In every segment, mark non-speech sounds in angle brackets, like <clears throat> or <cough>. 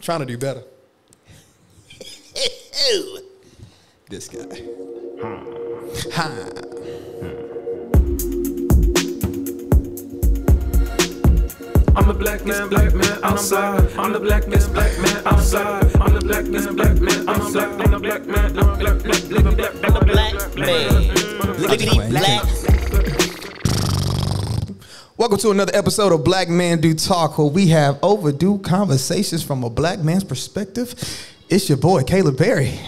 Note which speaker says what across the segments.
Speaker 1: Trying to do better.
Speaker 2: Ew.
Speaker 1: <laughs> This guy.
Speaker 3: I'm the black man, black man outside. I'm the blackest black man outside. I'm the blackest black man outside. I'm the black man, I'm the black, black, black, black, black, black, black,
Speaker 2: Black man. Lickety black.
Speaker 1: Welcome to another episode of Black Man Do Talk, where we have overdue conversations from a black man's perspective. It's your boy, Caleb Berry.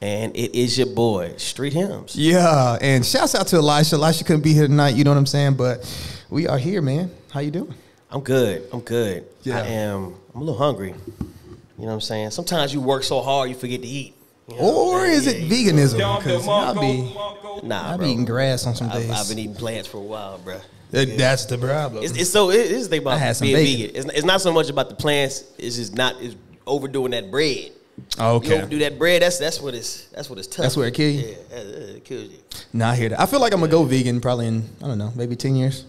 Speaker 2: And it is your boy, Street Hymns.
Speaker 1: Yeah, and shouts out to Elisha. Elisha couldn't be here tonight, you know what I'm saying? But we are here, man. How you doing?
Speaker 2: I'm good. I'm good.
Speaker 1: Yeah.
Speaker 2: I am. I'm a little hungry. You know what I'm saying? Sometimes you work so hard, you forget to eat. You know what
Speaker 1: Or
Speaker 2: I'm saying?
Speaker 1: is it
Speaker 2: Yeah,
Speaker 1: veganism? Because I'll be,
Speaker 2: Nah,
Speaker 1: I
Speaker 2: bro.
Speaker 1: be eating grass on some days.
Speaker 2: I've, I've been eating plants for a while, bro.
Speaker 1: That- That's the problem.
Speaker 2: It's, it's so it is the thing
Speaker 1: I had
Speaker 2: about
Speaker 1: some
Speaker 2: being
Speaker 1: bacon.
Speaker 2: vegan. It's, it's not so much about the plants. It's just not it's overdoing that bread. You
Speaker 1: okay.
Speaker 2: overdo that bread. That's that's what it's that's what it's tough.
Speaker 1: That's where it kill you?
Speaker 2: Yeah, that- that- it kills you.
Speaker 1: Nah, I hear that. I feel like I'm going to go vegan probably in, I don't know, maybe 10 years.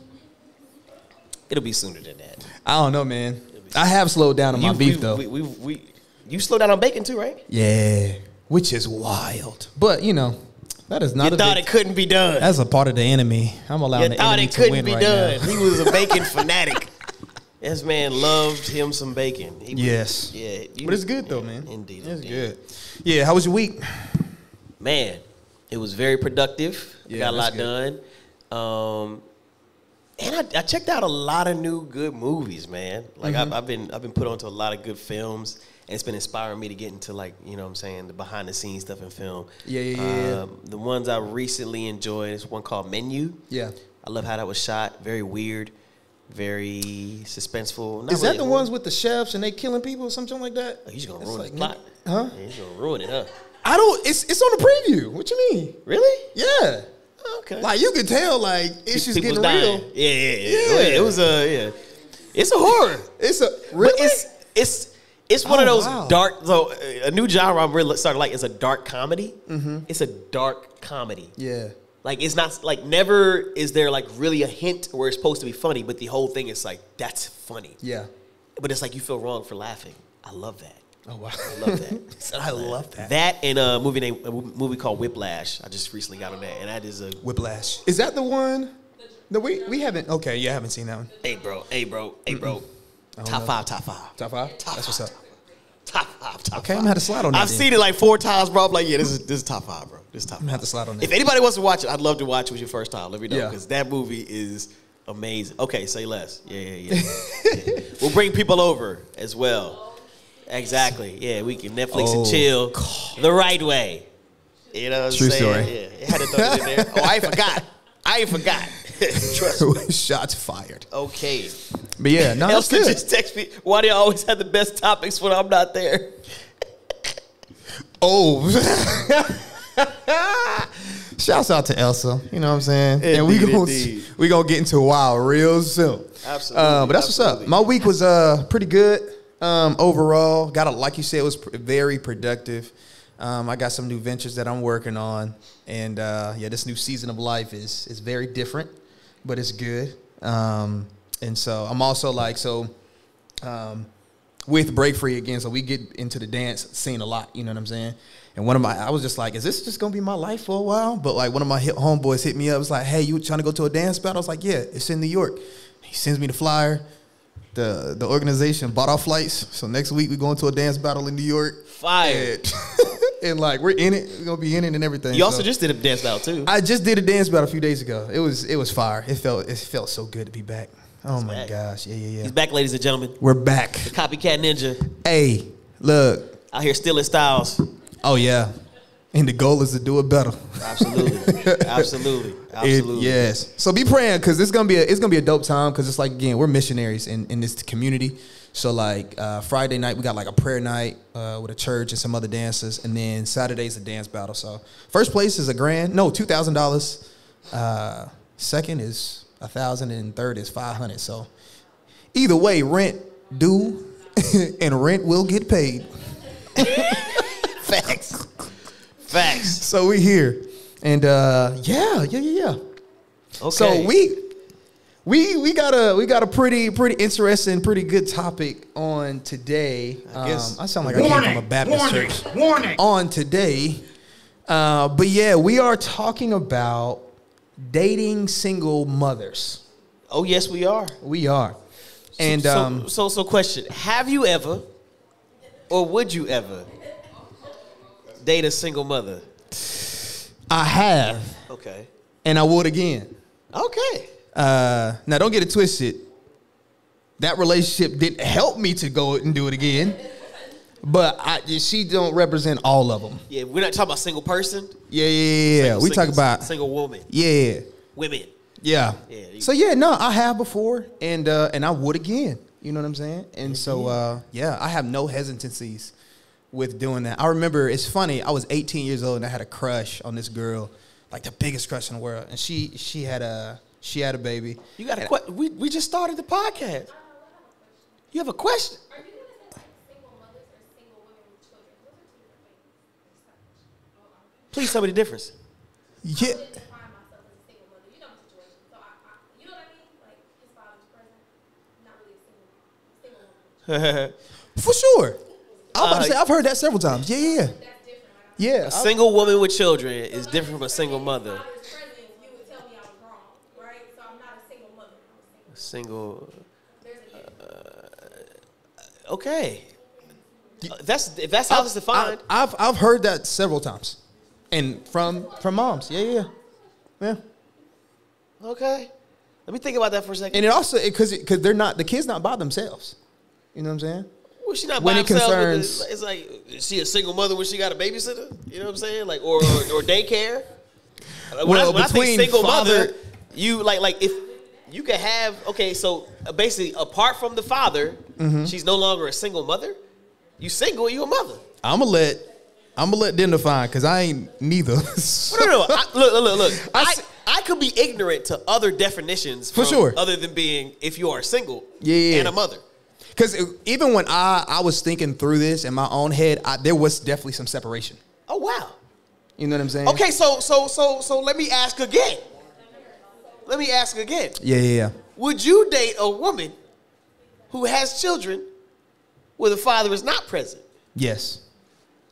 Speaker 2: It'll be sooner than that.
Speaker 1: I don't know, man. I have slowed down on my
Speaker 2: You-
Speaker 1: beef,
Speaker 2: we,
Speaker 1: though.
Speaker 2: We, we, we, you slow down on bacon too, right?
Speaker 1: yeah, which is wild. But, you know, that is not
Speaker 2: you
Speaker 1: a
Speaker 2: thought
Speaker 1: big-
Speaker 2: it couldn't be done.
Speaker 1: That's a part of the enemy. I'm
Speaker 2: you
Speaker 1: allowing the
Speaker 2: thought
Speaker 1: enemy
Speaker 2: it
Speaker 1: to win
Speaker 2: couldn't be
Speaker 1: right
Speaker 2: done.
Speaker 1: now.
Speaker 2: He was a bacon fanatic. This man loved him some bacon. He was-
Speaker 1: Yes.
Speaker 2: yeah.
Speaker 1: <laughs>
Speaker 2: you-
Speaker 1: But it's good though, man.
Speaker 2: Indeed,
Speaker 1: it's
Speaker 2: indeed.
Speaker 1: good. Yeah, how was your week?
Speaker 2: man, it was very productive. I
Speaker 1: Yeah,
Speaker 2: got a lot
Speaker 1: that's good.
Speaker 2: done. Um, and I, I checked out a lot of new good movies, man. Like
Speaker 1: Mm-hmm.
Speaker 2: I've, I've been I've been put onto a lot of good films, and it's been inspiring me to get into like you know what I'm saying the behind the scenes stuff in film.
Speaker 1: Yeah, yeah, yeah.
Speaker 2: Um, the ones I recently enjoyed is one called Menu.
Speaker 1: Yeah.
Speaker 2: I love how that was shot. Very weird, very suspenseful. Not
Speaker 1: Is that
Speaker 2: really-
Speaker 1: the ones with the chefs and they killing people or something like that?
Speaker 2: Oh, he's gonna
Speaker 1: It's
Speaker 2: ruin
Speaker 1: like,
Speaker 2: the plot,
Speaker 1: huh?
Speaker 2: Yeah, he's gonna ruin it, huh?
Speaker 1: I don't. It's it's on the preview. What you mean?
Speaker 2: Really?
Speaker 1: Yeah,
Speaker 2: Oh, Okay.
Speaker 1: like you can tell. Like issues
Speaker 2: People's
Speaker 1: getting
Speaker 2: dying.
Speaker 1: real.
Speaker 2: Yeah, yeah, yeah.
Speaker 1: Yeah.
Speaker 2: Oh, yeah, It was a yeah. It's a horror.
Speaker 1: It's a
Speaker 2: But
Speaker 1: really.
Speaker 2: it's it's it's one of
Speaker 1: Oh,
Speaker 2: those
Speaker 1: wow.
Speaker 2: dark. So uh, a new genre I'm really starting to like is a dark comedy. It's a dark comedy.
Speaker 1: Mm-hmm. yeah,
Speaker 2: Like it's not like never is there like really a hint where it's supposed to be funny, but the whole thing is like that's funny.
Speaker 1: yeah.
Speaker 2: But it's like you feel wrong for laughing. I love that.
Speaker 1: Oh wow,
Speaker 2: I love <laughs> that.
Speaker 1: I love that.
Speaker 2: That and a movie named a movie called Whiplash. I just recently got on that, and that is a
Speaker 1: <laughs> Whiplash. Is that the one? No, we we haven't. Okay, yeah, I haven't seen that one.
Speaker 2: Hey, bro. Hey, bro. Hey, bro.
Speaker 1: know.
Speaker 2: Top five, top five.
Speaker 1: Top five.
Speaker 2: Top
Speaker 1: That's what's up.
Speaker 2: five. Top five, top
Speaker 1: Okay, I'm
Speaker 2: five.
Speaker 1: gonna have to slide on that
Speaker 2: I've
Speaker 1: then.
Speaker 2: seen it like four times, bro. I'm like, yeah, this is this is top five, bro. This is top
Speaker 1: I'm gonna have
Speaker 2: five.
Speaker 1: to slide on that.
Speaker 2: If anybody wants to watch it, I'd love to watch it with your first time. Let me know
Speaker 1: Yeah.
Speaker 2: because that movie is amazing. Okay, say less. Yeah, yeah, yeah.
Speaker 1: <laughs>
Speaker 2: Yeah. We'll bring people over as well. Exactly. Yeah, we can Netflix
Speaker 1: Oh,
Speaker 2: and chill the right way. You know what
Speaker 1: True
Speaker 2: I'm saying?
Speaker 1: story.
Speaker 2: Yeah, had to throw it in there. Oh, I ain't forgot. I
Speaker 1: <laughs>
Speaker 2: ain't forgot. Trust. me.
Speaker 1: Shots fired.
Speaker 2: Okay.
Speaker 1: But yeah, no, Oh, that's
Speaker 2: Elsa
Speaker 1: good.
Speaker 2: just text me. Why do you always have the best topics when I'm not there?
Speaker 1: Oh. <laughs> Shouts out to Elsa. You know what I'm saying? and we
Speaker 2: Indeed,
Speaker 1: gonna,
Speaker 2: indeed.
Speaker 1: we gonna get into wild real soon.
Speaker 2: Absolutely,
Speaker 1: Uh, but that's what's up.
Speaker 2: absolutely.
Speaker 1: My week was uh pretty good um, overall. Got a like you said, it was pr- very productive. Um, I got some new ventures that I'm working on, and uh, yeah, this new season of life is is very different, but it's good. Um, and so I'm also like so um, with Break Free again. So we get into the dance scene a lot. You know what I'm saying? And one of my, I was just like, is this just gonna be my life for a while? But like one of my hit homeboys hit me up. was like, hey, you trying to go to a dance battle? I was like, yeah, it's in New York. He sends me the flyer. The the organization bought our flights. So next week we going to a dance battle in New York. <laughs>
Speaker 2: Fire.
Speaker 1: And, and, like we're in it. We're gonna be in it and everything.
Speaker 2: You also
Speaker 1: So-
Speaker 2: just did a dance battle too.
Speaker 1: I just did a dance battle a few days ago. It was it was fire. It felt it felt so good to be back. Oh my
Speaker 2: back.
Speaker 1: gosh. Yeah, yeah, yeah.
Speaker 2: He's back, ladies and gentlemen.
Speaker 1: We're back.
Speaker 2: Copycat Ninja
Speaker 1: Hey, look,
Speaker 2: out here stealing styles.
Speaker 1: Oh yeah, and the goal is to do it better.
Speaker 2: Absolutely, <laughs> absolutely, absolutely.
Speaker 1: It- yes. So be praying because it's gonna be a, it's gonna be a dope time because it's like again we're missionaries in, in this community. So like uh, Friday night we got like a prayer night uh, with a church and some other dancers, and then Saturday's a dance battle. So first place is a grand, no two thousand uh, dollars. Uh, Second is a thousand, and third is five hundred. So either way, rent due <laughs> and rent will get paid.
Speaker 2: Facts. Facts.
Speaker 1: So we here, and uh, yeah, yeah, yeah, yeah.
Speaker 2: Okay.
Speaker 1: So we we we got a we got a pretty pretty interesting, pretty good topic on today. I
Speaker 2: guess-
Speaker 1: I sound like I came
Speaker 4: Warning,
Speaker 1: from a Baptist
Speaker 4: warning,
Speaker 1: church. Oh.
Speaker 4: warning.
Speaker 1: On today, uh, but yeah, we are talking about dating single mothers.
Speaker 2: Oh yes, we are.
Speaker 1: We are, and
Speaker 2: so,
Speaker 1: um,
Speaker 2: so so question: Have you ever, or would you ever, date a single mother?
Speaker 1: I have,
Speaker 2: Okay.
Speaker 1: and I would again.
Speaker 2: Okay.
Speaker 1: Uh, now, don't get it twisted. That relationship didn't help me to go and do it again, but I, she don't represent all of them.
Speaker 2: Yeah, we're not talking about single person.
Speaker 1: Yeah, yeah, yeah. yeah.
Speaker 2: Single-
Speaker 1: we
Speaker 2: single-
Speaker 1: talk about
Speaker 2: single woman,
Speaker 1: yeah,
Speaker 2: women.
Speaker 1: yeah.
Speaker 2: Yeah, you-
Speaker 1: so yeah, no, I have before, and uh, and I would again. You know what I'm saying? And so uh, yeah, I have no hesitancies with doing that. I remember it's funny. I was 18 years old and I had a crush on this girl, like the biggest crush in the world, and she she had a she had a baby.
Speaker 2: You got a question? We we just started the podcast. You have a question?
Speaker 5: Are you gonna say like single mothers or single women with children? Those are two different things.
Speaker 2: Please tell me the <laughs> difference.
Speaker 1: Yeah.
Speaker 5: I define myself as a single mother. You know my situation, so I, I you know what I mean. Like his father's present. I'm not really a single single woman.
Speaker 1: For sure. I was about
Speaker 2: Uh,
Speaker 1: to say I've heard that several times. Yeah, yeah,
Speaker 5: That's different. Like
Speaker 1: yeah. Yeah,
Speaker 2: A
Speaker 1: I-
Speaker 2: single woman with children is different from a single mother.
Speaker 5: father's present, you would tell me I was wrong, right? So I'm not a single mother. I'm a single.
Speaker 2: Single.
Speaker 5: There's a difference.
Speaker 2: Okay. Uh, That's if that's how it's defined.
Speaker 1: I, have I've heard that several times, and from from moms. Yeah, yeah, yeah.
Speaker 2: Okay. Let me think about that for a second.
Speaker 1: And it also because because they're not the kids not by themselves. You know what I'm saying?
Speaker 2: Well, she not
Speaker 1: When
Speaker 2: by
Speaker 1: it
Speaker 2: herself, but
Speaker 1: concerns-
Speaker 2: it's like is she a single mother when she got a babysitter. You know what I'm saying? Like or or, or daycare. Like, when
Speaker 1: Well,
Speaker 2: I, when I
Speaker 1: between
Speaker 2: think single mother,
Speaker 1: father-
Speaker 2: you like like if you could have okay, so uh, basically apart from the father,
Speaker 1: Mm-hmm.
Speaker 2: she's no longer a single mother. You single, you
Speaker 1: <laughs>
Speaker 2: a mother.
Speaker 1: I'm gonna let I'm gonna let them define because I ain't neither. <laughs>
Speaker 2: No, no, no. I, look, look, look, look.
Speaker 1: I
Speaker 2: I,
Speaker 1: s-
Speaker 2: I could be ignorant to other definitions
Speaker 1: For
Speaker 2: from-
Speaker 1: sure.
Speaker 2: other than being if you are single
Speaker 1: Yeah, yeah, yeah.
Speaker 2: and a mother.
Speaker 1: Because even when I I was thinking through this in my own head, I, there was definitely some separation.
Speaker 2: Oh wow.
Speaker 1: You know what I'm saying?
Speaker 2: Okay, so so so so let me ask again. Let me ask again.
Speaker 1: Yeah, yeah, yeah.
Speaker 2: Would you date a woman who has children where the father is not present?
Speaker 1: Yes,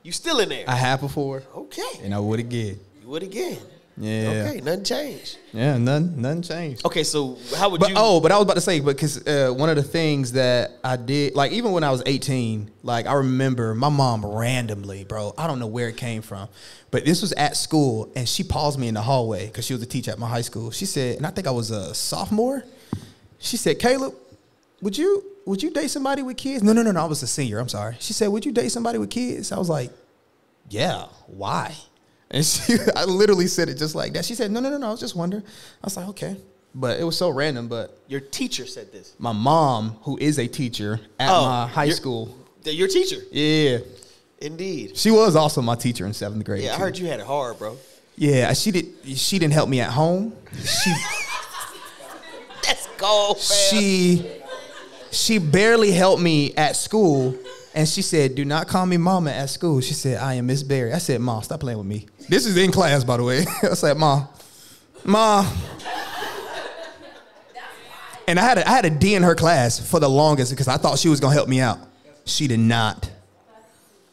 Speaker 2: You still in there?
Speaker 1: I have before,
Speaker 2: okay.
Speaker 1: and I would again.
Speaker 2: You would again.
Speaker 1: Yeah.
Speaker 2: Okay, nothing changed.
Speaker 1: Yeah, none none changed.
Speaker 2: Okay, so how would
Speaker 1: But
Speaker 2: you
Speaker 1: oh, but I was about to say because uh, one of the things that I did, like even when I was eighteen, like I remember my mom randomly, bro. I don't know where it came from, but this was at school, and she paused me in the hallway because she was a teacher at my high school. She said, and I think I was a sophomore. She said, Caleb, would you would you date somebody with kids? No, no, no, no. I was a senior. I'm sorry. She said, would you date somebody with kids? I was like, yeah. Why? <laughs> And she, I literally said it just like that. She said, no, no, no, no. I was just wondering. I was like, okay. But it was so random. But
Speaker 2: your teacher said this?
Speaker 1: my mom, who is a teacher at
Speaker 2: Oh,
Speaker 1: my high
Speaker 2: you're-
Speaker 1: school.
Speaker 2: That Your teacher.
Speaker 1: Yeah.
Speaker 2: Indeed.
Speaker 1: She was also my teacher in seventh grade.
Speaker 2: Yeah, I
Speaker 1: too.
Speaker 2: heard you had it hard, <laughs> bro.
Speaker 1: Yeah, she did she didn't help me at home.
Speaker 2: <laughs>
Speaker 1: She
Speaker 2: Let's go, man.
Speaker 1: she she barely helped me at school. And she said, Do not call me mama at school. She said, I am Miss Barry. I said, Mom, stop playing with me. This is in class, by the way. <laughs> I said, Mom. Mom. And I had a, I had a D in her class for the longest because I thought she was gonna help me out. She did not.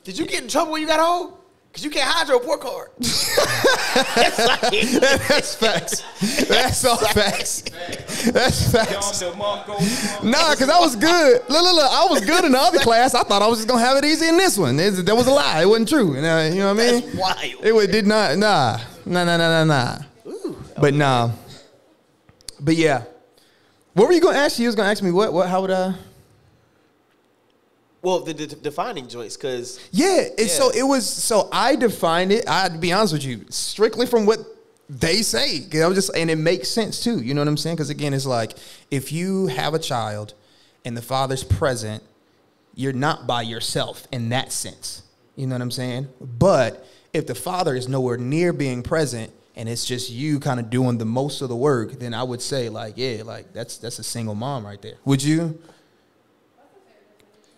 Speaker 2: Did you get in trouble when you got home? Cause you can't hide your report card. It's like-
Speaker 1: That's facts. That's all facts. That's facts. Nah, because I was good. Look, look, look. I was good in the other class. I thought I was just gonna have it easy in this one. It's- that was a lie. It wasn't true. And, uh, you know what I mean? <laughs>
Speaker 2: <laughs> That's wild.
Speaker 1: It would, did not. Nah. Nah. Nah. Nah. Nah. Nah. But nah. But yeah. What were you gonna ask? You was gonna ask me what? What? How would I?
Speaker 2: well, the, the defining joints, cause
Speaker 1: Yeah, and so
Speaker 2: Yeah.
Speaker 1: it was. So I defined it. I'd be honest with you, strictly from what they say. 'Cause I was just, and it makes sense too. You know what I'm saying? Because again, it's like if you have a child and the father's present, you're not by yourself in that sense. You know what I'm saying? But if the father is nowhere near being present and it's just you kind of doing the most of the work, then I would say like, yeah, like that's that's a single mom right there. Would you?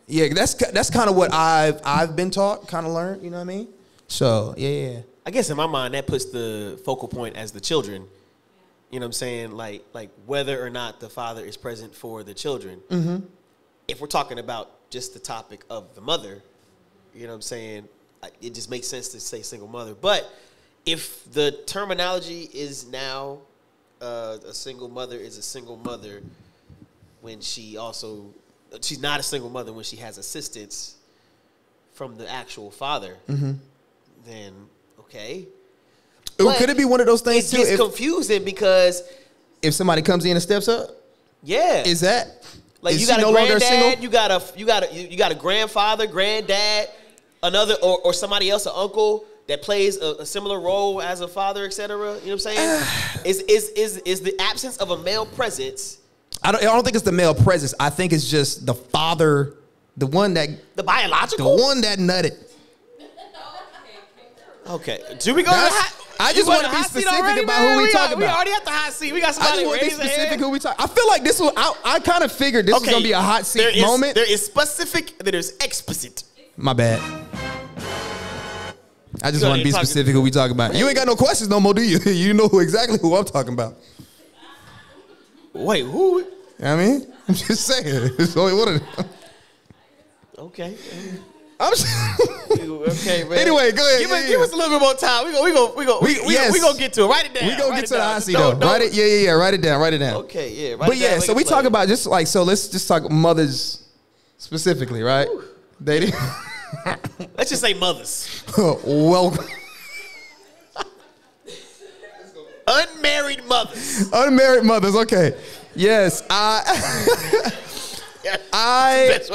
Speaker 1: Yeah, that's ki- that's kind of what I've I've been taught, kind of learned. You know what I mean? So yeah, yeah.
Speaker 2: I guess in my mind that puts the focal point as the children, You know what I'm saying? Like like whether or not the father is present for the children. If we're talking about just the topic of the mother, you know what I'm saying? I- It just makes sense to say single mother. But if the terminology is now uh, a single mother is a single mother when she also she's not a single mother when she has assistance from the actual father, then okay. But
Speaker 1: could it be one of those things
Speaker 2: It's
Speaker 1: too?
Speaker 2: just
Speaker 1: If,
Speaker 2: confusing because
Speaker 1: if somebody comes in and steps up,
Speaker 2: yeah,
Speaker 1: is that
Speaker 2: like
Speaker 1: is
Speaker 2: you
Speaker 1: she
Speaker 2: got a
Speaker 1: no longer
Speaker 2: granddad,
Speaker 1: single?
Speaker 2: you got a you got a you, you got a grandfather, granddad, another or, or somebody else, an uncle that plays a, a similar role as a father, etc. You know what
Speaker 1: <sighs>
Speaker 2: I'm saying? is is is is the absence of a male presence
Speaker 1: I don't. I don't think it's the male presence. I think it's just the father, the one that, the
Speaker 2: the biological?
Speaker 1: one that nutted.
Speaker 2: Okay, do we go? To the
Speaker 1: That's-
Speaker 2: hot,
Speaker 1: I
Speaker 2: you
Speaker 1: just
Speaker 2: go
Speaker 1: wanna
Speaker 2: the
Speaker 1: be
Speaker 2: hot seat
Speaker 1: specific
Speaker 2: already,
Speaker 1: about
Speaker 2: man?
Speaker 1: who we
Speaker 2: we
Speaker 1: talk
Speaker 2: got- We
Speaker 1: about.
Speaker 2: already at the hot seat. We got
Speaker 1: I
Speaker 2: somebody
Speaker 1: just want to be
Speaker 2: raise their
Speaker 1: specific
Speaker 2: hand.
Speaker 1: who we talk. I feel like this was. I, I kind of figured this was gonna be a hot seat
Speaker 2: there is-
Speaker 1: moment.
Speaker 2: There is specific, there is explicit.
Speaker 1: My bad. I just
Speaker 2: Go
Speaker 1: want
Speaker 2: ahead,
Speaker 1: to be
Speaker 2: talk it.
Speaker 1: specific who we talking about. You ain't got no questions no more, do you? <laughs> You know who- exactly who I'm talking about.
Speaker 2: Wait, who?
Speaker 1: You know what I mean, <laughs> I'm just saying. <laughs> It's only one of them.
Speaker 2: Okay.
Speaker 1: I'm just, <laughs>
Speaker 2: Okay, man.
Speaker 1: Anyway, go ahead.
Speaker 2: Give,
Speaker 1: Yeah,
Speaker 2: us-
Speaker 1: yeah,
Speaker 2: give
Speaker 1: yeah.
Speaker 2: us a little bit more time. We go, we go, we go, we,
Speaker 1: We-
Speaker 2: we,
Speaker 1: yes.
Speaker 2: we gonna get to it. Write it down.
Speaker 1: we gonna
Speaker 2: Write
Speaker 1: get
Speaker 2: it
Speaker 1: to the
Speaker 2: down.
Speaker 1: hot seat though.
Speaker 2: Don't- don't-
Speaker 1: Write it. Yeah, yeah, yeah. Write it down. Write it down.
Speaker 2: Okay, yeah. Write
Speaker 1: But
Speaker 2: it down,
Speaker 1: yeah,
Speaker 2: make
Speaker 1: so
Speaker 2: it
Speaker 1: we
Speaker 2: play.
Speaker 1: talk about just like so. Let's just talk mothers specifically, right? Dating. <laughs>
Speaker 2: Let's just say mothers,
Speaker 1: Welcome.
Speaker 2: unmarried
Speaker 1: <laughs>
Speaker 2: mothers.
Speaker 1: <laughs> Unmarried mothers. Okay. Yes, I. <laughs> I.
Speaker 2: That's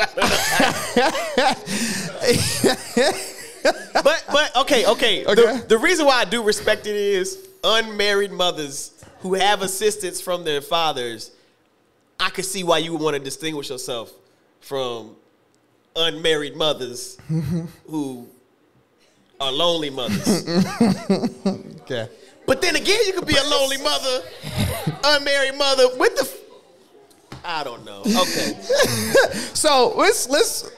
Speaker 2: right.
Speaker 1: <laughs>
Speaker 2: but but okay, okay.
Speaker 1: Okay.
Speaker 2: The, the reason why I do respect it is unmarried mothers who have assistance from their fathers. I could see why you would want to distinguish yourself from
Speaker 1: <laughs>
Speaker 2: unmarried mothers who are lonely mothers.
Speaker 1: Okay.
Speaker 2: but then again, you could be a lonely mother, unmarried mother with the. I I don't know. Okay.
Speaker 1: So let's let's.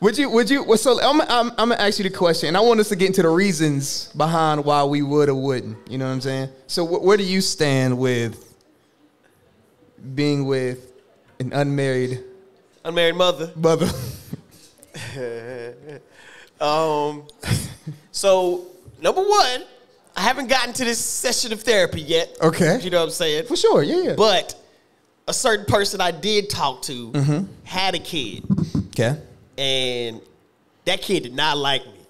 Speaker 1: Would you would you well, so I'm, I'm I'm gonna ask you the question, and I want us to get into the reasons behind why we would or wouldn't. You know what I'm saying? So wh- where do you stand with being with an unmarried
Speaker 2: <laughs> Unmarried mother.
Speaker 1: mother?
Speaker 2: Um, so number one, I haven't gotten to this session of therapy yet.
Speaker 1: Okay.
Speaker 2: you know what I'm saying.
Speaker 1: <laughs> For sure, yeah, yeah.
Speaker 2: But a certain person I did talk to had a kid,
Speaker 1: okay,
Speaker 2: and that kid did not like me,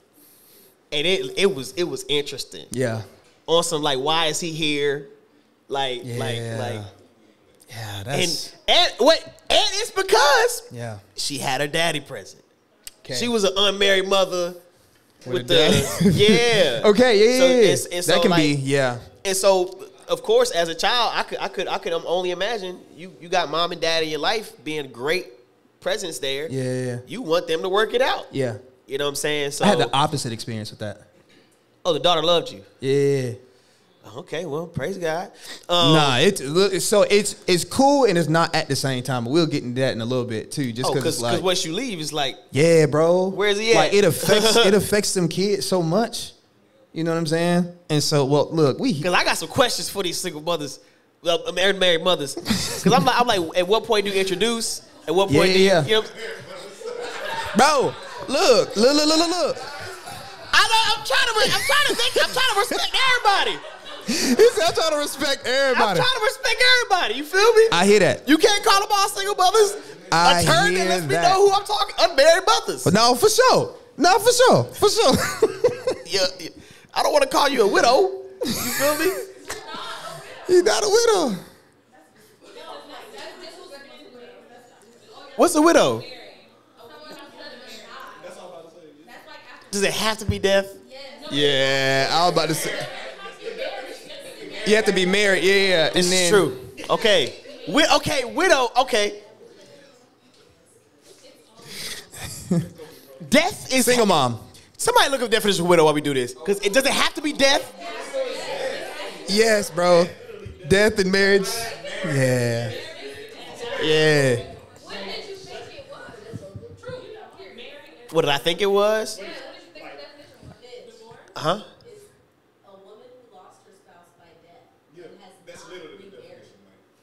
Speaker 2: and it it was it was interesting.
Speaker 1: yeah,
Speaker 2: On some like, why is he here? Like
Speaker 1: Yeah.
Speaker 2: like like,
Speaker 1: yeah.
Speaker 2: and and what? And it's because
Speaker 1: yeah.
Speaker 2: she had her daddy present.
Speaker 1: Okay.
Speaker 2: She was an unmarried mother
Speaker 1: With
Speaker 2: with,
Speaker 1: a
Speaker 2: the <laughs> yeah.
Speaker 1: okay, yeah,
Speaker 2: So
Speaker 1: yeah, yeah.
Speaker 2: it's- it's
Speaker 1: that
Speaker 2: so
Speaker 1: can be
Speaker 2: like-
Speaker 1: yeah,
Speaker 2: And so, of course, as a child, I could, I could, I could only imagine you. You got mom and dad in your life being great presence there.
Speaker 1: Yeah, yeah, yeah.
Speaker 2: You want them to work it out.
Speaker 1: yeah.
Speaker 2: You know what I'm saying? So,
Speaker 1: I had the opposite experience with that.
Speaker 2: oh, the daughter loved you.
Speaker 1: Yeah.
Speaker 2: Okay, well, praise God. Um,
Speaker 1: Nah, it's look, so it's it's cool and it's not at the same time. We'll get into that in a little bit too, just
Speaker 2: oh,
Speaker 1: because
Speaker 2: because
Speaker 1: it's like
Speaker 2: once you leave, it's like
Speaker 1: yeah, bro.
Speaker 2: Where's he at?
Speaker 1: Like it
Speaker 2: <laughs>
Speaker 1: affects it affects them kids so much. You know what I'm saying? And so, well, look, we
Speaker 2: Because I got some questions for these single mothers, well, uh, married married mothers. Because I'm like, I'm like, at what point do you introduce? At what point
Speaker 1: Yeah,
Speaker 2: do you?
Speaker 1: yeah, yeah.
Speaker 2: you know,
Speaker 1: bro, look, look, look, look, look, look.
Speaker 2: I know, I'm trying to, re- I'm trying to think, I'm trying to respect everybody.
Speaker 1: He said, I'm trying to respect
Speaker 2: I'm
Speaker 1: everybody.
Speaker 2: trying to respect everybody. You feel me?
Speaker 1: I hear that.
Speaker 2: You can't call them all single mothers.
Speaker 1: I
Speaker 2: I turned
Speaker 1: hear
Speaker 2: and let me
Speaker 1: that.
Speaker 2: know who I'm talking. Unmarried mothers.
Speaker 1: no, for sure. No, for sure, for sure. <laughs>
Speaker 2: Yeah, yeah. I don't want to call you a widow. You feel me?
Speaker 1: He's not a widow.
Speaker 2: What's a widow? Does it have to be death?
Speaker 1: Yeah, I was about to say. You have to be married. Yeah, yeah. And
Speaker 2: It's
Speaker 1: then,
Speaker 2: true. Okay. Wi- okay, widow. Okay. <laughs> death is
Speaker 1: Single mom.
Speaker 2: Somebody look up definition of widow while we do this, because it doesn't have to be death.
Speaker 1: Yes, bro. Death and marriage. Yeah. Yeah.
Speaker 5: What did you think it was? True. You're married and-
Speaker 2: What did I think it was?
Speaker 5: Yeah, what did you think the definition was? Bitch.
Speaker 2: Huh?
Speaker 4: is a woman who lost her spouse by death. Yeah, and has that's literally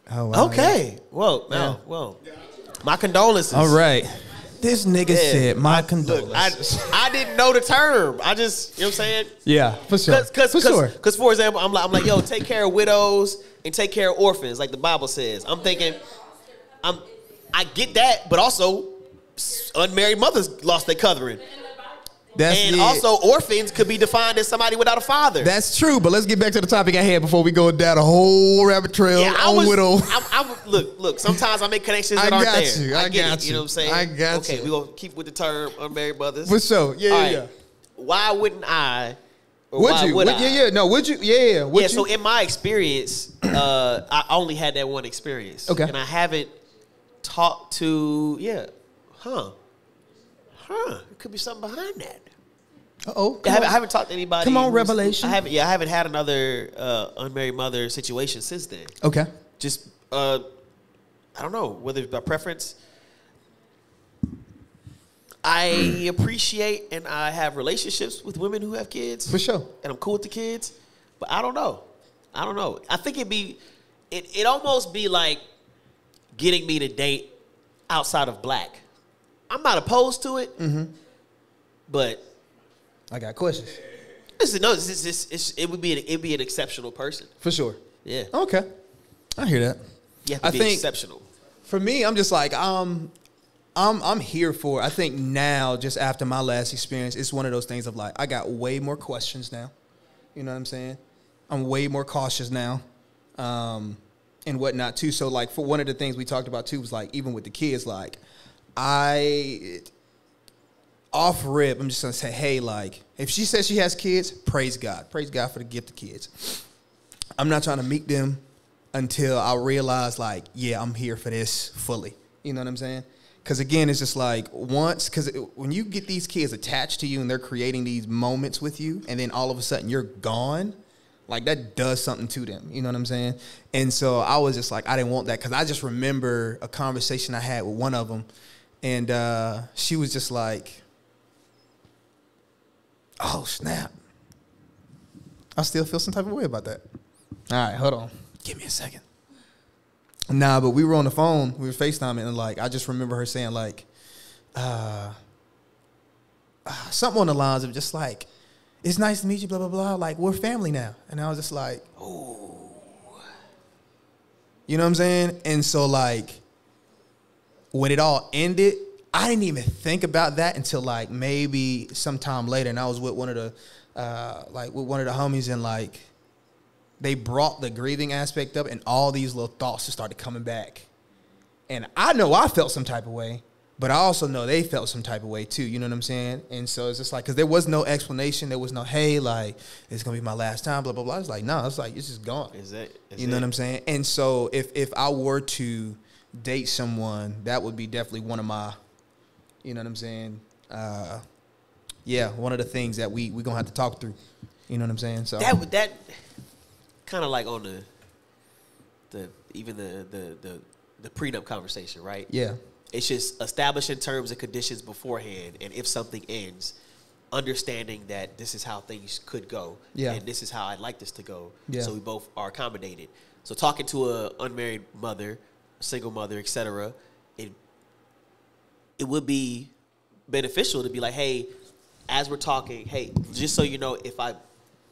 Speaker 1: Oh,
Speaker 2: Uh-huh.
Speaker 1: wow,
Speaker 2: Okay. Whoa, no,
Speaker 1: Yeah.
Speaker 2: whoa. My condolences.
Speaker 1: yeah. All right. This nigga
Speaker 2: Yeah.
Speaker 1: said, "My
Speaker 2: Look, I,
Speaker 1: condolences."
Speaker 2: I didn't know the term. I just, you know what I'm saying?
Speaker 1: yeah, for sure.
Speaker 2: Cause, cause,
Speaker 1: for
Speaker 2: for
Speaker 1: sure.
Speaker 2: Because, for example, I'm like, I'm like, yo, take care of widows and take care of orphans, like the Bible says. I'm thinking, I'm, I get that, but also, s- unmarried mothers lost their covering,
Speaker 1: That's
Speaker 2: and
Speaker 1: it.
Speaker 2: also orphans could be defined as somebody without a father.
Speaker 1: That's true, but let's get back to the topic at hand before we go down a whole rabbit trail
Speaker 2: yeah, I
Speaker 1: on
Speaker 2: was.
Speaker 1: widow.
Speaker 2: I, I was- look, look. Sometimes I make connections
Speaker 1: I
Speaker 2: that aren't
Speaker 1: got
Speaker 2: there.
Speaker 1: you, I
Speaker 2: get
Speaker 1: got
Speaker 2: it. You know
Speaker 1: you,
Speaker 2: what I'm saying?
Speaker 1: I got
Speaker 2: okay,
Speaker 1: you.
Speaker 2: we gonna keep with the term unmarried mothers.
Speaker 1: For sure. Yeah,
Speaker 2: All
Speaker 1: yeah,
Speaker 2: right.
Speaker 1: yeah.
Speaker 2: Why wouldn't I? or
Speaker 1: Would
Speaker 2: why
Speaker 1: you?
Speaker 2: Would
Speaker 1: Would-
Speaker 2: I?
Speaker 1: yeah, yeah. No, would you? Yeah, yeah. Would
Speaker 2: yeah,
Speaker 1: you?
Speaker 2: so in my experience, uh, I only had that one experience.
Speaker 1: Okay.
Speaker 2: And I haven't talked to, yeah, huh, huh, it could be something behind that.
Speaker 1: oh,
Speaker 2: I haven't, I haven't talked to anybody.
Speaker 1: Come on,
Speaker 2: who's-
Speaker 1: Revelation.
Speaker 2: I haven't, yeah, I haven't had another uh, unmarried mother situation since then.
Speaker 1: okay.
Speaker 2: Just, uh, I don't know, whether it's by preference. I appreciate and I have relationships with women who have kids
Speaker 1: For sure.
Speaker 2: and I'm cool with the kids, but I don't know. I don't know. I think it'd be, it it almost be like getting me to date outside of black. I'm not opposed to it,
Speaker 1: Mm-hmm.
Speaker 2: but
Speaker 1: I got questions
Speaker 2: this is no, this is this is- it would be an, it'd be an exceptional person.
Speaker 1: for sure.
Speaker 2: Yeah,
Speaker 1: Okay, I hear that.
Speaker 2: you have to
Speaker 1: I
Speaker 2: be
Speaker 1: think-
Speaker 2: exceptional.
Speaker 1: For me, I'm just like um, I'm I'm here for. it. I think now, just after my last experience, it's one of those things of like I got way more questions now. You know what I'm saying? I'm way more cautious now, um, and whatnot too. So like for one of the things we talked about too was like even with the kids, like I off rip, I'm just gonna say, hey, like if she says she has kids, praise God, praise God for the gift of kids. I'm not trying to meet them until I realize, like, yeah, I'm here for this fully. You know what I'm saying? Because again, it's just like once, because when you get these kids attached to you and they're creating these moments with you, and then all of a sudden you're gone, like that does something to them. You know what I'm saying? And so I was just like, I didn't want that because I just remember a conversation I had with one of them, and uh, she was just like, oh, snap. I still feel some type of way about that. All right, hold on. Give me a second. Nah, but we were on the phone. We were FaceTiming, and like I just remember her saying like, uh, uh, something on the lines of just like, "It's nice to meet you," blah blah blah. Like we're family now, and I was just like, "Oh," you know what I'm saying? And so like, when it all ended, I didn't even think about that until like maybe sometime later, and I was with one of the, uh, like with one of the homies, and like they brought the grieving aspect up and all these little thoughts just started coming back. And I know I felt some type of way, but I also know they felt some type of way too. You know what I'm saying? And so it's just like, because there was no explanation. There was no, hey, like, it's going to be my last time, blah, blah, blah. It's like, no, it's like, it's just gone.
Speaker 2: Is that is
Speaker 1: you know
Speaker 2: that-
Speaker 1: what I'm saying? And so if, if I were to date someone, that would be definitely one of my, you know what I'm saying? Uh, yeah, one of the things that we we going to have to talk through. You know what I'm saying? So
Speaker 2: That would that kind of like on the the even the the the the prenup conversation, right?
Speaker 1: yeah.
Speaker 2: It's just establishing terms and conditions beforehand, and if something ends, understanding that this is how things could go,
Speaker 1: Yeah.
Speaker 2: and this is how I'd like this to go.
Speaker 1: Yeah.
Speaker 2: So we both are accommodated. So talking to a unmarried mother, single mother, etc., it it would be beneficial to be like, hey, as we're talking, hey, just so you know, if I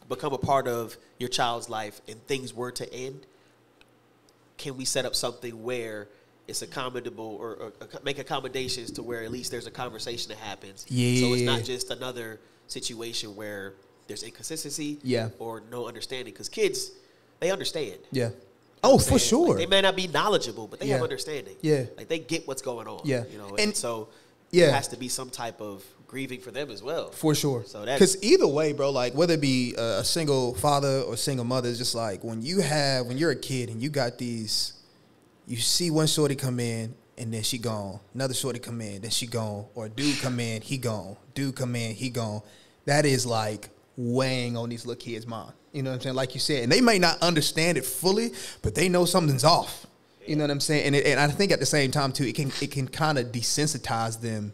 Speaker 2: become a part of your child's life and things were to end, can we set up something where it's accommodable or, or ac- make accommodations to where at least there's a conversation that happens? So it's
Speaker 1: Yeah.
Speaker 2: not just another situation where there's inconsistency
Speaker 1: Yeah.
Speaker 2: or no understanding because kids, they understand.
Speaker 1: Yeah. Oh, for
Speaker 2: Like,
Speaker 1: sure.
Speaker 2: they may not be knowledgeable, but they have
Speaker 1: Yeah.
Speaker 2: understanding.
Speaker 1: Yeah.
Speaker 2: Like they get what's going on.
Speaker 1: Yeah.
Speaker 2: You know, and,
Speaker 1: And-
Speaker 2: so
Speaker 1: yeah.
Speaker 2: there has to be some type of grieving for them as well.
Speaker 1: For sure.
Speaker 2: So that-
Speaker 1: because either way, bro, like whether it be a, a single father or single mother, it's just like when you have when you're a kid and you got these, you see one shorty come in and then she gone, another shorty come in, then she gone, or a dude come in, he gone, dude come in, he gone. That is like weighing on these little kids' mind. You know what I'm saying? Like you said, and they may not understand it fully, but they know something's off. You know what I'm saying? And it, and I think at the same time too, it can it can kind of desensitize them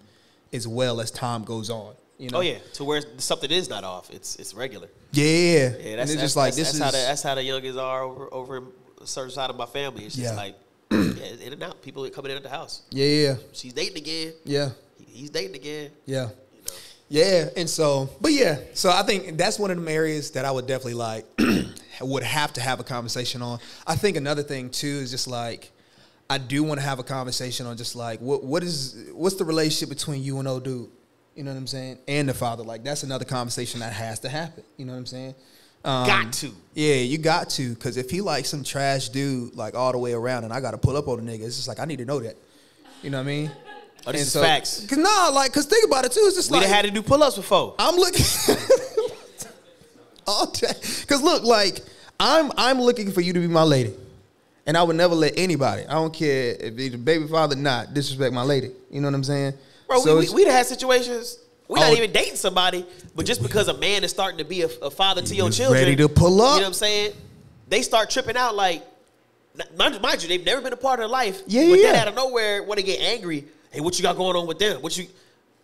Speaker 1: as well as time goes on. You know?
Speaker 2: Oh yeah, to where something is not off. It's it's regular.
Speaker 1: Yeah,
Speaker 2: Yeah,
Speaker 1: and
Speaker 2: that's
Speaker 1: it's
Speaker 2: that's,
Speaker 1: just like
Speaker 2: that's,
Speaker 1: this
Speaker 2: that's how
Speaker 1: is
Speaker 2: the, that's how the youngest are over over in a certain side of my family. It's just
Speaker 1: Yeah.
Speaker 2: like yeah, it's in and out. People coming in at the house.
Speaker 1: Yeah, yeah,
Speaker 2: She's dating again.
Speaker 1: yeah,
Speaker 2: He- He's dating again.
Speaker 1: yeah.
Speaker 2: You know.
Speaker 1: Yeah, and so, but yeah, so I think that's one of them areas that I would definitely like <clears throat> would have to have a conversation on. I think another thing too is just like I do want to have a conversation on just like what what is what's the relationship between you and old dude, you know what I'm saying, and the father. Like that's another conversation that has to happen. You know what I'm saying? Um,
Speaker 2: Got to.
Speaker 1: Yeah, you got to, because if he like some trash dude like all the way around, and I got to pull up on the nigga, it's just like I need to know that. You know what I mean?
Speaker 2: Oh, this
Speaker 1: And
Speaker 2: is
Speaker 1: so-
Speaker 2: facts.
Speaker 1: Cause nah, like, cause think about it too. It's just
Speaker 2: We
Speaker 1: like
Speaker 2: done had to do pull ups before.
Speaker 1: I'm looking <laughs> all day. Cause look, like I'm I'm looking for you to be my lady, and I would never let anybody. I don't care if it's a baby father or not disrespect my lady. You know what I'm saying?
Speaker 2: Bro,
Speaker 1: So
Speaker 2: we,
Speaker 1: it's-
Speaker 2: we, we done had situations. We're
Speaker 1: Oh.
Speaker 2: not even dating somebody, but just because a man is starting to be a, a father to your
Speaker 1: was
Speaker 2: children,
Speaker 1: ready to pull up.
Speaker 2: You know what I'm saying? They start tripping out like, mind, mind you, they've never been a part of their life.
Speaker 1: Yeah, yeah,
Speaker 2: But then
Speaker 1: yeah.
Speaker 2: out of nowhere, when they get angry, hey, what you got going on with them? What you?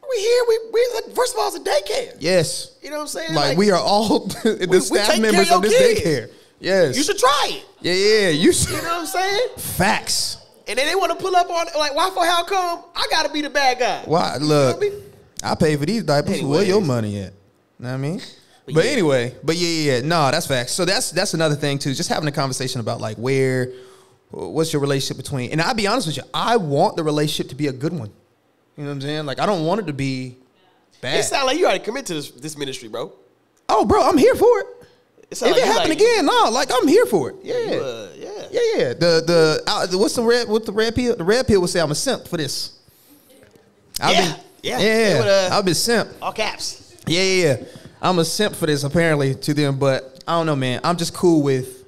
Speaker 2: We here? We, we first of all, it's a daycare.
Speaker 1: yes,
Speaker 2: You know what I'm saying?
Speaker 1: like, we are all <laughs> the staff
Speaker 2: take care
Speaker 1: members
Speaker 2: of
Speaker 1: of
Speaker 2: your
Speaker 1: this
Speaker 2: kids.
Speaker 1: daycare. Yes,
Speaker 2: You should try it.
Speaker 1: yeah, yeah, you should. <laughs>
Speaker 2: You know what I'm saying?
Speaker 1: Facts.
Speaker 2: And then they want to pull up on like, why for? How come I got to be the bad guy?
Speaker 1: Why? Look,
Speaker 2: me?
Speaker 1: I pay for these diapers. Where
Speaker 2: Anyways.
Speaker 1: your money at? Know what I mean? But,
Speaker 2: yeah.
Speaker 1: anyway, but yeah, yeah, yeah. no, that's facts. So that's that's another thing too. Just having a conversation about like where, what's your relationship between? And I'll be honest with you, I want the relationship to be a good one. You know what I'm saying? Like I don't want it to be
Speaker 2: It
Speaker 1: bad.
Speaker 2: sounds like you already committed to this, this ministry, bro.
Speaker 1: oh, bro, I'm here for it. if
Speaker 2: sound like
Speaker 1: it
Speaker 2: you
Speaker 1: happened
Speaker 2: like-
Speaker 1: again, no, like I'm here for it. Yeah,
Speaker 2: You, uh, yeah.
Speaker 1: yeah, yeah. The the uh, the- what's the red? What the red pill? The red pill would say I'm a simp for this. I'll
Speaker 2: Yeah,
Speaker 1: be,
Speaker 2: yeah.
Speaker 1: yeah,
Speaker 2: They
Speaker 1: yeah.
Speaker 2: would, uh,
Speaker 1: I'll be simp.
Speaker 2: All caps.
Speaker 1: Yeah, yeah, yeah. I'm a simp for this apparently to them, but I don't know, man. I'm just cool with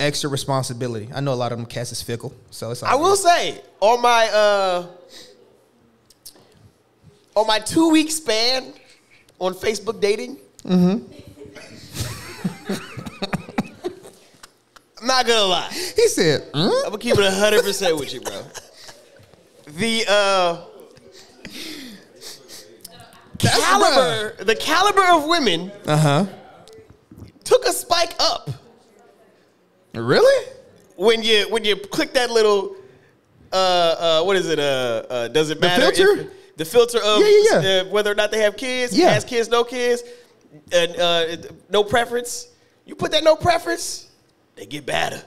Speaker 1: extra responsibility. I know a lot of them cats is fickle, so it's. All
Speaker 2: I will say on my uh on my two week span on Facebook dating. Mm-hmm. I'm not gonna lie.
Speaker 1: He said, "Mm?"
Speaker 2: I'm gonna keep it hundred percent with you, bro. The uh
Speaker 1: That's
Speaker 2: caliber, the caliber of women
Speaker 1: "Uh huh."
Speaker 2: took a spike up
Speaker 1: Really?
Speaker 2: when you when you click that little uh uh what is it uh, uh does it matter if-
Speaker 1: filter?
Speaker 2: the filter of
Speaker 1: Yeah, yeah, yeah.
Speaker 2: Uh, whether or not they have kids
Speaker 1: Yeah.
Speaker 2: has kids no kids and uh no preference you put that no preference they get badder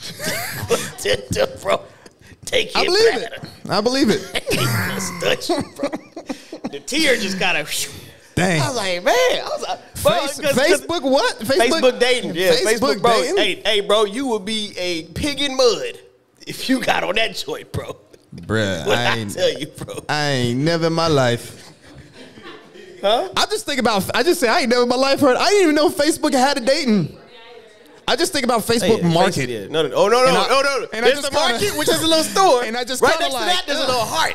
Speaker 2: <laughs> bro take
Speaker 1: I believe it.
Speaker 2: <laughs>
Speaker 1: I believe it.
Speaker 2: the tear just got a <laughs> I was
Speaker 1: Dang.
Speaker 2: like, man, I was like, bro,
Speaker 1: Face-
Speaker 2: 'cause- 'cause-
Speaker 1: Facebook what?
Speaker 2: Facebook, dating, yeah, Facebook, bro.
Speaker 1: dating?
Speaker 2: Hey, hey, bro, you would be a pig in mud if you got on that joint, bro. <laughs>
Speaker 1: Bruh,
Speaker 2: What
Speaker 1: I
Speaker 2: I,
Speaker 1: ain't,
Speaker 2: tell you, bro.
Speaker 1: I ain't never in my life.
Speaker 2: Huh?
Speaker 1: I just think about. I just say I ain't never in my life heard. I didn't even know Facebook had a dating. I just think about Facebook market.
Speaker 2: Yeah, no, no, oh no, no,
Speaker 1: And I-
Speaker 2: no, no, no.
Speaker 1: and I
Speaker 2: there's
Speaker 1: just
Speaker 2: the market,
Speaker 1: kinda-
Speaker 2: which is
Speaker 1: <laughs>
Speaker 2: a little store,
Speaker 1: And I just
Speaker 2: right
Speaker 1: kinda
Speaker 2: next to
Speaker 1: like,
Speaker 2: that, there's a
Speaker 1: ugh.
Speaker 2: little heart.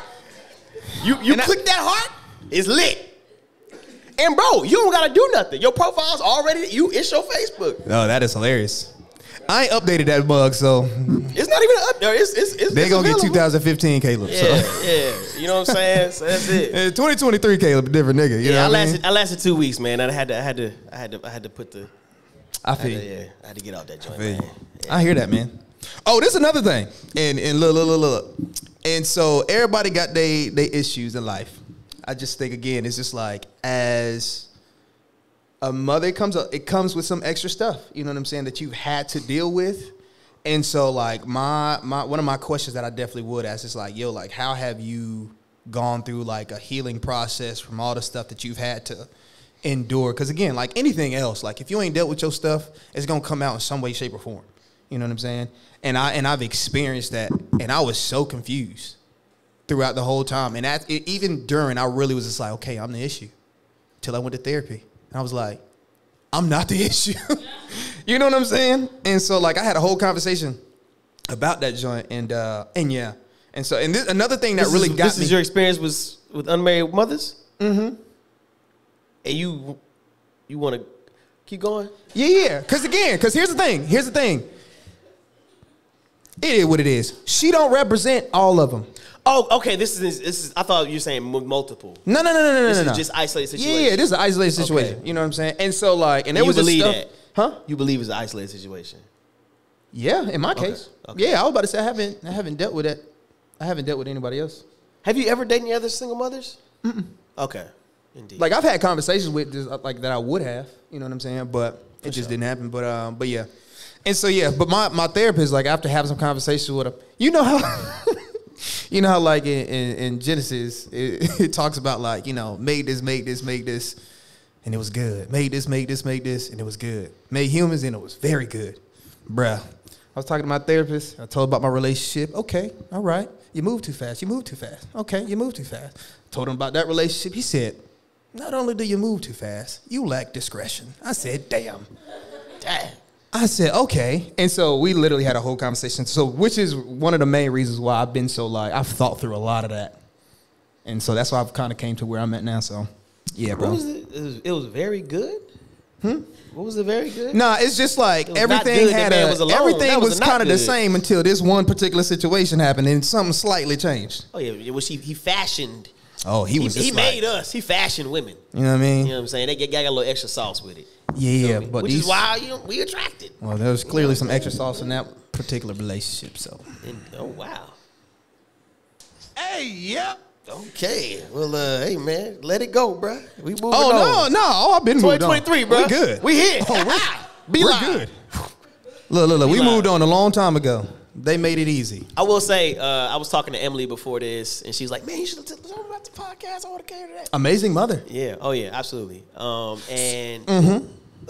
Speaker 2: You you
Speaker 1: And I-
Speaker 2: click that heart, it's lit. And bro, you don't gotta do nothing. Your profile's already you. It's your Facebook.
Speaker 1: No, that is hilarious. I ain't updated that mug, so
Speaker 2: It's not even up there. It's it's, it's
Speaker 1: they
Speaker 2: it's
Speaker 1: gonna get
Speaker 2: available.
Speaker 1: 2015 Caleb. <laughs>
Speaker 2: Yeah,
Speaker 1: So.
Speaker 2: yeah. You know what I'm saying? So that's it.
Speaker 1: Eh, 2023 Caleb, a different nigga. You
Speaker 2: yeah,
Speaker 1: know
Speaker 2: I
Speaker 1: what I
Speaker 2: lasted.
Speaker 1: mean?
Speaker 2: I lasted two weeks, man. I had to. I had to. I had to. I had to put the.
Speaker 1: I
Speaker 2: I had
Speaker 1: feel.
Speaker 2: to, yeah, I had to get off that joint,
Speaker 1: Hey,
Speaker 2: man.
Speaker 1: I hear that, man. Oh, this is another thing. And and look, look, look, look. And so everybody got they they issues in life. I just think again, it's just like as a mother it comes up, it comes with some extra stuff. You know what I'm saying that you've had to deal with. And so like my my one of my questions that I definitely would ask is like, yo, like how have you gone through like a healing process from all the stuff that you've had to endure? Because again, like anything else, like if you ain't dealt with your stuff, it's gonna come out in some way, shape, or form. You know what I'm saying? And I and I've experienced that, and I was so confused throughout the whole time. And at, it, even during, I really was just like, okay, I'm the issue. Till I went to therapy, and I was like, I'm not the <laughs> issue. you know what I'm saying? And so like I had a whole conversation about that joint, and uh, and yeah, and so and this, another thing that really
Speaker 2: is,
Speaker 1: got
Speaker 2: this
Speaker 1: me.
Speaker 2: is your experience with with unmarried mothers. Mm-hmm. And you, you want to keep going?
Speaker 1: Yeah, yeah. Cause again, cause here's the thing. Here's the thing. It is what it is. She don't represent all of them.
Speaker 2: Oh, okay. This is this is. I thought you were saying mu- multiple.
Speaker 1: No, no, no, no, no,
Speaker 2: This
Speaker 1: no,
Speaker 2: is
Speaker 1: no.
Speaker 2: just isolated
Speaker 1: yeah,
Speaker 2: situation.
Speaker 1: yeah. This is an isolated situation.
Speaker 2: Okay.
Speaker 1: You know what I'm saying? And so like, and there
Speaker 2: You
Speaker 1: was this
Speaker 2: believe
Speaker 1: stuff,
Speaker 2: that?
Speaker 1: huh?
Speaker 2: You believe it's an isolated situation.
Speaker 1: Yeah, in my case.
Speaker 2: okay.
Speaker 1: Yeah, I was about to say I haven't I haven't dealt with that. I haven't dealt with anybody else.
Speaker 2: Have you ever dated any other single mothers? Mm-mm. Okay, indeed.
Speaker 1: Like I've had conversations with just, uh, like that I would have, you know what I'm saying? But it just
Speaker 2: sure.
Speaker 1: didn't happen. But um, but yeah. And so yeah, but my, my therapist, like after having some conversations with him, you know how <laughs> you know how like in, in, in Genesis it, <laughs> it talks about like, you know, made this, made this, made this, and it was good. Made this, made this, made this, and it was good. Made humans and it was very good. Bruh. I was talking to my therapist. I told her about my relationship. Okay, all right. You move too fast. You move too fast. Okay, you move too fast. Told him about that relationship. He said, Not only do you move too fast, you lack discretion. I said, Damn.
Speaker 2: Damn.
Speaker 1: I said, okay. And so we literally had a whole conversation. So, which is one of the main reasons why I've been so like, I've thought through a lot of that. And so that's why I've kind of came to where I'm at now. So, yeah,
Speaker 2: What
Speaker 1: bro.
Speaker 2: was it? It was, it was very good. Hmm. What was it? Very good.
Speaker 1: Nah, it's just like
Speaker 2: It was not
Speaker 1: everything
Speaker 2: good, that
Speaker 1: had
Speaker 2: man
Speaker 1: a,
Speaker 2: was alone.
Speaker 1: everything
Speaker 2: That
Speaker 1: was,
Speaker 2: was not
Speaker 1: kind of the
Speaker 2: good.
Speaker 1: same until this one particular situation happened and something slightly changed.
Speaker 2: Oh yeah, it was he? He fashioned.
Speaker 1: Oh, he
Speaker 2: He,
Speaker 1: was
Speaker 2: he,
Speaker 1: just like-
Speaker 2: made us. He fashioned women.
Speaker 1: You know what I mean?
Speaker 2: You know what I'm saying? They, get- got a little extra sauce with it.
Speaker 1: Yeah,
Speaker 2: You
Speaker 1: yeah,
Speaker 2: know what I mean?
Speaker 1: but
Speaker 2: which
Speaker 1: these,
Speaker 2: is why you know, we attracted.
Speaker 1: Well, there was clearly some extra sauce in that particular relationship. So
Speaker 2: And, oh wow. Hey, yep. Okay. Well, uh, hey man, let it go, bruh. We moving
Speaker 1: Oh
Speaker 2: on.
Speaker 1: no, no, oh, I've been moved on.
Speaker 2: 2023, bruh.
Speaker 1: We good. Oh,
Speaker 2: We here.
Speaker 1: Be
Speaker 2: We're
Speaker 1: good. Look, look, look. We
Speaker 2: live.
Speaker 1: moved on a long time ago. They made it easy.
Speaker 2: I will say, uh, I was talking to Emily before this, and she's like, "Man, you should tell them about the podcast. I want to care to that."
Speaker 1: Amazing mother.
Speaker 2: Yeah. Oh yeah. Absolutely. Um. And.
Speaker 1: Mm-hmm.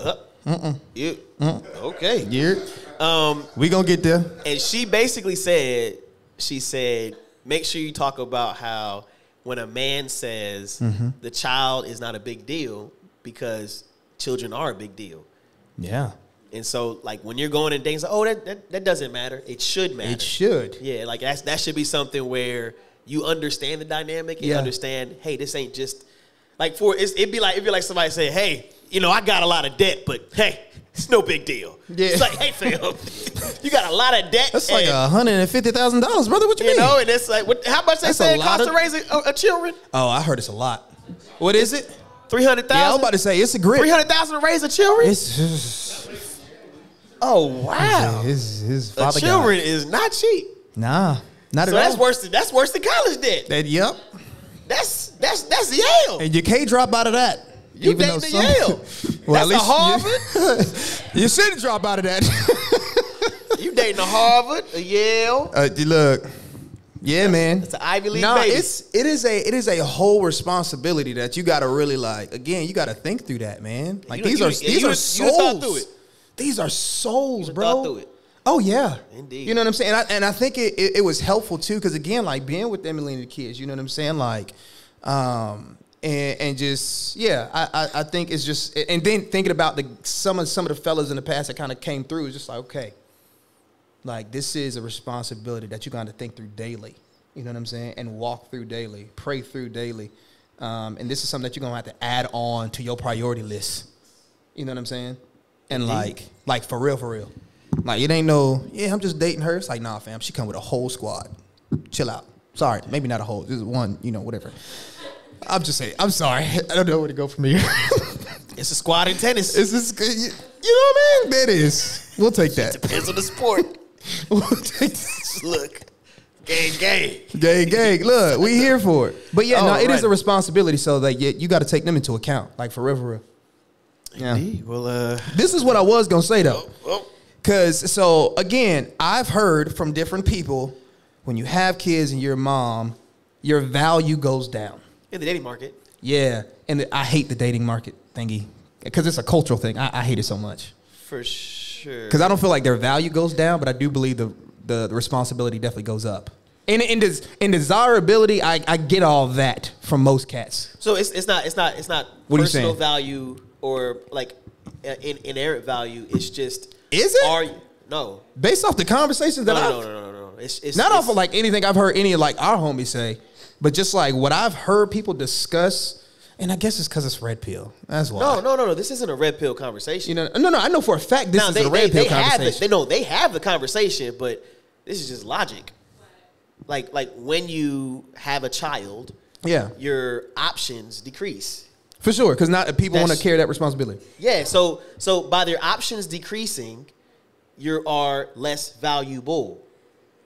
Speaker 2: Uh, You. Okay.
Speaker 1: Yeah.
Speaker 2: Um.
Speaker 1: We gonna get there.
Speaker 2: And she basically said, she said, make sure you talk about how when a man says
Speaker 1: Mm-hmm.
Speaker 2: the child is not a big deal because children are a big deal.
Speaker 1: Yeah.
Speaker 2: And so, like when you're going and dating, it's like, oh, that, that that doesn't matter. It should matter.
Speaker 1: It should.
Speaker 2: Yeah, like that's that should be something where you understand the dynamic and
Speaker 1: Yeah.
Speaker 2: understand, hey, this ain't just like for it's, it'd be like it'd be like somebody say, hey, you know, I got a lot of debt, but hey, it's no big deal.
Speaker 1: Yeah.
Speaker 2: It's like, hey, fam, <laughs> you got a lot of debt.
Speaker 1: That's like
Speaker 2: and,
Speaker 1: a hundred and fifty thousand dollars, brother. What you,
Speaker 2: you
Speaker 1: mean?
Speaker 2: know, and it's like, what, how much they
Speaker 1: That's a
Speaker 2: say it
Speaker 1: lot
Speaker 2: costs
Speaker 1: of-
Speaker 2: to raise a, a, a children?
Speaker 1: oh, I heard it's a lot. What is it?
Speaker 2: Three hundred
Speaker 1: Yeah, I was
Speaker 2: thousand.
Speaker 1: about to say it's a grip.
Speaker 2: Three hundred thousand to raise a children.
Speaker 1: It's
Speaker 2: oh wow,
Speaker 1: his his
Speaker 2: a
Speaker 1: father. got
Speaker 2: children
Speaker 1: it.
Speaker 2: is not cheap.
Speaker 1: Nah, not at
Speaker 2: So
Speaker 1: all.
Speaker 2: that's worse. Than, that's worse than college debt.
Speaker 1: That yep.
Speaker 2: That's that's that's Yale.
Speaker 1: And you can't drop out of that.
Speaker 2: You dating
Speaker 1: <laughs>
Speaker 2: at Yale. That's a
Speaker 1: You, you shouldn't drop out of
Speaker 2: <laughs>
Speaker 1: that.
Speaker 2: You dating a Harvard, a Yale?
Speaker 1: Uh, d- look, yeah, man,
Speaker 2: it's an Ivy League
Speaker 1: Nah,
Speaker 2: baby.
Speaker 1: it's it is a it is a whole responsibility that you got to really like. Again, you got to think through that, man. Like
Speaker 2: You-
Speaker 1: these
Speaker 2: you-
Speaker 1: are
Speaker 2: you-
Speaker 1: these
Speaker 2: you-
Speaker 1: are
Speaker 2: you done thought
Speaker 1: souls.
Speaker 2: through it.
Speaker 1: These are souls,
Speaker 2: done
Speaker 1: bro.
Speaker 2: thought through it.
Speaker 1: Oh yeah,
Speaker 2: Indeed.
Speaker 1: You know what I'm saying, and I, and I think it, it, it was helpful too, because again, like being with Emily and the kids, you know what I'm saying, like, um, and and just yeah, I, I I think it's just, and then thinking about the some of some of the fellas in the past that kind of came through, it's just like okay, like this is a responsibility that you got to think through daily you know what i'm saying and walk through daily pray through daily um, and this is something that you're gonna have to add on to your priority list you know what i'm saying and like like for real for real like it ain't no yeah i'm just dating her it's like nah fam she come with a whole squad chill out sorry maybe not a whole just one you know whatever i'm just saying i'm sorry <laughs> i don't know where to go from here <laughs>
Speaker 2: It's a squad in tennis.
Speaker 1: it's just you know what i mean that is we'll take that <laughs>
Speaker 2: Depends on the sport. <laughs>
Speaker 1: we'll take that
Speaker 2: Look, game, game.
Speaker 1: Gang, gang. Look, we here for it. But yeah,
Speaker 2: Oh,
Speaker 1: no, it is
Speaker 2: right.
Speaker 1: a responsibility. So like, yeah, you got to take them into account, like for real, for real. Yeah.
Speaker 2: Well, uh,
Speaker 1: This is what I was gonna say though,
Speaker 2: well,
Speaker 1: because so again, I've heard from different people when you have kids and you're a mom, your value goes down.
Speaker 2: in the dating market,
Speaker 1: Yeah, and I hate the dating market thingy because it's a cultural thing. I, I hate it so much
Speaker 2: for sure.
Speaker 1: because I don't feel like their value goes down, but I do believe the the, the responsibility definitely goes up. And in des, in desirability, I, I get all that from most cats.
Speaker 2: so it's it's not it's not it's not
Speaker 1: What are you
Speaker 2: personal
Speaker 1: saying?
Speaker 2: value or like uh, in, inherent value. It's just
Speaker 1: Is it?
Speaker 2: Are you, no,
Speaker 1: Based off the conversations that
Speaker 2: no,
Speaker 1: I've
Speaker 2: no, no, no, no, no. It's, it's
Speaker 1: not
Speaker 2: it's,
Speaker 1: off of like anything I've heard any of like our homies say, but just like what I've heard people discuss, and I guess it's because it's red pill. That's why.
Speaker 2: No, no, no, no. This isn't a red pill conversation.
Speaker 1: you know, no, no. I know for a fact this
Speaker 2: Now,
Speaker 1: is a red pill
Speaker 2: have
Speaker 1: conversation.
Speaker 2: it. They know they have the conversation, but this is just logic. Like like when you have a child,
Speaker 1: yeah,
Speaker 2: your options decrease.
Speaker 1: for sure. Because not uh, people want to
Speaker 2: That's-
Speaker 1: carry that responsibility.
Speaker 2: Yeah, so so by their options decreasing, you are less valuable.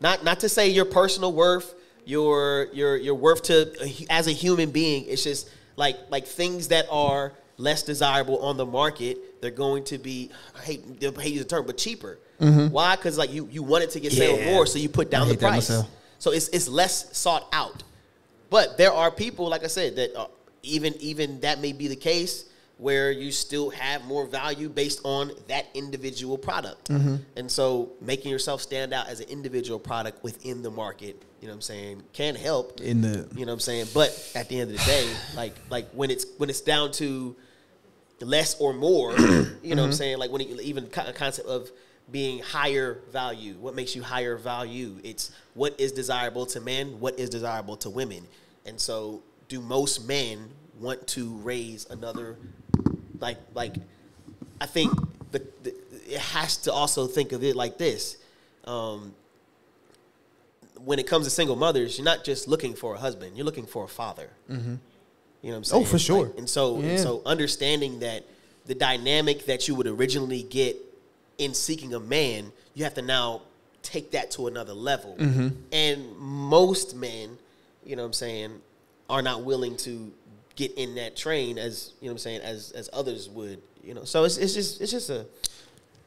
Speaker 2: Not not to say your personal worth, your your your worth to as a human being. It's just like like things that are less desirable on the market. They're going to be I hate I hate the term, but cheaper. Why? Because like you you wanted to get sold
Speaker 1: Mm-hmm. Yeah.
Speaker 2: more, so you put
Speaker 1: I
Speaker 2: down the
Speaker 1: hate that
Speaker 2: price.
Speaker 1: myself.
Speaker 2: So it's it's less sought out. But there are people, like I said, that uh, even even that may be the case where you still have more value based on that individual product. And so making yourself stand out as an individual product within the market, you know what I'm saying, can help.
Speaker 1: In the-
Speaker 2: you know what I'm saying? But at the end of the day, like like when it's when it's down to less or more, you know what I'm saying? Like when it, even co- a concept of being higher value, what makes you higher value? It's what is desirable to men, what is desirable to women. And so do most men want to raise another like like I think the, the it has to also think of it like this. Um when it comes to single mothers, you're not just looking for a husband, you're looking for a father. You know what I'm saying?
Speaker 1: Mm-hmm. Oh, for sure.
Speaker 2: Like, and so
Speaker 1: Yeah.
Speaker 2: and so understanding that the dynamic that you would originally get in seeking a man, you have to now take that to another level.
Speaker 1: Mm-hmm.
Speaker 2: And most men, you know what I'm saying, are not willing to get in that train as you know what I'm saying, as as others would, you know. So it's it's just it's just a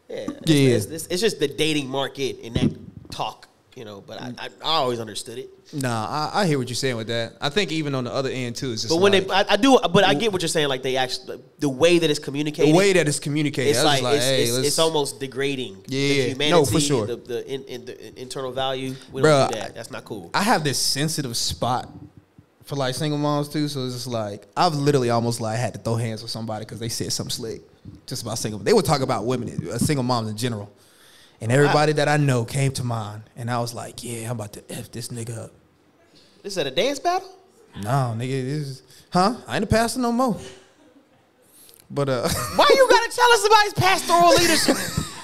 Speaker 2: yeah. It's,
Speaker 1: Yeah.
Speaker 2: It's, it's, it's just the dating market and that talk, you know, but I, I, I always understood it.
Speaker 1: Nah, I, I hear what you're saying with that. I think even on the other end too, it's just
Speaker 2: But when
Speaker 1: like,
Speaker 2: they, I, I do, but I get what you're saying. Like they actually, the way that it's communicated,
Speaker 1: the way that it's communicated,
Speaker 2: it's
Speaker 1: I was
Speaker 2: like,
Speaker 1: just like,
Speaker 2: it's,
Speaker 1: hey,
Speaker 2: it's,
Speaker 1: let's,
Speaker 2: it's almost degrading.
Speaker 1: Yeah,
Speaker 2: the
Speaker 1: yeah.
Speaker 2: humanity,
Speaker 1: No, for sure.
Speaker 2: The, the, in, in, the internal value, we
Speaker 1: Bruh,
Speaker 2: don't do that. That's not cool.
Speaker 1: I have this sensitive spot for like single moms too. So it's just like I've literally almost like had to throw hands with somebody because they said something slick just about single. They would talk about women, uh, single moms in general, and everybody that I know came to mind. And I was like, yeah, I'm about to f this nigga up.
Speaker 2: this is at a dance battle.
Speaker 1: No, nigga, this is huh? I ain't a pastor no more. But uh, <laughs>
Speaker 2: Why you gotta tell us somebody's pastoral leadership?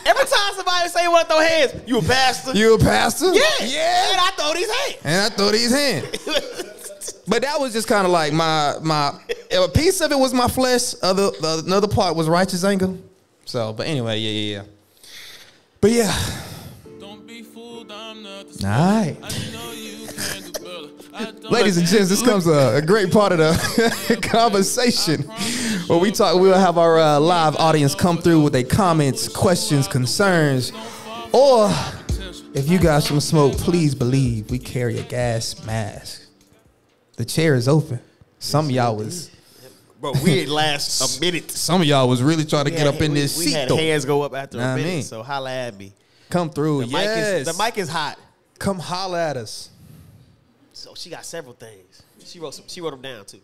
Speaker 2: Every time somebody say want to throw hands, you a pastor.
Speaker 1: you a pastor?
Speaker 2: yeah,
Speaker 1: yeah.
Speaker 2: And I throw these hands.
Speaker 1: and I throw these hands. but that was just kind of like my my a piece of it was my flesh. Other the, another part was righteous anger. So, but anyway, yeah, yeah, yeah. But yeah,
Speaker 6: Don't be fooled, I'm not the
Speaker 1: all right,
Speaker 6: I know you can do better. I don't
Speaker 1: ladies and gents, this comes a, a great part of the <laughs> conversation where we talk. We'll have our uh, live audience come through with their comments, questions, concerns, or if you guys from smoke, please believe we carry a gas mask. The chair is open. Some of y'all was.
Speaker 2: Bro, we didn't last a minute.
Speaker 1: Some of y'all was really trying to get
Speaker 2: had-
Speaker 1: up in
Speaker 2: we-
Speaker 1: this
Speaker 2: we
Speaker 1: seat
Speaker 2: had
Speaker 1: though.
Speaker 2: hands go up after
Speaker 1: Nah, I
Speaker 2: a minute,
Speaker 1: mean.
Speaker 2: so holla at me.
Speaker 1: Come through,
Speaker 2: The
Speaker 1: yes.
Speaker 2: mic is the mic is hot.
Speaker 1: Come holler at us.
Speaker 2: So she got several things. She wrote some, she wrote them down too.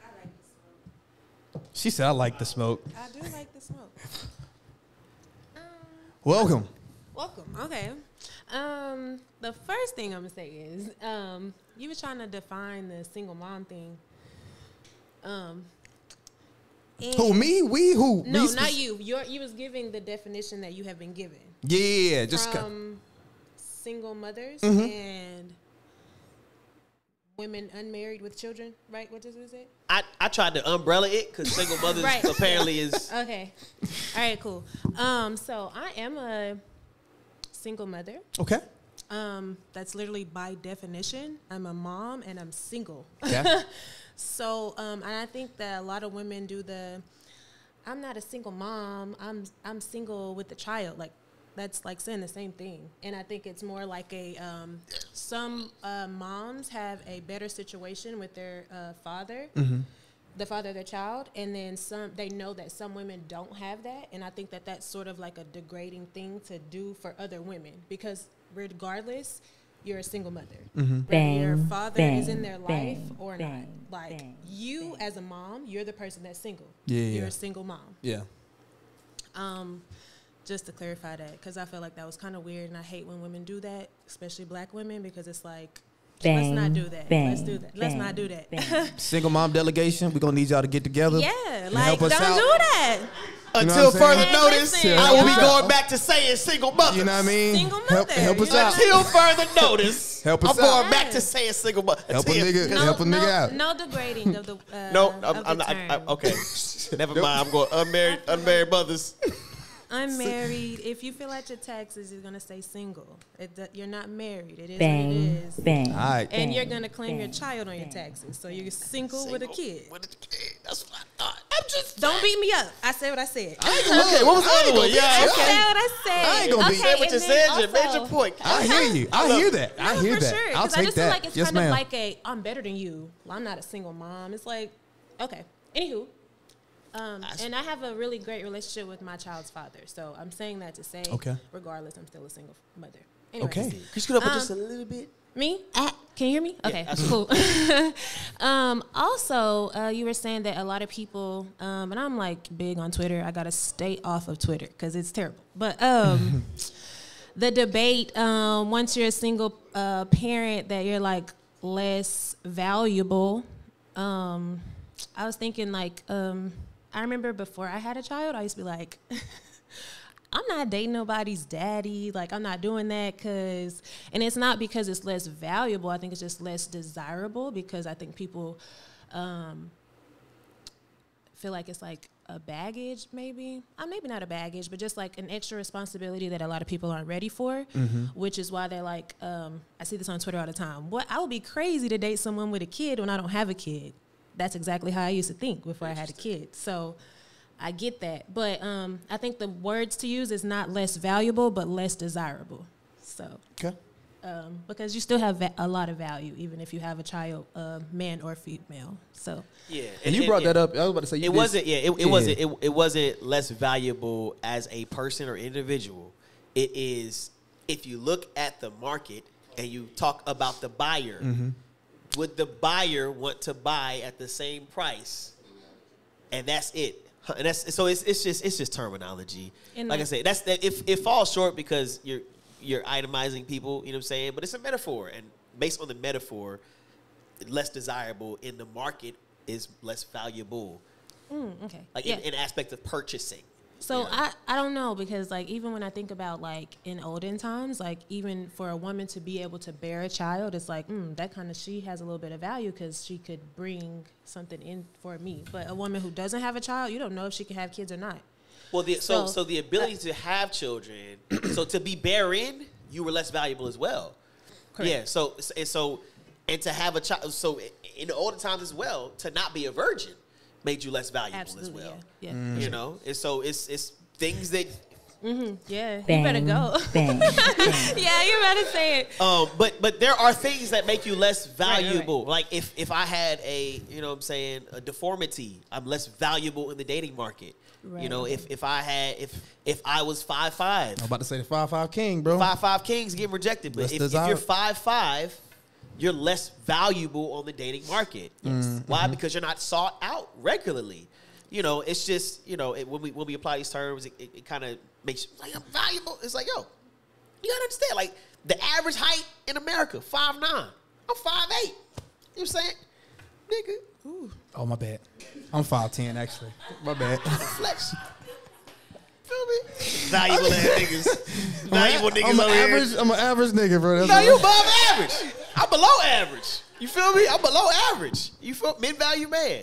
Speaker 7: I like the smoke.
Speaker 1: She said, "I like the smoke."
Speaker 8: I do like the smoke.
Speaker 1: Welcome.
Speaker 8: Welcome. Okay. Um, the first thing I'm gonna say is, um, you were trying to define the single mom thing. Um. and-
Speaker 1: Who me? We who?
Speaker 8: No,
Speaker 1: Me spec-
Speaker 8: not you. You're, you was giving the definition that you have been given
Speaker 1: Yeah, just co-
Speaker 8: from single mothers
Speaker 1: Mm-hmm.
Speaker 8: and women unmarried with children. Right? What does it say?
Speaker 2: I, I tried to umbrella it because single mothers
Speaker 8: Right.
Speaker 2: apparently is
Speaker 1: <laughs>
Speaker 8: Okay. All right. Cool. Um. So I am a single mother.
Speaker 1: okay.
Speaker 8: Um, that's literally by definition. I'm a mom and I'm single.
Speaker 1: Yeah.
Speaker 8: so, um, and I think that a lot of women do the, I'm not a single mom. I'm I'm single with a child. Like, that's like saying the same thing. And I think it's more like a um, some uh, moms have a better situation with their uh, father. The father of their child, and then some. They know that some women don't have that, and I think that that's sort of like a degrading thing to do for other women because regardless, you're a single mother. Whether your
Speaker 9: Bang,
Speaker 8: father is
Speaker 9: bang,
Speaker 8: in their life
Speaker 9: bang,
Speaker 8: or
Speaker 9: bang,
Speaker 8: not. Like
Speaker 9: bang,
Speaker 8: you as a mom, you're the person that's single.
Speaker 1: Yeah, yeah.
Speaker 8: You're a single mom.
Speaker 1: <laughs> yeah.
Speaker 8: Um, just to clarify that, because I feel like that was kind of weird, and I hate when women do that, especially black women, because it's like, let's not
Speaker 9: Bang,
Speaker 8: do that. let's do
Speaker 9: bang,
Speaker 8: that. Let's not do
Speaker 9: bang,
Speaker 8: that. <laughs>
Speaker 9: bang.
Speaker 1: Single mom delegation. We gonna need y'all to get together.
Speaker 8: yeah,
Speaker 1: and
Speaker 8: like
Speaker 1: help us
Speaker 8: don't
Speaker 1: out.
Speaker 8: do that.
Speaker 2: until
Speaker 1: what I'm saying?
Speaker 2: further
Speaker 8: Hey,
Speaker 2: notice.
Speaker 8: listen,
Speaker 2: I will be
Speaker 8: y'all-
Speaker 2: going back to saying single mothers.
Speaker 1: You know what I mean?
Speaker 8: Single
Speaker 1: Help,
Speaker 8: mother,
Speaker 1: help
Speaker 8: you
Speaker 1: us
Speaker 8: know
Speaker 1: out.
Speaker 8: what
Speaker 2: Until further notice,
Speaker 1: Help us
Speaker 2: I'm going
Speaker 1: out.
Speaker 2: back to saying single mother.
Speaker 1: Help a
Speaker 2: until-
Speaker 1: nigga.
Speaker 8: No,
Speaker 1: help a
Speaker 8: no,
Speaker 1: nigga out.
Speaker 8: no degrading
Speaker 9: <laughs>
Speaker 8: of the. Uh,
Speaker 2: No,
Speaker 8: of
Speaker 2: I'm,
Speaker 8: the
Speaker 2: I'm not. I,
Speaker 1: <laughs>
Speaker 2: oh, I,
Speaker 8: term.
Speaker 2: okay, never mind. I'm going unmarried, unmarried mothers.
Speaker 8: unmarried. If you fill out your taxes, it's gonna say single. It, do- you're not married. It is what it
Speaker 9: Bang,
Speaker 8: is.
Speaker 9: bang.
Speaker 1: All right.
Speaker 8: And
Speaker 9: Bang,
Speaker 8: you're gonna claim your
Speaker 9: bang,
Speaker 8: child on your
Speaker 9: bang.
Speaker 8: taxes, so you're single, with a kid.
Speaker 2: With a kid. That's what I thought. I'm just.
Speaker 8: Don't beat me up. I said what I said.
Speaker 2: Okay, what was the other one? Yeah,
Speaker 8: I
Speaker 2: okay.
Speaker 8: said what I said.
Speaker 1: I ain't gonna
Speaker 8: okay,
Speaker 1: beat-
Speaker 2: Say what you
Speaker 8: and
Speaker 2: said.
Speaker 8: then
Speaker 2: Your major
Speaker 8: also-
Speaker 2: point.
Speaker 1: I hear you. I hear that. I
Speaker 8: No,
Speaker 1: hear
Speaker 8: for
Speaker 1: that.
Speaker 8: sure.
Speaker 1: I'll
Speaker 8: 'cause
Speaker 1: take
Speaker 8: I just
Speaker 1: that.
Speaker 8: feel like it's
Speaker 1: yes,
Speaker 8: kind
Speaker 1: ma'am.
Speaker 8: of like a I'm better than you. Well, I'm not a single mom. It's like, okay. Anywho. Um, and I have a really great relationship with my child's father. So I'm saying that to say,
Speaker 1: Okay.
Speaker 8: regardless, I'm still a single mother. Anyways,
Speaker 1: Okay.
Speaker 2: Could you scoot up just a
Speaker 8: uh-huh.
Speaker 2: little bit?
Speaker 8: Me? Ah, can you hear me? Okay, cool. <laughs> um, also, uh, you were saying that a lot of people, um, and I'm like big on Twitter. I gotta stay off of Twitter because it's terrible.
Speaker 1: <laughs>
Speaker 8: But um, the debate um, once you're a single uh, parent that you're like less valuable. Um, I was thinking like um, I remember before I had a child, I used to be like. <laughs> I'm not dating nobody's daddy. Like, I'm not doing that because, and it's not because it's less valuable. I think it's just less desirable because I think people um, feel like it's like a baggage, maybe. Uh, maybe not a baggage, but just like an extra responsibility that a lot of people aren't ready for, which is why they're like, um, I see this on Twitter all the time. What? I would be crazy to date someone with a kid when I don't have a kid. That's exactly how I used to think before I had a kid. So, I get that, but um, I think the words to use is not less valuable, but less desirable. So,
Speaker 1: Okay.
Speaker 8: um, because you still have va- a lot of value, even if you have a child, uh, man or female. So,
Speaker 2: Yeah.
Speaker 1: And you brought that up. I was about to say you
Speaker 2: It
Speaker 1: did-
Speaker 2: wasn't. Yeah. It, it
Speaker 1: Yeah.
Speaker 2: wasn't. It, it wasn't less valuable as a person or individual. It is if you look at the market and you talk about the buyer.
Speaker 1: Mm-hmm.
Speaker 2: Would the buyer want to buy at the same price? And that's it. And that's so. It's, it's just it's just terminology.
Speaker 8: And
Speaker 2: like I
Speaker 8: like-
Speaker 2: said, that's that. If it falls short because you're you're itemizing people, you know what I'm saying. But it's a metaphor, and based on the metaphor, less desirable in the market is less valuable
Speaker 8: mm, okay.
Speaker 2: like
Speaker 8: Yeah.
Speaker 2: in, in aspect of purchasing.
Speaker 8: So
Speaker 2: Yeah.
Speaker 8: I, I don't know because like even when I think about like in olden times, like even for a woman to be able to bear a child, it's like mm, that kind of she has a little bit of value because she could bring something in for me. But a woman who doesn't have a child, you don't know if she can have kids or not.
Speaker 2: Well, the, so, so
Speaker 8: So-
Speaker 2: the ability to have children, <clears throat> so to be barren, you were less valuable as well.
Speaker 8: Correct.
Speaker 2: Yeah. So and so and to have a child, so in the older times as well, to not be a virgin made you less valuable
Speaker 8: Absolutely.
Speaker 2: as well. Mm.
Speaker 8: Yeah. Yeah.
Speaker 2: You know, and so it's it's things that.
Speaker 8: Yeah,
Speaker 9: Bang,
Speaker 8: you better go.
Speaker 9: bang.
Speaker 8: <laughs> yeah, you better say it.
Speaker 2: Um, but but there are things that make you less
Speaker 8: right, right.
Speaker 2: valuable. Like if if I had a you know what I'm saying a deformity, I'm less valuable in the dating market. You know,
Speaker 8: Right.
Speaker 2: if if I had if if I was five five,
Speaker 1: I'm about to say the five five king, bro.
Speaker 2: five five kings getting rejected. But
Speaker 1: That's
Speaker 2: if, if
Speaker 1: desire-
Speaker 2: you're five five, you're less valuable on the dating market.
Speaker 1: Mm-hmm.
Speaker 2: Why? Because you're not sought out regularly. You know, it's just you know it, when we when we apply these terms, it, it, kind of makes you like I'm valuable. It's like yo, you gotta understand like the average height in America five nine. I'm five eight. You know what I'm saying, nigga,
Speaker 1: Oh my bad. I'm five ten actually. My <laughs> bad.
Speaker 2: flex. Feel me? <laughs> Valuable ass niggas. <laughs> Valuable niggas
Speaker 1: I'm an
Speaker 2: over here.
Speaker 1: average. I'm an average nigga, bro. That's
Speaker 2: No,
Speaker 1: what-
Speaker 2: you above average. I'm below average. You feel me? I'm below average. You feel mid value man.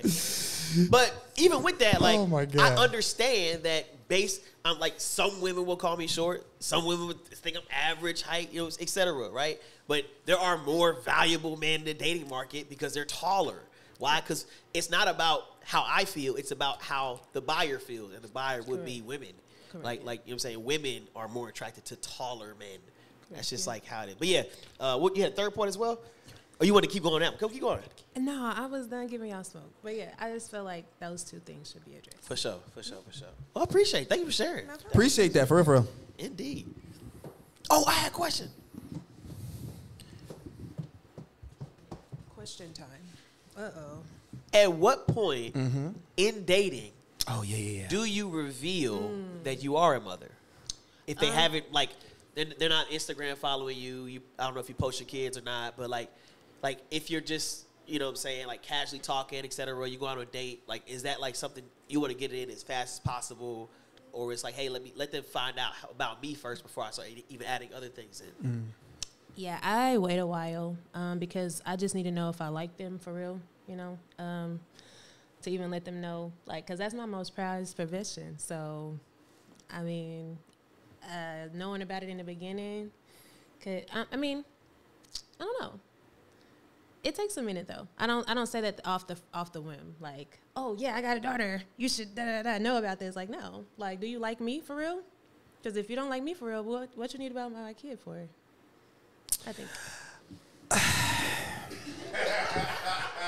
Speaker 2: But even with that, like
Speaker 1: Oh my God.
Speaker 2: I understand that base. I'm like some women will call me short. Some women would think I'm average height, you know, etc. Right? But there are more valuable men in the dating market because they're taller. Why? Because it's not about how I feel. It's about how the buyer feels, and the buyer would be women. Like, like you know, what I'm saying women are more attracted to taller men. That's just like how it is. But yeah, uh, what you had a third point as well. Or you want to keep going out? Go keep going.
Speaker 8: No, I was done giving y'all smoke. But yeah, I just feel like those two things should be addressed.
Speaker 2: For sure, for sure, for sure. Well, I appreciate. it. Thank you for sharing.
Speaker 1: Appreciate that for real, for real.
Speaker 2: Indeed. Oh, I had a question.
Speaker 10: Question time.
Speaker 8: Uh oh.
Speaker 2: At what point in dating
Speaker 1: Oh yeah, yeah, yeah.
Speaker 2: do you reveal that you are a mother? If they haven't, like, they're, they're not Instagram following you, you. I don't know if you post your kids or not, but like, like if you're just, you know, what I'm saying, like, casually talking, etc. You go out on a date. Like, is that like something you want to get in as fast as possible, or it's like, hey, let me let them find out how- about me first before I start e- even adding other things in.
Speaker 8: Yeah, I wait a while um, because I just need to know if I like them for real, you know, um, to even let them know, like, because that's my most prized possession. So I mean, uh, knowing about it in the beginning could. I, I mean, I don't know. It takes a minute though. I don't. I don't say that off the off the whim. Like, oh yeah, I got a daughter. You should da da da know about this. Like, no. Like, do you like me for real? Because if you don't like me for real, what what you need about my kid for? I think. <sighs>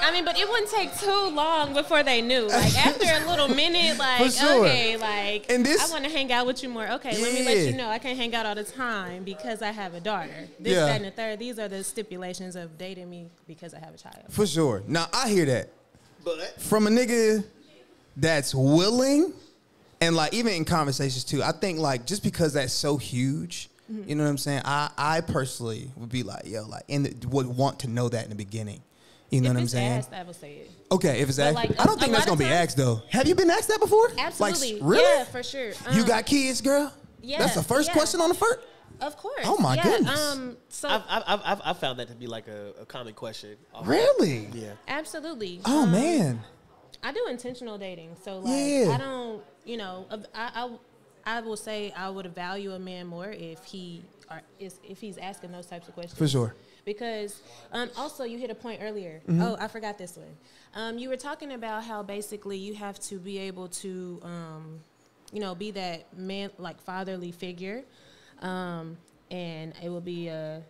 Speaker 8: I mean, but it wouldn't take too long before they knew. Like after a little minute, like
Speaker 1: sure.
Speaker 8: okay, like
Speaker 1: And this-
Speaker 8: I want to hang out with you more. Okay, let me let
Speaker 1: Yeah.
Speaker 8: you know I can't hang out all the time because I have a daughter. This,
Speaker 1: Yeah.
Speaker 8: that, and the third. These are the stipulations of dating me because I have a child.
Speaker 1: For sure. Now I hear that
Speaker 2: But
Speaker 1: from a nigga that's willing and like even in conversations too. I think like just because that's so huge,
Speaker 8: Mm-hmm.
Speaker 1: you know what I'm saying? I I personally would be like, yo, like and would want to know that in the beginning. You know
Speaker 8: if
Speaker 1: what I'm
Speaker 8: it's
Speaker 1: saying?
Speaker 8: asked, I will say it.
Speaker 1: Okay, if it's
Speaker 8: But,
Speaker 1: asked,
Speaker 8: like,
Speaker 1: I don't
Speaker 8: a-
Speaker 1: think
Speaker 8: a
Speaker 1: that's
Speaker 8: lot
Speaker 1: gonna
Speaker 8: of
Speaker 1: be
Speaker 8: times-
Speaker 1: asked though. Have you been asked that before?
Speaker 8: Absolutely.
Speaker 1: Like, really?
Speaker 8: Yeah, for sure.
Speaker 1: you
Speaker 8: Um,
Speaker 1: got kids, girl?
Speaker 8: Yeah,
Speaker 1: That's the first
Speaker 8: yeah.
Speaker 1: question on the first.
Speaker 8: Um, Of course.
Speaker 1: Oh, my
Speaker 8: yeah,
Speaker 1: goodness.
Speaker 8: Um. So
Speaker 2: I've, uh, I've, I've- I've, I've found that to be like a, a common question.
Speaker 1: Really?
Speaker 2: Yeah.
Speaker 8: absolutely.
Speaker 1: Oh
Speaker 8: Um,
Speaker 1: man.
Speaker 8: I do intentional dating, so like
Speaker 1: Yeah.
Speaker 8: I don't, you know, I, I I will say I would value a man more if he are is if he's asking those types of questions
Speaker 1: For sure. Mm-hmm.
Speaker 8: Because um, also you hit a point earlier. Oh, I forgot this one. Um, you were talking about how basically you have to be able to, um, you know, be that man like fatherly figure, um, and it will be a,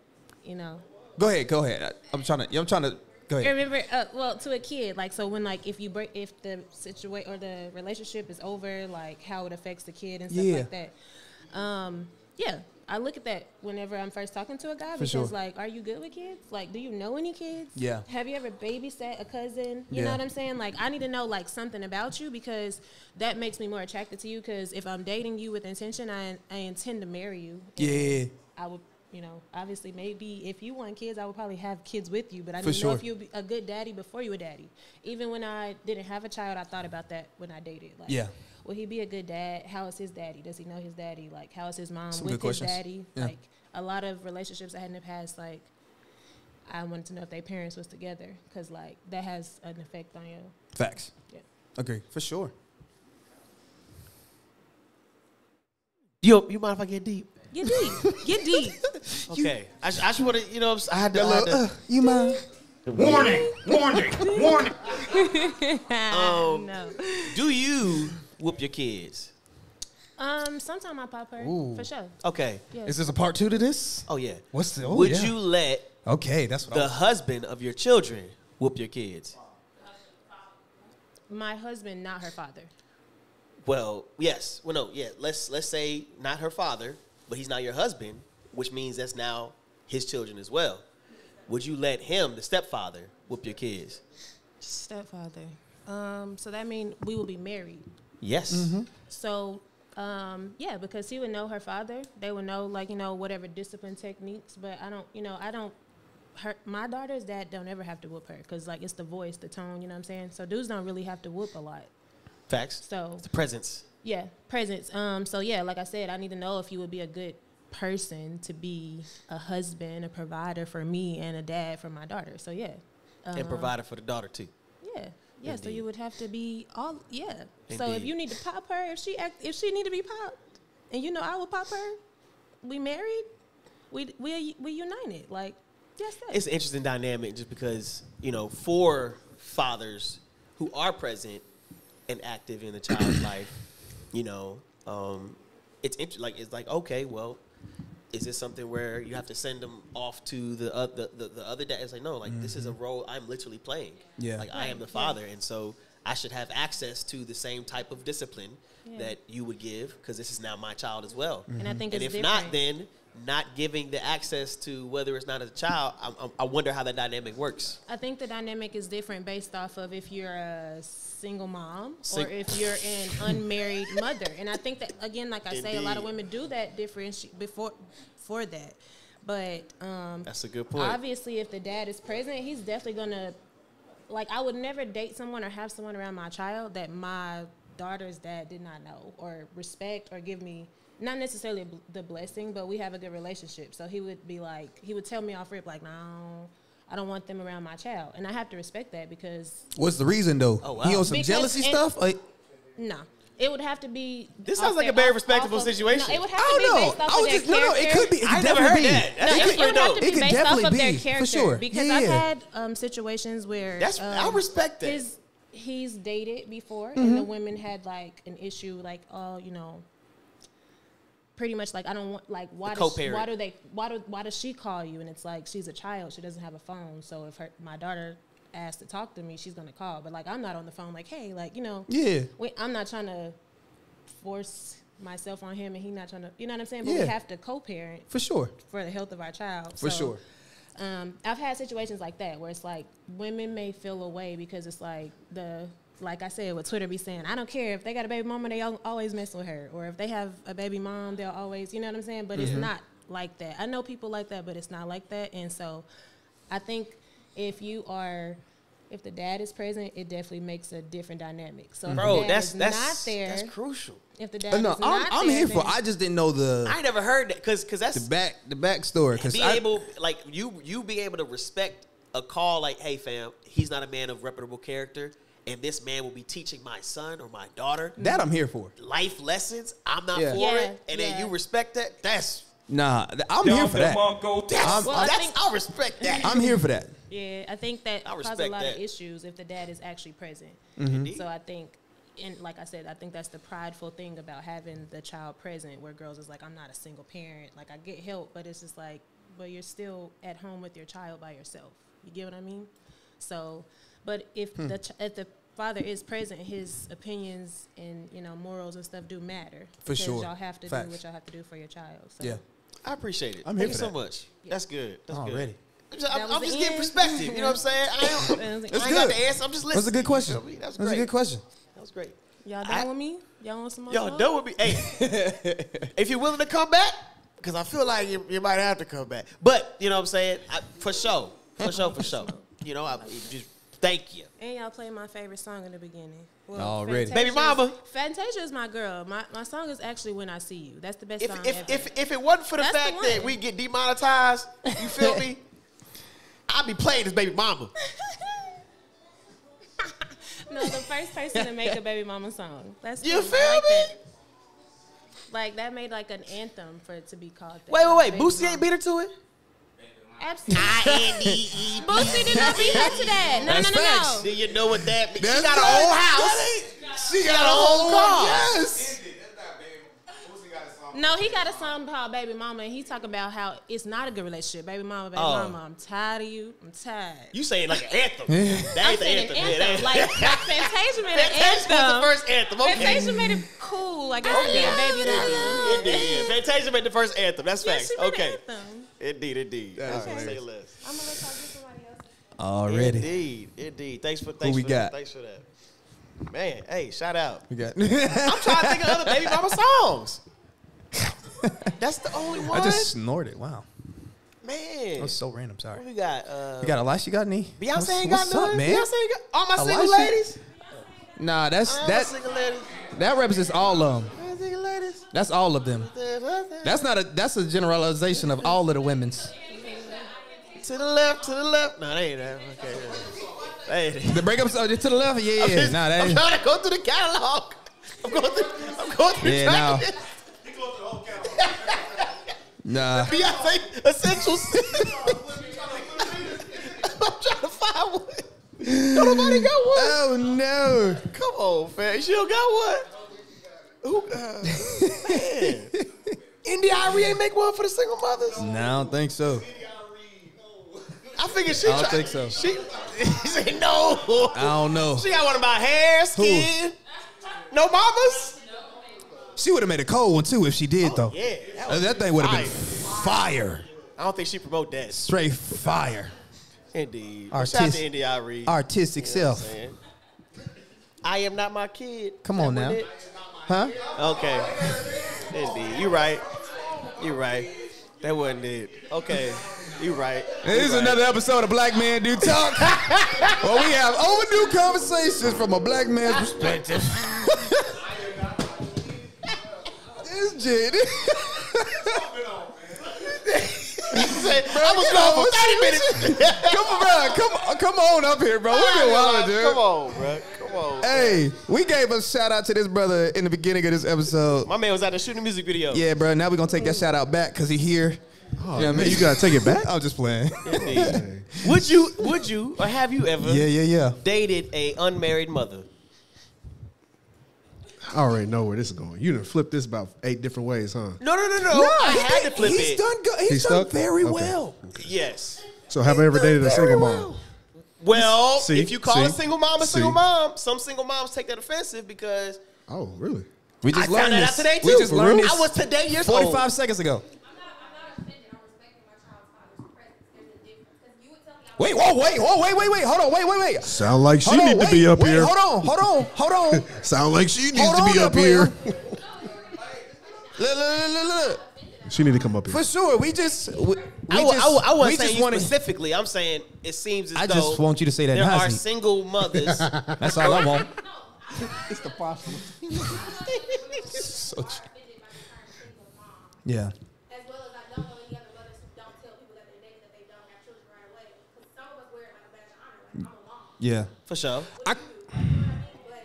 Speaker 8: you know,
Speaker 1: Go ahead, go ahead. I, I'm trying to I'm trying to go
Speaker 8: I
Speaker 1: ahead.
Speaker 8: remember, uh, well, to a kid, like so when like if you break if the situation or the relationship is over, like how it affects the kid and stuff
Speaker 1: Yeah.
Speaker 8: like that. Um, yeah, I look at that whenever I'm first talking to a guy because
Speaker 1: sure.
Speaker 8: like, are you good with kids? Like, do you know any kids?
Speaker 1: Yeah.
Speaker 8: Have you ever babysat a cousin? You
Speaker 1: Yeah.
Speaker 8: know what I'm saying? Like, I need to know like something about you because that makes me more attracted to you. Because if I'm dating you with intention, I I intend to marry you. And
Speaker 1: Yeah.
Speaker 8: I would, you know, obviously maybe if you want kids, I would probably have kids with you. But I
Speaker 1: For
Speaker 8: didn't know if
Speaker 1: sure.
Speaker 8: you'd be a good daddy before you were daddy. Even when I didn't have a child, I thought about that when I dated. Like,
Speaker 1: Yeah.
Speaker 8: will he be a good dad? How is his daddy? Does he know his daddy? Like, how is his mom
Speaker 1: Some
Speaker 8: with
Speaker 1: good
Speaker 8: his
Speaker 1: questions.
Speaker 8: daddy?
Speaker 1: Yeah.
Speaker 8: Like, a lot of relationships I had in the past, like, I wanted to know if their parents was together because like that has an effect on you.
Speaker 1: Facts.
Speaker 8: Yeah.
Speaker 1: Agree. For sure.
Speaker 2: You, you mind if I get deep?
Speaker 8: Get deep, get deep.
Speaker 2: Okay. I, just- I just want to, you know, what I'm s- I had to.
Speaker 1: That
Speaker 2: I had
Speaker 1: little,
Speaker 2: to
Speaker 1: uh, you mind?
Speaker 2: Um,
Speaker 8: no.
Speaker 2: do you whoop your kids?
Speaker 8: Um, sometime I pop her
Speaker 1: Ooh.
Speaker 8: for sure.
Speaker 2: Okay.
Speaker 8: Yeah.
Speaker 1: Is this a part two to this?
Speaker 2: Oh, yeah.
Speaker 1: What's the? Oh,
Speaker 2: Would
Speaker 1: yeah.
Speaker 2: you let
Speaker 1: Okay, that's what. I
Speaker 2: the
Speaker 1: was,
Speaker 2: husband of your children whoop your kids?
Speaker 8: My husband, not her father.
Speaker 2: Well, yes. Well, no. Yeah. Let's let's say not her father, but he's not your husband, which means that's now his children as well. Would you let him, the stepfather, whoop your kids?
Speaker 8: Stepfather. Um, so that means we will be married.
Speaker 2: Yes.
Speaker 1: Mm-hmm.
Speaker 8: So, um, yeah, because he would know her father. They would know like you know whatever discipline techniques. But I don't, you know, I don't. Her, my daughter's dad don't ever have to whoop her because like it's the voice, the tone. You know what I'm saying? So dudes don't really have to whoop a lot.
Speaker 2: Facts.
Speaker 8: So
Speaker 2: The presence.
Speaker 8: yeah, presence. Um, so yeah, like I said, I need to know if you would be a good person to be a husband, a provider for me, and a dad for my daughter. So yeah, uh,
Speaker 2: and provider for the daughter too.
Speaker 8: Yeah. Yeah, so
Speaker 2: Indeed.
Speaker 8: you would have to be all yeah. So if
Speaker 2: Indeed.
Speaker 8: you need to pop her, if she act, if she need to be popped, and you know I will pop her, we married, we we we united. Like that's that.
Speaker 2: It's an interesting dynamic just because you know for fathers who are present and active in the child's life, you know, um, it's int- like it's like okay, well, is this something where you have to send them off to the oth- the, the, the other dad? It's like no, like this is a role I'm literally playing.
Speaker 1: Yeah.
Speaker 2: like I am the father, and so I should have access to the same type of discipline
Speaker 8: Yeah.
Speaker 2: that you would give because this is now my child as well.
Speaker 8: and I think
Speaker 2: And if
Speaker 8: it's
Speaker 2: not,
Speaker 8: different.
Speaker 2: then not giving the access to whether it's not a child, I, I- I wonder how that dynamic works.
Speaker 8: I think the dynamic is different based off of if you're a single mom
Speaker 2: Sing-
Speaker 8: or if you're
Speaker 2: <laughs>
Speaker 8: an unmarried mother. And I think that again, like I say, a lot of
Speaker 2: Indeed.
Speaker 8: women do that differentiate before for that. But um,
Speaker 2: That's a good point.
Speaker 8: Obviously, if the dad is present, he's definitely gonna. Like, I would never date someone or have someone around my child that my daughter's dad did not know or respect or give me not necessarily bl- the blessing, but we have a good relationship. So he would be like, he would tell me off rip like, no, I don't want them around my child, and I have to respect that because
Speaker 1: what's the reason though?
Speaker 2: Oh, wow.
Speaker 1: He on some
Speaker 8: Because
Speaker 1: jealousy
Speaker 8: it-
Speaker 1: stuff? Like,
Speaker 8: no. It would have to be.
Speaker 2: This
Speaker 8: off
Speaker 2: sounds like
Speaker 8: their-
Speaker 2: a very
Speaker 8: off-
Speaker 2: respectable
Speaker 8: off of-
Speaker 2: situation.
Speaker 8: No, it would have
Speaker 1: I
Speaker 8: to
Speaker 1: don't
Speaker 8: be
Speaker 1: know.
Speaker 8: based off
Speaker 1: I
Speaker 8: of
Speaker 1: was
Speaker 8: their
Speaker 1: just no, no. It
Speaker 8: character.
Speaker 1: could be. It could
Speaker 2: I never
Speaker 1: definitely
Speaker 2: heard
Speaker 1: be.
Speaker 2: that.
Speaker 1: It
Speaker 2: That's
Speaker 8: No, it,
Speaker 2: actually
Speaker 1: could-
Speaker 8: would have to
Speaker 1: it
Speaker 8: be
Speaker 1: could
Speaker 8: based off
Speaker 1: definitely
Speaker 8: of their
Speaker 1: be, for
Speaker 8: character.
Speaker 1: sure.
Speaker 8: Because
Speaker 1: Yeah,
Speaker 8: I've
Speaker 1: yeah.
Speaker 8: had um, situations where
Speaker 2: That's- I
Speaker 8: um,
Speaker 2: respect that.
Speaker 8: His he's dated before, and
Speaker 1: Mm-hmm.
Speaker 8: the women had like an issue, like oh, you know. Pretty much like I don't want like why does she,
Speaker 2: co-parent.
Speaker 8: why do they why do why does she call you and it's like she's a child she doesn't have a phone so if her my daughter asks to talk to me she's gonna call but like I'm not on the phone like hey like you know
Speaker 1: Yeah.
Speaker 8: we, I'm not trying to force myself on him and he not trying to you know what I'm saying but
Speaker 1: Yeah.
Speaker 8: we have to co-parent
Speaker 1: For sure.
Speaker 8: for the health of our child.
Speaker 1: For
Speaker 8: So,
Speaker 1: sure.
Speaker 8: Um, I've had situations like that where it's like women may feel away because it's like the like I said, what Twitter be saying, I don't care if they got a baby mama, they al- always mess with her, or if they have a baby mom, they'll always, you know what I'm saying. But it's not like that. I know people like that, but it's not like that. And so, I think if you are if the dad is present, it definitely makes a different dynamic. So, if the
Speaker 2: Bro,
Speaker 8: dad
Speaker 2: that's
Speaker 8: is
Speaker 2: that's
Speaker 8: not there.
Speaker 2: that's crucial.
Speaker 8: if the dad
Speaker 1: No,
Speaker 8: is
Speaker 1: I'm,
Speaker 8: not
Speaker 1: I'm
Speaker 8: there,
Speaker 1: here for.
Speaker 8: then-
Speaker 1: I just didn't know the
Speaker 2: I ain't never heard that because because
Speaker 1: the
Speaker 2: that's
Speaker 1: back the backstory. Because
Speaker 2: being able like you you be able to respect a call like hey fam he's not a man of reputable character and this man will be teaching my son or my daughter
Speaker 1: that I'm here for.
Speaker 2: life lessons I'm not
Speaker 1: Yeah.
Speaker 2: for
Speaker 8: Mm. Yeah,
Speaker 2: it and then
Speaker 8: yeah.
Speaker 2: you respect that that's
Speaker 1: Nah, th- I'm here for that.
Speaker 2: that's,
Speaker 1: Well,
Speaker 8: I
Speaker 2: that's I,
Speaker 8: think-
Speaker 2: respect that
Speaker 1: I'm here for that.
Speaker 8: Yeah, I think that
Speaker 2: I
Speaker 8: causes a
Speaker 2: respect
Speaker 8: lot
Speaker 2: that.
Speaker 8: of issues if the dad is actually present.
Speaker 2: Indeed.
Speaker 8: So I think, and like I said, I think that's the prideful thing about having the child present, where girls is like, I'm not a single parent. Like I get help, but it's just like, but you're still at home with your child by yourself. You get what I mean? So, but if the ch- if the father is present, his opinions and you know morals and stuff do matter.
Speaker 1: For
Speaker 8: because
Speaker 1: sure.
Speaker 8: y'all have to
Speaker 1: Facts.
Speaker 8: do what y'all have to do for your child. So.
Speaker 1: Yeah.
Speaker 2: I appreciate it
Speaker 1: I'm here for
Speaker 2: thank you so
Speaker 1: that.
Speaker 2: much that's good that's
Speaker 1: Already.
Speaker 2: good I'm just, I'm,
Speaker 8: That was
Speaker 2: I'm
Speaker 8: the
Speaker 2: just getting
Speaker 8: end.
Speaker 2: perspective you know what I'm saying I, don't, I
Speaker 8: <laughs>
Speaker 2: ain't
Speaker 8: That was the
Speaker 1: end.
Speaker 2: got
Speaker 1: That's
Speaker 2: the
Speaker 1: good.
Speaker 2: answer I'm just listening
Speaker 1: That's a good question.
Speaker 2: You feel me? that was
Speaker 1: That's a
Speaker 2: great
Speaker 1: good question.
Speaker 2: that was great
Speaker 8: Y'all done
Speaker 2: I-
Speaker 8: with me? Y'all want some more?
Speaker 2: Yo,
Speaker 8: smoke?
Speaker 2: that would be.
Speaker 1: <laughs>
Speaker 2: Hey, if you're willing to come back, because I feel like you, you might have to come back. But you know what I'm saying? I, for sure, for sure,
Speaker 1: <laughs>
Speaker 2: for sure. You know, I just thank you.
Speaker 8: And y'all played my favorite song in the beginning. Well,
Speaker 1: Already.
Speaker 2: Baby
Speaker 8: Fantasia's-
Speaker 2: Mama.
Speaker 8: Fantasia is my girl. My, my song is actually When I See You. That's the best
Speaker 2: If
Speaker 8: song
Speaker 2: if,
Speaker 8: ever.
Speaker 2: if if it wasn't for the
Speaker 8: That's the
Speaker 2: fact that
Speaker 8: one.
Speaker 2: we get demonetized, you feel
Speaker 1: <laughs>
Speaker 2: me? I'd be playing this baby mama.
Speaker 8: no, the first person to make a Baby Mama song. That's
Speaker 2: You
Speaker 8: cool.
Speaker 2: feel
Speaker 8: I like
Speaker 2: me?
Speaker 8: That. Like that made like an anthem for it to be called. That.
Speaker 2: Wait, wait, wait.
Speaker 8: Baby
Speaker 2: Boosie
Speaker 8: Mama.
Speaker 2: ain't beat her to
Speaker 8: <laughs>
Speaker 2: it.
Speaker 8: Absolutely.
Speaker 2: I N D E.
Speaker 8: Boosie did not beat her to that. No,
Speaker 1: That's
Speaker 8: no,
Speaker 1: facts.
Speaker 8: no,
Speaker 2: Do
Speaker 8: no.
Speaker 2: you know what that means? She
Speaker 1: That's
Speaker 2: got
Speaker 1: good.
Speaker 2: a whole house.
Speaker 1: She got
Speaker 2: a whole car.
Speaker 1: Yes.
Speaker 8: No, he got a song called Baby Mama, and he talk about how it's not a good relationship. Baby Mama, baby
Speaker 2: Oh.
Speaker 8: mama, I'm tired of you. I'm tired.
Speaker 2: You saying like an anthem? That
Speaker 8: I'm
Speaker 2: ain't the
Speaker 8: saying
Speaker 2: anthem.
Speaker 8: an
Speaker 2: yeah, that
Speaker 8: anthem.
Speaker 2: ain't-
Speaker 8: Like, like Fantasia made
Speaker 2: <laughs>
Speaker 8: an
Speaker 2: Fantasia was
Speaker 8: anthem.
Speaker 2: the first anthem. Okay.
Speaker 8: Fantasia made it cool, I guess,
Speaker 1: Oh,
Speaker 8: to be a baby mama.
Speaker 2: Indeed, yeah. Fantasia made the first anthem. That's
Speaker 8: Yeah,
Speaker 2: facts.
Speaker 8: she made an
Speaker 2: Okay.
Speaker 8: anthem.
Speaker 2: Indeed, indeed.
Speaker 1: That's
Speaker 2: All right, say
Speaker 8: hilarious.
Speaker 2: less.
Speaker 11: I'm gonna let y'all get somebody else.
Speaker 1: Already.
Speaker 2: Indeed, indeed. Thanks for thanks
Speaker 1: we
Speaker 2: for
Speaker 1: got?
Speaker 2: that. Thanks for that. Man, hey, shout out.
Speaker 1: We got. <laughs>
Speaker 2: I'm trying to think of other baby mama songs. That's the only one.
Speaker 1: I just snorted. Wow. That
Speaker 2: man.
Speaker 1: was so random. Sorry.
Speaker 2: What we got? Uh,
Speaker 1: You got Elisha? You got any?
Speaker 2: Beyonce
Speaker 1: What's-
Speaker 2: ain't got
Speaker 1: what's
Speaker 2: none.
Speaker 1: up, man?
Speaker 2: Beyonce ain't got all my single
Speaker 1: Elisha?
Speaker 2: ladies. Uh,
Speaker 1: Nah, that's
Speaker 2: All my
Speaker 1: that.
Speaker 2: single ladies.
Speaker 1: That represents all of them.
Speaker 2: All my single ladies.
Speaker 1: That's all of them. That's not a. That's a generalization of all of the women's.
Speaker 2: to the left, to the left. No, they ain't that. Okay. That ain't it.
Speaker 1: The breakups are to the left. Yeah, yeah. Nah, that
Speaker 2: I'm <laughs>
Speaker 1: ain't.
Speaker 2: trying to go through the catalog. I'm going through. I'm going through
Speaker 1: Yeah,
Speaker 2: the track
Speaker 1: no.
Speaker 2: list.
Speaker 1: Nah.
Speaker 2: Beyonce essentials. <laughs> I'm trying to find one. Don't nobody got one.
Speaker 1: Oh no.
Speaker 2: Come on, fam. She don't got one. Who? Uh, man. India Irie ain't make one for the single mothers.
Speaker 1: No, I don't think so.
Speaker 2: I figured she.
Speaker 1: I don't
Speaker 2: tried-
Speaker 1: think so.
Speaker 2: She, <laughs> she said no.
Speaker 1: I don't know.
Speaker 2: She got one about hair, skin. No mamas.
Speaker 1: She would have made a cold one too if she did though.
Speaker 2: Yeah, that,
Speaker 1: Uh,
Speaker 2: was
Speaker 1: That thing would have been
Speaker 2: fire.
Speaker 1: fire.
Speaker 2: I don't think she promote that.
Speaker 1: Straight fire.
Speaker 2: Indeed.
Speaker 1: Artist-
Speaker 2: Shout out to India Irie.
Speaker 1: Artistic self.
Speaker 2: Man. I am not my kid.
Speaker 1: Come
Speaker 2: That
Speaker 1: on
Speaker 2: one
Speaker 1: now.
Speaker 2: it?
Speaker 1: Huh?
Speaker 2: Okay. Indeed. You right. You right. That wasn't it. Okay. You right. You
Speaker 1: This is
Speaker 2: right. <laughs>
Speaker 1: another episode of Black Man Do Talk. well, we have overdue conversations from a black man's perspective. this Jenny.
Speaker 2: I was gone for 30 minutes.
Speaker 1: <laughs> come on,
Speaker 2: <laughs>
Speaker 1: come, come on up here, bro. We've been wilding, dude.
Speaker 2: Come on, bro. Come Come on.
Speaker 1: Hey, we gave a shout out to this brother in the beginning of this episode.
Speaker 2: My man was out there shooting a music video.
Speaker 1: Yeah, bro. Now we're gonna take that shout out back because he here. You know what
Speaker 12: Oh,
Speaker 1: I
Speaker 12: man,
Speaker 1: mean?
Speaker 12: you gotta take it back.
Speaker 1: <laughs> I'm just playing.
Speaker 2: Hey. would you? Would you? Or have you ever?
Speaker 1: yeah, yeah, yeah.
Speaker 2: Dated a unmarried mother.
Speaker 12: I already know where this is going. You done flipped this about eight different ways, huh?
Speaker 2: No, no, no, no. I had to flip
Speaker 1: he's
Speaker 2: it.
Speaker 1: done good. He's,
Speaker 12: He's
Speaker 1: done
Speaker 12: stuck?
Speaker 1: very
Speaker 12: Okay.
Speaker 1: well.
Speaker 2: Yes.
Speaker 12: So have I ever dated a single mom?
Speaker 2: Well,
Speaker 12: See,
Speaker 2: if you call a
Speaker 12: see,
Speaker 2: single mom a single
Speaker 12: see.
Speaker 2: mom, some single moms take that offensive because
Speaker 12: Oh, really?
Speaker 1: We
Speaker 2: I found that out today too.
Speaker 1: We just learned this.
Speaker 2: I was today years old.
Speaker 1: 45 seconds ago.
Speaker 5: I'm not, I'm not offended. I'm respecting my child's father's presence. There's a difference. Because you would tell me I was
Speaker 1: Wait, whoa, wait, whoa, wait, wait, wait. Hold on, wait, wait, wait.
Speaker 12: Sound like she
Speaker 1: Hold on,
Speaker 12: need
Speaker 1: wait,
Speaker 12: to be up
Speaker 1: wait,
Speaker 12: here.
Speaker 1: Hold on, hold on,
Speaker 12: <laughs>
Speaker 1: hold on.
Speaker 12: Sound like she needs
Speaker 1: Hold
Speaker 12: to
Speaker 1: on
Speaker 12: be
Speaker 1: there,
Speaker 12: up here.
Speaker 1: Look, look, look, look, look.
Speaker 12: <laughs> She need to come up here.
Speaker 1: For sure. We just. We, we
Speaker 2: I, wa-
Speaker 1: just,
Speaker 2: I, wa- I
Speaker 1: we
Speaker 2: wasn't
Speaker 1: just
Speaker 2: saying you
Speaker 1: wanted-
Speaker 2: specifically. I'm saying it seems as
Speaker 1: I
Speaker 2: though
Speaker 1: just want you to say that
Speaker 2: there are
Speaker 1: nicely.
Speaker 2: single mothers.
Speaker 1: <laughs> That's all I
Speaker 2: <laughs>
Speaker 1: want.
Speaker 5: offended by the term single mom.
Speaker 1: <laughs> Yeah.
Speaker 5: As well as I don't know any other mothers who don't tell people that they're dating that they don't have children right away. Because some of us wear it like a badge of honor. Like, I'm a mom.
Speaker 1: Yeah.
Speaker 2: for sure.
Speaker 1: I,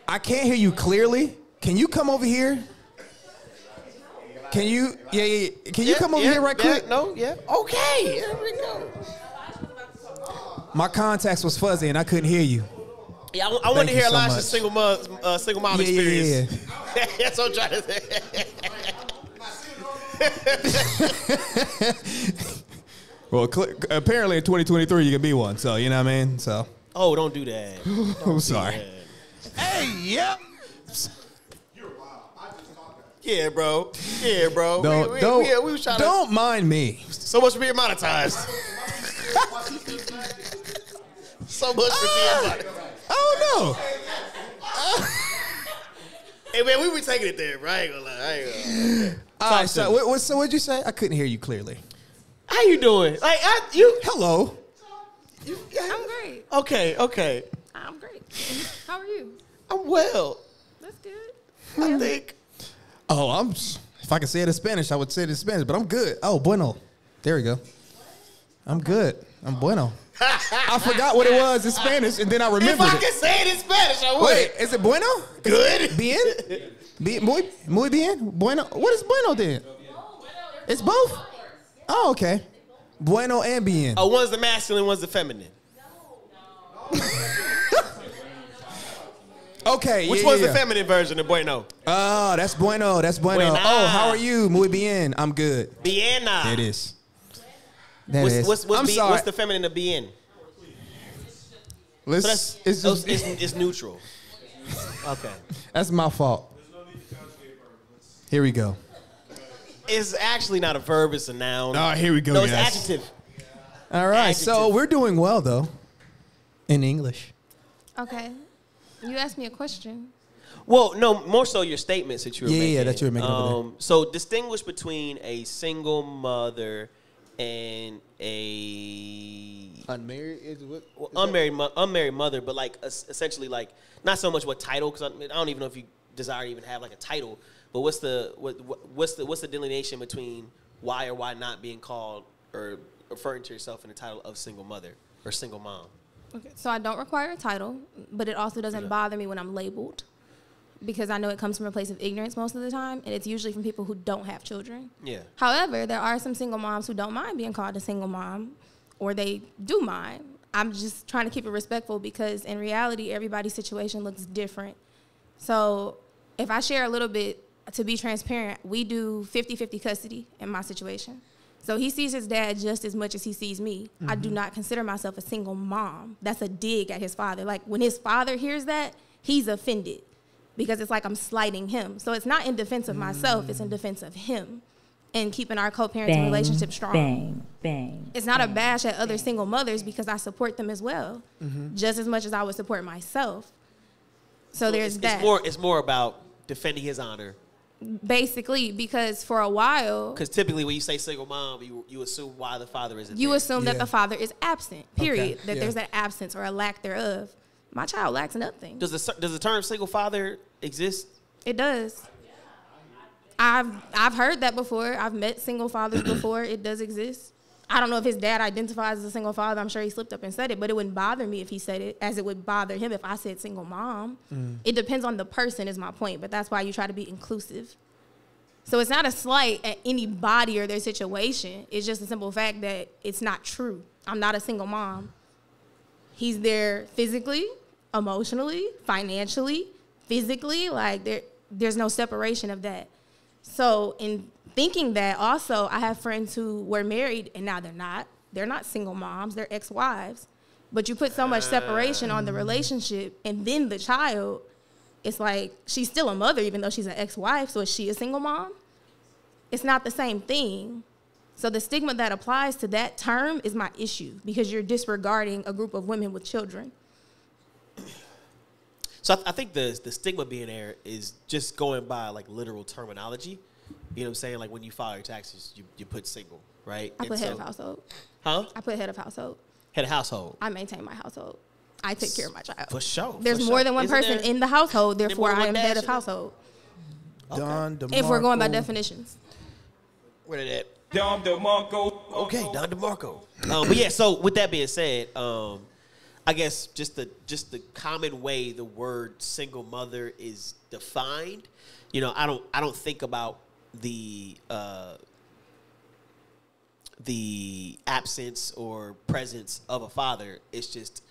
Speaker 1: I can't hear you clearly. Can you come over here? Can you? Yeah, yeah. yeah. Can you
Speaker 2: Yeah,
Speaker 1: come over
Speaker 2: yeah,
Speaker 1: here right
Speaker 2: yeah,
Speaker 1: quick? Oh.
Speaker 2: No, yeah. Okay. There we go.
Speaker 1: My contacts was fuzzy and I couldn't hear you.
Speaker 2: Yeah, I, wa- I want
Speaker 1: Thank
Speaker 2: to
Speaker 1: you
Speaker 2: hear
Speaker 1: so
Speaker 2: Elisha's
Speaker 1: much.
Speaker 2: single mom, uh, single mom
Speaker 1: Yeah, yeah,
Speaker 2: experience. <laughs> That's what I'm trying to say.
Speaker 1: Well, cl- apparently in 2023 you can be one. So you know what I mean. So <laughs>
Speaker 2: Oh, don't do that.
Speaker 1: I'm sorry.
Speaker 2: Yeah, bro. Yeah, bro.
Speaker 1: Don't
Speaker 2: we, we,
Speaker 1: don't
Speaker 2: we, we was trying
Speaker 1: don't mind me.
Speaker 2: to so much for being <laughs> monetized. so much for being monetized.
Speaker 1: Oh
Speaker 2: Hey man, we were taking it there, bro. I ain't gonna lie. I ain't gonna lie.
Speaker 1: no. All right. So what, what? So what'd you say? I couldn't hear you clearly.
Speaker 2: How you doing? Like I, you,
Speaker 1: Hello.
Speaker 2: you yeah.
Speaker 13: I'm great.
Speaker 2: Okay, okay.
Speaker 13: I'm great. How are you?
Speaker 2: I'm well.
Speaker 13: That's good.
Speaker 2: I think.
Speaker 1: Oh, I'm. If I could say it in Spanish, I would say it in Spanish. But I'm good. Oh, bueno. There we go. I'm good. I'm
Speaker 2: <laughs>
Speaker 1: bueno. I forgot what it was in Spanish, and then I
Speaker 2: If
Speaker 1: remembered
Speaker 2: I
Speaker 1: it.
Speaker 2: could say it in Spanish, I would.
Speaker 1: Wait, is it bueno?
Speaker 2: Good.
Speaker 1: Bien? Bien? Muy, muy bien? Bueno? What is bueno then? It's both? Oh, okay. Bueno and bien.
Speaker 2: Oh, one's the masculine, one's the feminine.
Speaker 1: Okay.
Speaker 2: Which
Speaker 1: yeah,
Speaker 2: one's
Speaker 1: yeah,
Speaker 2: the
Speaker 1: yeah.
Speaker 2: feminine version of Bueno?
Speaker 1: Oh, that's bueno. That's bueno.
Speaker 2: Buena.
Speaker 1: Oh, how are you? Muy bien. I'm good.
Speaker 2: Vienna.
Speaker 1: That is. That
Speaker 2: What's,
Speaker 1: is.
Speaker 2: what's, what's,
Speaker 1: I'm
Speaker 2: be-
Speaker 1: sorry.
Speaker 2: what's the feminine of bien?
Speaker 1: Let's-
Speaker 2: So that's
Speaker 1: it's
Speaker 2: it's,
Speaker 1: just-
Speaker 2: it's, it's <laughs> neutral. Okay.
Speaker 1: that's my fault. Here we go.
Speaker 2: It's actually not a verb, it's a noun.
Speaker 1: here we go,
Speaker 2: no, it's adjective.
Speaker 1: All right. So
Speaker 2: Adjective.
Speaker 1: we're doing well, though, in English.
Speaker 13: Okay. You asked me a question.
Speaker 2: Well, no, more so your statements that you were
Speaker 1: Yeah, yeah,
Speaker 2: making. Um,
Speaker 1: yeah, that you were making over there.
Speaker 2: So distinguish between a single mother and a
Speaker 12: Unmarried is what?
Speaker 2: well, unmarried mo- unmarried mother, but like es- essentially like not so much what title because I, mean, I don't even know if you desire to even have like a title, but what's the what what- what's the what's the delineation between why or why not being called or referring to yourself in the title of single mother or single mom?
Speaker 13: Okay. So I don't require a title, but it also doesn't bother me when I'm labeled because I know it comes from a place of ignorance most of the time, and it's usually from people who don't have children.
Speaker 2: Yeah.
Speaker 13: However, there are some single moms who don't mind being called a single mom, or they do mind. I'm just trying to keep it respectful because in reality, everybody's situation looks different. So if I share a little bit, to be transparent, we do 50 50 custody in my situation. So he sees his dad just as much as he sees me. I do not consider myself a single mom. That's a dig at his father. Like when his father hears that, he's offended because it's like I'm slighting him. So it's not in defense of myself, it's in defense of him and keeping our co parenting relationship strong
Speaker 8: Bang, bang.
Speaker 13: it's not a bash at other single mothers because I support them as well, just as much as I would support myself. So, there's
Speaker 2: it's,
Speaker 13: that.
Speaker 2: It's more it's more about defending his honor
Speaker 13: Basically, because for a while,
Speaker 2: because typically when you say single mom, you you assume why the father isn't.
Speaker 13: you
Speaker 2: there.
Speaker 13: assume
Speaker 1: Yeah.
Speaker 13: that the father is absent, period, that
Speaker 1: yeah.
Speaker 13: there's an absence or a lack thereof. My child lacks nothing.
Speaker 2: does the ser- does the term single father exist?
Speaker 13: It does. I've I've heard that before. I've met single fathers before. It does exist. I don't know if his dad identifies as a single father. I'm sure he slipped up and said it, but it wouldn't bother me if he said it as it would bother him if I said single mom. It depends on the person, is my point, but that's why you try to be inclusive. So it's not a slight at anybody or their situation. It's just a simple fact that it's not true. I'm not a single mom. He's there physically, emotionally, financially, physically. Like there, there's no separation of that. So in thinking that, also I have friends who were married and now they're not. They're not single moms. They're ex-wives. But you put so much separation on the relationship and then the child. It's like she's still a mother, even though she's an ex-wife. So is she a single mom? It's not the same thing. So the stigma that applies to that term is my issue because you're disregarding a group of women with children.
Speaker 2: So I, I think the the stigma being there is just going by like literal terminology. You know what I'm saying? Like when you file your taxes, you, you put single, right?
Speaker 13: I
Speaker 2: And
Speaker 13: put head of
Speaker 2: so-
Speaker 13: household.
Speaker 2: Huh?
Speaker 13: I put head of household.
Speaker 2: Head of household.
Speaker 13: I maintain my household. I take care of my child.
Speaker 2: For sure,
Speaker 13: There's
Speaker 2: for
Speaker 13: more
Speaker 2: sure.
Speaker 13: than one
Speaker 2: Isn't
Speaker 13: person
Speaker 2: there-
Speaker 13: in the household,
Speaker 2: there more
Speaker 13: therefore
Speaker 2: than
Speaker 13: I
Speaker 2: one
Speaker 13: am
Speaker 2: dad,
Speaker 13: head of
Speaker 2: isn't there?
Speaker 13: household.
Speaker 1: Don
Speaker 13: If we're going by
Speaker 1: DeMarco.
Speaker 13: definitions.
Speaker 2: Where did that?
Speaker 3: Dom DeMarco.
Speaker 2: Okay, Don DeMarco. Um, but yeah, so with that being said, um, I guess just the just the common way the word single mother is defined. You know, I don't I don't think about the uh, the absence or presence of a father. It's just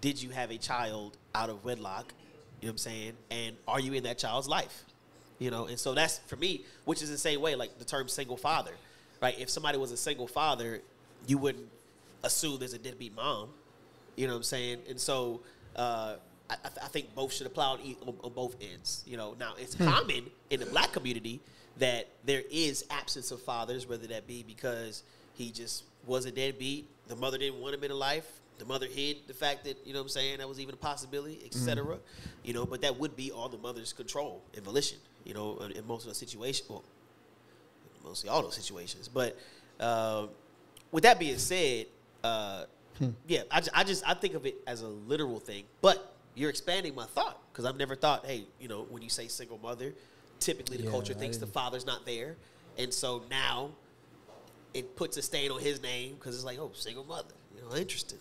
Speaker 2: did you have a child out of wedlock? You know what I'm saying? And are you in that child's life? You know, and so that's for me, which is the same way, like the term single father, right? If somebody was a single father, you wouldn't assume there's a deadbeat mom. You know what I'm saying? And so uh, I, I th- I think both should apply on, e- on, on both ends. You know, now it's common in the black community that there is absence of fathers, whether that be because he just was a deadbeat, the mother didn't want him in her life, the mother hid the fact that you know what I'm saying that was even a possibility, etc. You know, but that would be all the mother's control and volition. You know, in, in most of the situation, well, mostly all those situations. But uh, with that being said, uh,
Speaker 1: Hmm.
Speaker 2: yeah, I, ju- I just I think of it as a literal thing. But you're expanding my thought because I've never thought, hey, you know, when you say single mother, typically the
Speaker 1: Yeah,
Speaker 2: culture
Speaker 1: I
Speaker 2: thinks the
Speaker 1: didn't-
Speaker 2: father's not there, and so now it puts a stain on his name because it's like, oh, single mother, you know, interesting.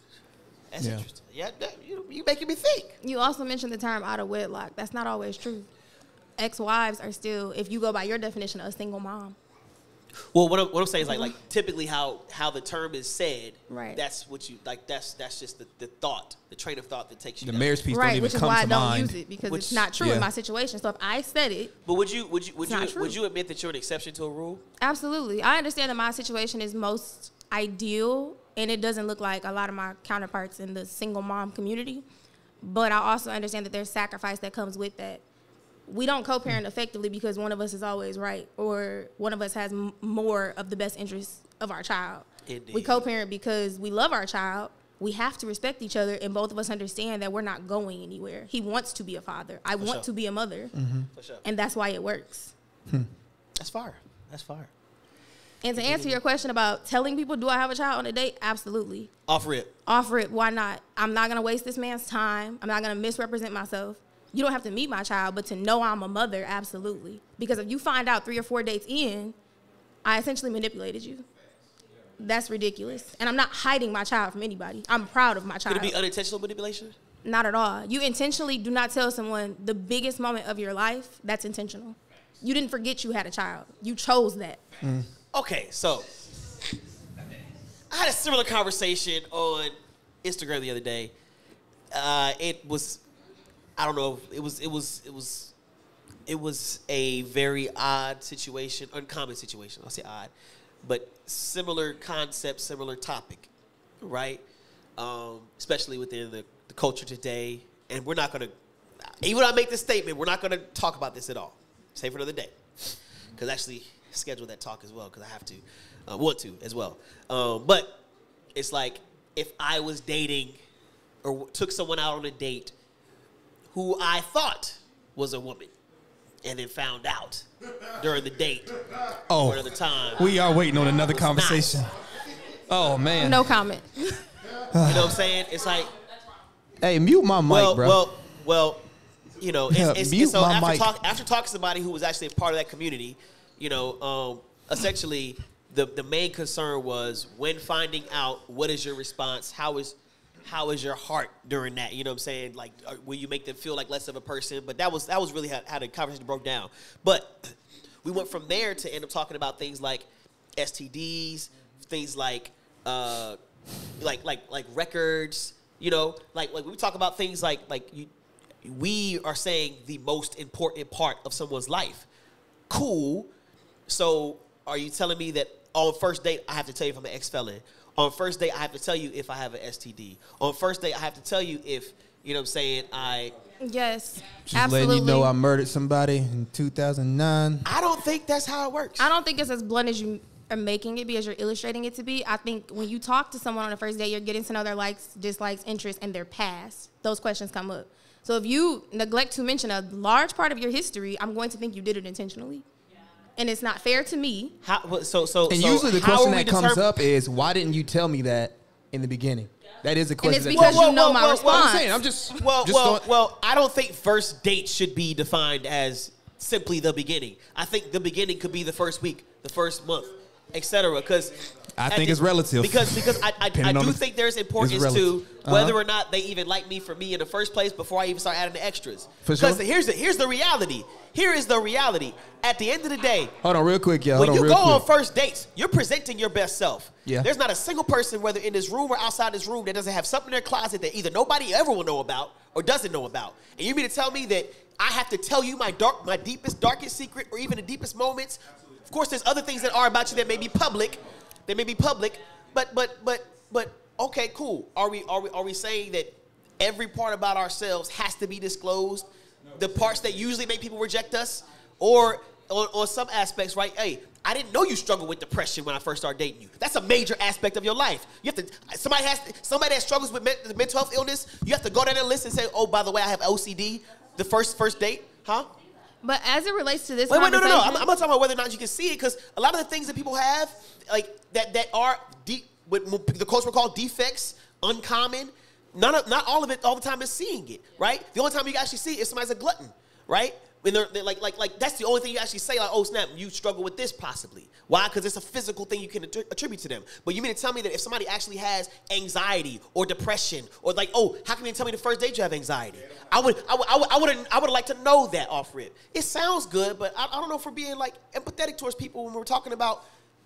Speaker 2: That's
Speaker 1: Yeah.
Speaker 2: interesting. Yeah, that, you you making me think.
Speaker 13: You also mentioned the term out of wedlock. That's not always true. Ex wives are still, if you go by your definition, a single mom.
Speaker 2: Well, what I'm, what I'm saying is like like typically how how the term is said.
Speaker 13: Mm-hmm. Right.
Speaker 2: That's what you like. That's that's just the, the thought, the train of thought that takes you.
Speaker 1: The
Speaker 2: down.
Speaker 1: marriage piece don't
Speaker 13: right,
Speaker 1: even
Speaker 13: which is
Speaker 1: come
Speaker 13: why
Speaker 1: to
Speaker 13: I don't
Speaker 1: mind.
Speaker 13: use it because
Speaker 2: Which-
Speaker 13: it's not true
Speaker 1: yeah.
Speaker 13: in my situation. So if I said it,
Speaker 2: But would you would you would
Speaker 13: It's not
Speaker 2: you would
Speaker 13: true.
Speaker 2: you admit that you're an exception to a rule?
Speaker 13: Absolutely. I understand that my situation is most ideal and it doesn't look like a lot of my counterparts in the single mom community. But I also understand that there's sacrifice that comes with that. We don't co parent effectively because one of us is always right or one of us has m- more of the best interests of our child. We
Speaker 2: Indeed.
Speaker 13: co parent because we love our child. We have to respect each other, and both of us understand that we're not going anywhere. He wants to be a father. I want
Speaker 2: sure.
Speaker 13: to be a mother,
Speaker 2: For sure.
Speaker 13: and that's why it works.
Speaker 2: That's fire. That's fire.
Speaker 13: And to answer your question about telling people, do I have a child on a date? Absolutely.
Speaker 2: Off rip.
Speaker 13: Offer it. Why not? I'm not going to waste this man's time. I'm not going to misrepresent myself. You don't have to meet my child, but to know I'm a mother, absolutely. Because if you find out three or four dates in, I essentially manipulated you. That's ridiculous. And I'm not hiding my child from anybody. I'm proud of my
Speaker 2: Could
Speaker 13: child.
Speaker 2: it be unintentional manipulation?
Speaker 13: Not at all. You intentionally do not tell someone the biggest moment of your life. That's intentional. You didn't forget you had a child. You chose that.
Speaker 2: Okay, so I had a similar conversation on Instagram the other day. Uh, it was, I don't know, it was, it was, it was, it was a very odd situation, uncommon situation. I'll say odd, but similar concept, similar topic, right? Um, especially within the, the culture today, and we're not gonna, even when I make this statement, we're not gonna talk about this at all. Save for another day because actually schedule that talk as well because I have to, uh, want to as well. Um, but it's like if I was dating or w- took someone out on a date who I thought was a woman, and then found out during the date or
Speaker 1: Oh,
Speaker 2: another time.
Speaker 1: we are waiting on another
Speaker 2: It's not.
Speaker 1: conversation. Oh man.
Speaker 13: No comment.
Speaker 2: You know what I'm saying? It's like
Speaker 1: Hey, mute my mic,
Speaker 2: well,
Speaker 1: bro.
Speaker 2: well, well, you
Speaker 1: <laughs>
Speaker 2: know, it's,
Speaker 1: Yeah,
Speaker 2: it's,
Speaker 1: mute
Speaker 2: it's- so
Speaker 1: my
Speaker 2: after
Speaker 1: mic.
Speaker 2: talk after talking to somebody who was actually a part of that community, you know, um, essentially the the main concern was when finding out what is your response, how is how is your heart during that? You know what I'm saying? Like, are- will you make them feel like less of a person? But that was that was really how, how the conversation broke down. But <clears throat> we went from there to end up talking about things like STDs, things like uh, like like like records. You know, like like we talk about things like like you, we are saying the most important part of someone's life. Cool. So are you telling me that on first date I have to tell you if I'm an ex felon? On first date I have to tell you if I have an STD. On first date I have to tell you if you know what I'm saying I
Speaker 13: Yes,
Speaker 1: Just
Speaker 13: absolutely.
Speaker 1: letting you know I murdered somebody in 2009.
Speaker 2: I don't think that's how it works.
Speaker 13: I don't think it's as blunt as you are making it be, as you're illustrating it to be. I think when you talk to someone on the first date, you're getting to know their likes, dislikes, interests, and their past. Those questions come up. So if you neglect to mention a large part of your history, I'm going to think you did it intentionally. And it's not fair to me.
Speaker 2: How, well, so so
Speaker 1: And
Speaker 2: so
Speaker 1: usually the
Speaker 2: how
Speaker 1: question
Speaker 2: are we
Speaker 1: that comes
Speaker 2: determin-
Speaker 1: up is, why didn't you tell me that in the beginning? That is a
Speaker 13: And
Speaker 1: question.
Speaker 13: it's
Speaker 1: that
Speaker 13: because
Speaker 1: comes
Speaker 2: Whoa,
Speaker 13: you know
Speaker 2: whoa,
Speaker 13: my
Speaker 2: whoa, whoa,
Speaker 1: up.
Speaker 13: response.
Speaker 1: I'm saying, I'm just.
Speaker 2: Well,
Speaker 1: just
Speaker 2: well,
Speaker 1: don't-
Speaker 2: well. I don't think first date should be defined as simply the beginning. I think the beginning could be the first week, the first month, etc. Because
Speaker 1: I think it's relative.
Speaker 2: Because because I I, I
Speaker 1: Depending on
Speaker 2: do
Speaker 1: the-
Speaker 2: think there's importance to
Speaker 1: relative.
Speaker 2: whether
Speaker 1: Uh-huh.
Speaker 2: or not they even like me for me in the first place before I even start adding the extras.
Speaker 1: For sure.
Speaker 2: Because here's the here's the reality. Here is the reality. At the end of the day,
Speaker 1: Hold on, real quick, y'all.
Speaker 2: when
Speaker 1: Hold
Speaker 2: you
Speaker 1: on,
Speaker 2: go
Speaker 1: real
Speaker 2: on
Speaker 1: quick.
Speaker 2: first dates, you're presenting your best self.
Speaker 1: Yeah.
Speaker 2: There's not a single person, whether in this room or outside this room, that doesn't have something in their closet that either nobody ever will know about or doesn't know about. And you mean to tell me that I have to tell you my dark, my deepest, darkest secret, or even the deepest moments? Of course, there's other things that are about you that may be public, that may be public. But but but but okay, cool. Are we are we are we saying that every part about ourselves has to be disclosed? The parts that usually make people reject us, or on, on some aspects, right? Hey, I didn't know you struggled with depression when I first started dating you. That's a major aspect of your life. You have to somebody has to, somebody that struggles with men, mental health illness. You have to go down that list and say, oh, by the way, I have OCD. The first first date, huh?
Speaker 13: But as it relates to this
Speaker 2: Wait, wait, no, no,
Speaker 13: conversation,
Speaker 2: no. I'm, I'm not talking about whether or not you can see it because a lot of the things that people have, like that, that are deep, what mo- the courts would call defects, uncommon. None of, not all of it, all the time is seeing it, right? The only time you can actually see it is somebody's a glutton, right? When they're, they're like, like, like that's the only thing you actually say, like, oh snap, you struggle with this possibly. Why? Because it's a physical thing you can attri- attribute to them. But you mean to tell me that if somebody actually has anxiety or depression or like, oh, how can you tell me the first date you have anxiety? I would, I would, I would, I would, I would like to know that off rip. It sounds good, but I, I don't know if we're being like empathetic towards people when we're talking about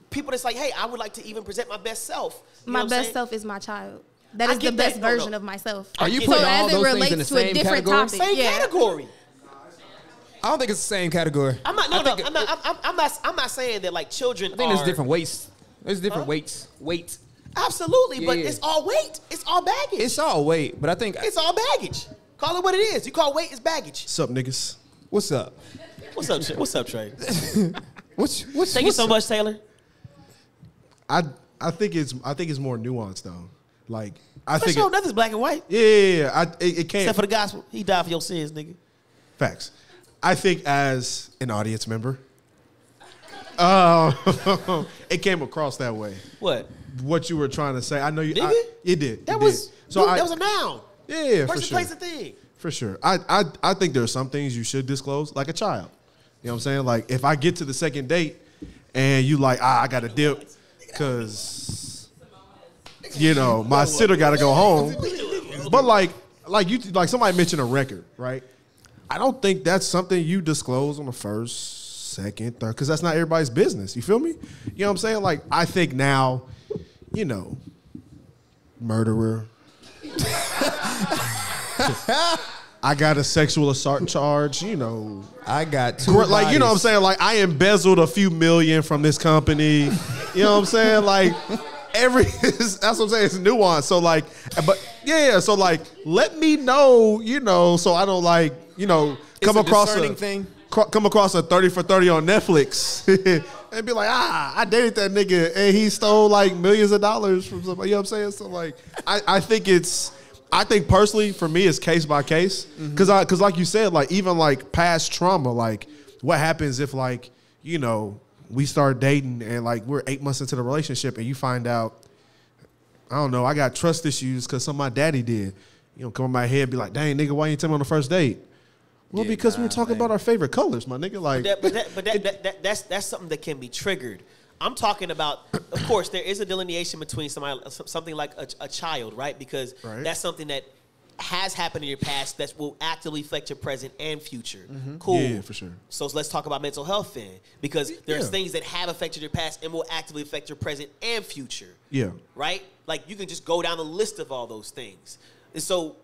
Speaker 2: people that's like, hey, I would like to even present my best self. You know
Speaker 13: my
Speaker 2: what I'm
Speaker 13: best
Speaker 2: saying?
Speaker 13: self is my child. That
Speaker 2: I
Speaker 13: is the
Speaker 2: get that.
Speaker 13: best
Speaker 2: No, no.
Speaker 13: version of myself.
Speaker 1: Are you
Speaker 13: so
Speaker 1: putting
Speaker 13: as
Speaker 1: all
Speaker 13: it
Speaker 1: those things
Speaker 13: relates
Speaker 1: in the
Speaker 13: to a
Speaker 1: same
Speaker 13: different
Speaker 1: category?
Speaker 13: topic,
Speaker 2: Same
Speaker 13: yeah.
Speaker 2: category.
Speaker 1: I don't think it's the same category.
Speaker 2: I'm not. No, no. I'm not. I'm, I'm, I'm not. I'm not saying that like children.
Speaker 1: I think there's
Speaker 2: are-
Speaker 1: different weights. There's different weights. Weights.
Speaker 2: Absolutely, but
Speaker 1: Yeah.
Speaker 2: it's all weight. It's all baggage.
Speaker 1: It's all weight, but I think.
Speaker 2: It's all baggage. Call it what it is. You call weight is baggage.
Speaker 12: Sup, niggas?
Speaker 1: What's up?
Speaker 2: What's up? <laughs> What's up, Trey?
Speaker 1: What's what's?
Speaker 2: Thank you
Speaker 1: what's
Speaker 2: so
Speaker 1: up?
Speaker 2: much, Taylor.
Speaker 12: I I think it's I think it's more nuanced though. Like I
Speaker 2: For
Speaker 12: think
Speaker 2: sure,
Speaker 12: it,
Speaker 2: nothing's black and white
Speaker 12: yeah, yeah, yeah. I, it, it can't
Speaker 2: except for the gospel. He died for your sins, nigga.
Speaker 12: facts. I think as an
Speaker 2: <laughs>
Speaker 12: audience member, <laughs> uh, it came across that way.
Speaker 2: What?
Speaker 12: What you were trying to say, I know you.
Speaker 2: Did
Speaker 12: I,
Speaker 2: it?
Speaker 12: it did.
Speaker 2: That
Speaker 12: it
Speaker 2: was
Speaker 12: did. so.
Speaker 2: dude,
Speaker 12: I,
Speaker 2: that was a noun.
Speaker 12: yeah, yeah, for
Speaker 2: Person,
Speaker 12: sure.
Speaker 2: place, a thing.
Speaker 12: For sure. I, I I think there are some things you should disclose, like a child. You know what I'm saying? Like if I get to the second date and you like, ah, I gotta dip because you know, my sitter gotta go home. But like like you like somebody mentioned a record, right? I don't think that's something you disclose on the first, second, third, because that's not everybody's business. You feel me? You know what I'm saying? Like I think now, you know, murderer, I got a sexual assault charge, you know.
Speaker 1: I got two.
Speaker 12: Gr- Like, you know what I'm
Speaker 1: bodies.
Speaker 12: saying? Like, I embezzled a few million from this company. You know what I'm saying? Like, every, <laughs> that's what I'm saying. It's nuanced. So, like, but yeah, yeah. So, like, let me know, you know, so I don't, like, you know, come
Speaker 1: a
Speaker 12: across a
Speaker 1: discerning thing.
Speaker 12: cro- Come across a 30 for 30 on Netflix <laughs> and be like, ah, I dated that nigga and he stole like millions of dollars from somebody. You know what I'm saying? So, like, I, I think it's, I think personally, for me, it's case by case
Speaker 1: Mm-hmm.
Speaker 12: because I because like you said, like even like past trauma, like what happens if like you know we start dating and like we're eight months into the relationship and you find out I don't know I got trust issues because something my daddy did. You know, come in my head and be like, dang nigga, why you ain't tell me on the first date? Well,
Speaker 2: Yeah,
Speaker 12: because we were
Speaker 2: nah,
Speaker 12: talking
Speaker 2: man.
Speaker 12: about our favorite colors, my nigga. Like,
Speaker 2: That- but that, but that, that, that, that's that's something that can be triggered. I'm talking about, of course, there is a delineation between somebody, something like a, a child, right? Because
Speaker 12: Right.
Speaker 2: that's something that has happened in your past that will actively affect your present and future. Cool.
Speaker 12: Mm-hmm. Yeah, for sure.
Speaker 2: So let's talk about mental health then, because there's
Speaker 12: Yeah.
Speaker 2: things that have affected your past and will actively affect your present and future
Speaker 12: Yeah.
Speaker 2: right? Like you can just go down the list of all those things. And so,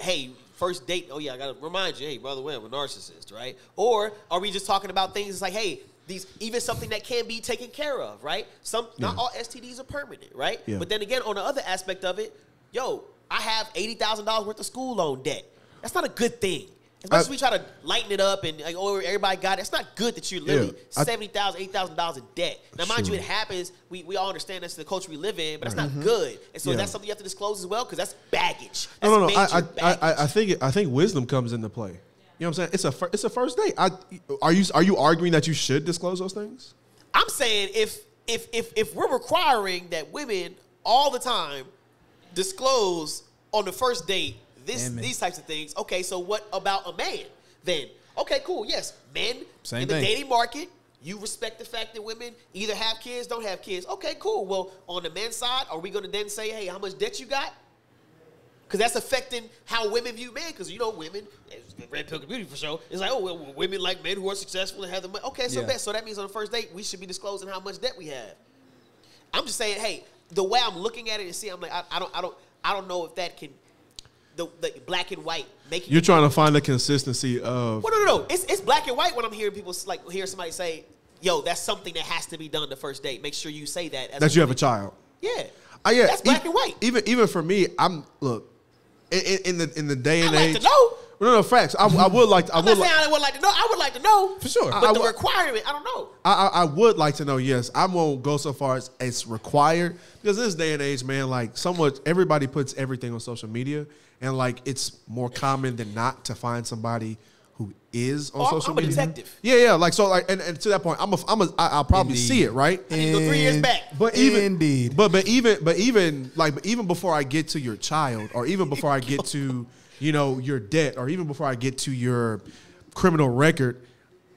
Speaker 2: hey, first date. Oh yeah, I gotta remind you. Hey, brother, we're a narcissist, right? Or are we just talking about things? It's like, hey, these even something that can be taken care of, right? Some not
Speaker 12: Yeah.
Speaker 2: all STDs are permanent, right?
Speaker 12: Yeah.
Speaker 2: But then again, on the other aspect of it, yo, I have eighty thousand dollars worth of school loan debt. That's not a good thing. As much
Speaker 12: I-
Speaker 2: as we try to lighten it up and like, oh, everybody got it, it's not good that you're literally
Speaker 12: I-
Speaker 2: seventy thousand, eighty thousand dollars in debt. Now, mind you,
Speaker 12: Sure.
Speaker 2: it happens. We, we all understand that's the culture we live in, but that's not good. And so
Speaker 12: Mm-hmm. Yeah.
Speaker 2: that's something you have to disclose as well because that's baggage. That's
Speaker 12: No, no, no.
Speaker 2: major
Speaker 12: I, I,
Speaker 2: baggage.
Speaker 12: I, I think it- I think wisdom comes into play. You know what I'm saying? It's a fir- it's a first date. I, are you are you arguing that you should disclose those things?
Speaker 2: am saying if if if if we're requiring that women all the time disclose on the first date this
Speaker 1: Amen.
Speaker 2: these types of things, okay. So what about a man then? Okay, cool. Yes, men
Speaker 1: Same
Speaker 2: in the
Speaker 1: thing.
Speaker 2: dating market. You respect the fact that women either have kids, don't have kids. Okay, cool. Well, on the men's side, are we going to then say, "Hey, how much debt you got? Because that's affecting how women view men. Because you know, women, red pill community for sure. It's like, oh, well, women like men who are successful and have the money. Okay, so
Speaker 1: Yeah.
Speaker 2: bet. So that means on the first date, we should be disclosing how much debt we have. I'm just saying, hey, the way I'm looking at it and see, I'm like, I, I don't, I don't, I don't know if that can, the, the black and white making.
Speaker 12: You're trying to find the consistency of
Speaker 2: Well, no, no, no. It's it's black and white when I'm hearing people s- like hear somebody say, yo, that's something that has to be done the first date. Make sure you say that. As
Speaker 12: that you have a
Speaker 2: woman.
Speaker 12: child.
Speaker 2: Yeah.
Speaker 12: I, yeah,
Speaker 2: That's
Speaker 12: e-
Speaker 2: black and white.
Speaker 12: Even even for me, I'm look in, in- in the in the day
Speaker 2: I
Speaker 12: and
Speaker 2: like
Speaker 12: age.
Speaker 2: to know.
Speaker 12: No, no, facts. I, I would like. To, I
Speaker 2: I'm not
Speaker 12: would.
Speaker 2: saying
Speaker 12: Like,
Speaker 2: I would like to know. I would like to know
Speaker 1: For sure.
Speaker 2: but
Speaker 12: I- I
Speaker 2: the
Speaker 12: wa-
Speaker 2: requirement, I don't know.
Speaker 12: I, I I would like to know. Yes, I won't go so far as it's required because in this day and age, man, like somewhat everybody puts everything on social media, and like it's more common than not to find somebody who is on
Speaker 2: Oh, I'm-
Speaker 12: social
Speaker 2: I'm a
Speaker 12: media.
Speaker 2: detective.
Speaker 12: Yeah, yeah. Like so, like and, and to that point, I'm a, I'm a, I, am ai am ai will probably
Speaker 1: Indeed.
Speaker 12: see it right.
Speaker 2: I need to go three years
Speaker 1: And-
Speaker 2: back.
Speaker 12: But even
Speaker 1: Indeed.
Speaker 12: But but even but even like but even before I get to your child, or even before I get to you know your debt, or even before I get to your criminal record,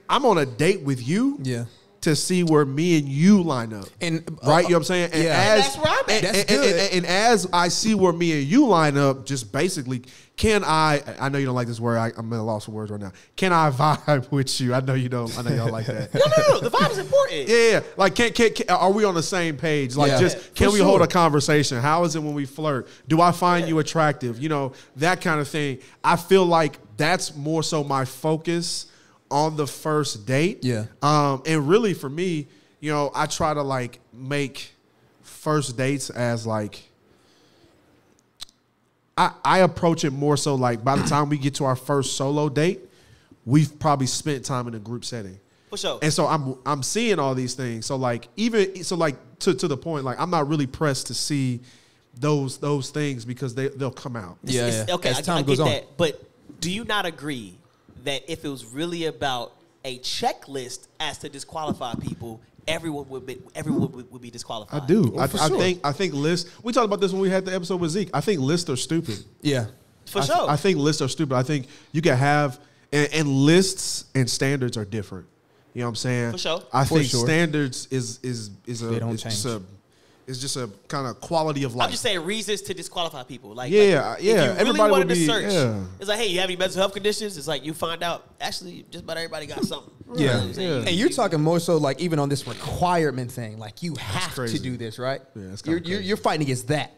Speaker 12: I'm on a date with you.
Speaker 1: Yeah.
Speaker 12: To see where me and you line up,
Speaker 1: And, uh,
Speaker 12: right, you know what I'm saying. And
Speaker 1: yeah.
Speaker 12: as
Speaker 2: That's where I'm at.
Speaker 12: and-
Speaker 1: That's
Speaker 12: and- and-
Speaker 1: good.
Speaker 12: and as I see where me and you line up, just basically, can I? I know you don't like this word. I, I'm at a loss for words right now. Can I <laughs> vibe with you? I know you don't. I know y'all like that.
Speaker 2: No, no, no. The vibe is important.
Speaker 12: Yeah, yeah, yeah. like can, can, can are we on the same page? Like,
Speaker 1: Yeah.
Speaker 12: just
Speaker 1: Yeah,
Speaker 12: can
Speaker 1: for
Speaker 12: we hold
Speaker 1: sure.
Speaker 12: a conversation? How is it when we flirt? Do I find you attractive? You know that kind of thing. I feel like that's more so my focus on the first date.
Speaker 1: Yeah.
Speaker 12: Um, and really for me, you know, I try to like make first dates as like. I, I approach it more so like by the time we get to our first solo date, we've probably spent time in a group setting.
Speaker 2: For sure.
Speaker 12: And so I'm I'm seeing all these things. So like even so like to to the point like I'm not really pressed to see those those things because they they'll come out.
Speaker 1: Yeah,
Speaker 2: It's-
Speaker 1: yeah.
Speaker 2: Okay,
Speaker 1: As
Speaker 2: I,
Speaker 1: time
Speaker 2: I
Speaker 1: goes
Speaker 2: get
Speaker 1: on.
Speaker 2: that. But do you not agree that if it was really about a checklist as to disqualify people, everyone would be, everyone would, would be disqualified?
Speaker 12: I do.
Speaker 1: Well,
Speaker 12: I,
Speaker 1: Oh, for
Speaker 12: I
Speaker 1: sure.
Speaker 12: think I think lists. We talked about this when we had the episode with Zeke. I think lists are stupid.
Speaker 1: Yeah.
Speaker 2: For
Speaker 12: I,
Speaker 2: sure.
Speaker 12: I think lists are stupid. I think you can have and, and lists and standards are different. You know what I'm saying?
Speaker 2: For sure.
Speaker 12: I
Speaker 1: For
Speaker 12: think
Speaker 1: sure.
Speaker 12: standards is is is a
Speaker 1: They don't
Speaker 12: it's just
Speaker 1: change.
Speaker 12: a it's just a kind of quality of life.
Speaker 2: I'm just saying reasons to disqualify people. Like,
Speaker 12: Yeah,
Speaker 2: like,
Speaker 12: yeah,
Speaker 2: If you really
Speaker 12: everybody
Speaker 2: wanted
Speaker 12: would
Speaker 2: to
Speaker 12: be-
Speaker 2: search,
Speaker 12: yeah.
Speaker 2: it's like, hey, you have any mental health conditions? It's like you find out actually just about everybody got something. You know
Speaker 1: Yeah.
Speaker 2: what I'm saying?
Speaker 1: And you're talking more so like even on this requirement thing, like you have
Speaker 12: crazy.
Speaker 1: to do this, right?
Speaker 12: Yeah, that's kinda
Speaker 1: you're, you're
Speaker 12: crazy.
Speaker 1: you're fighting against that.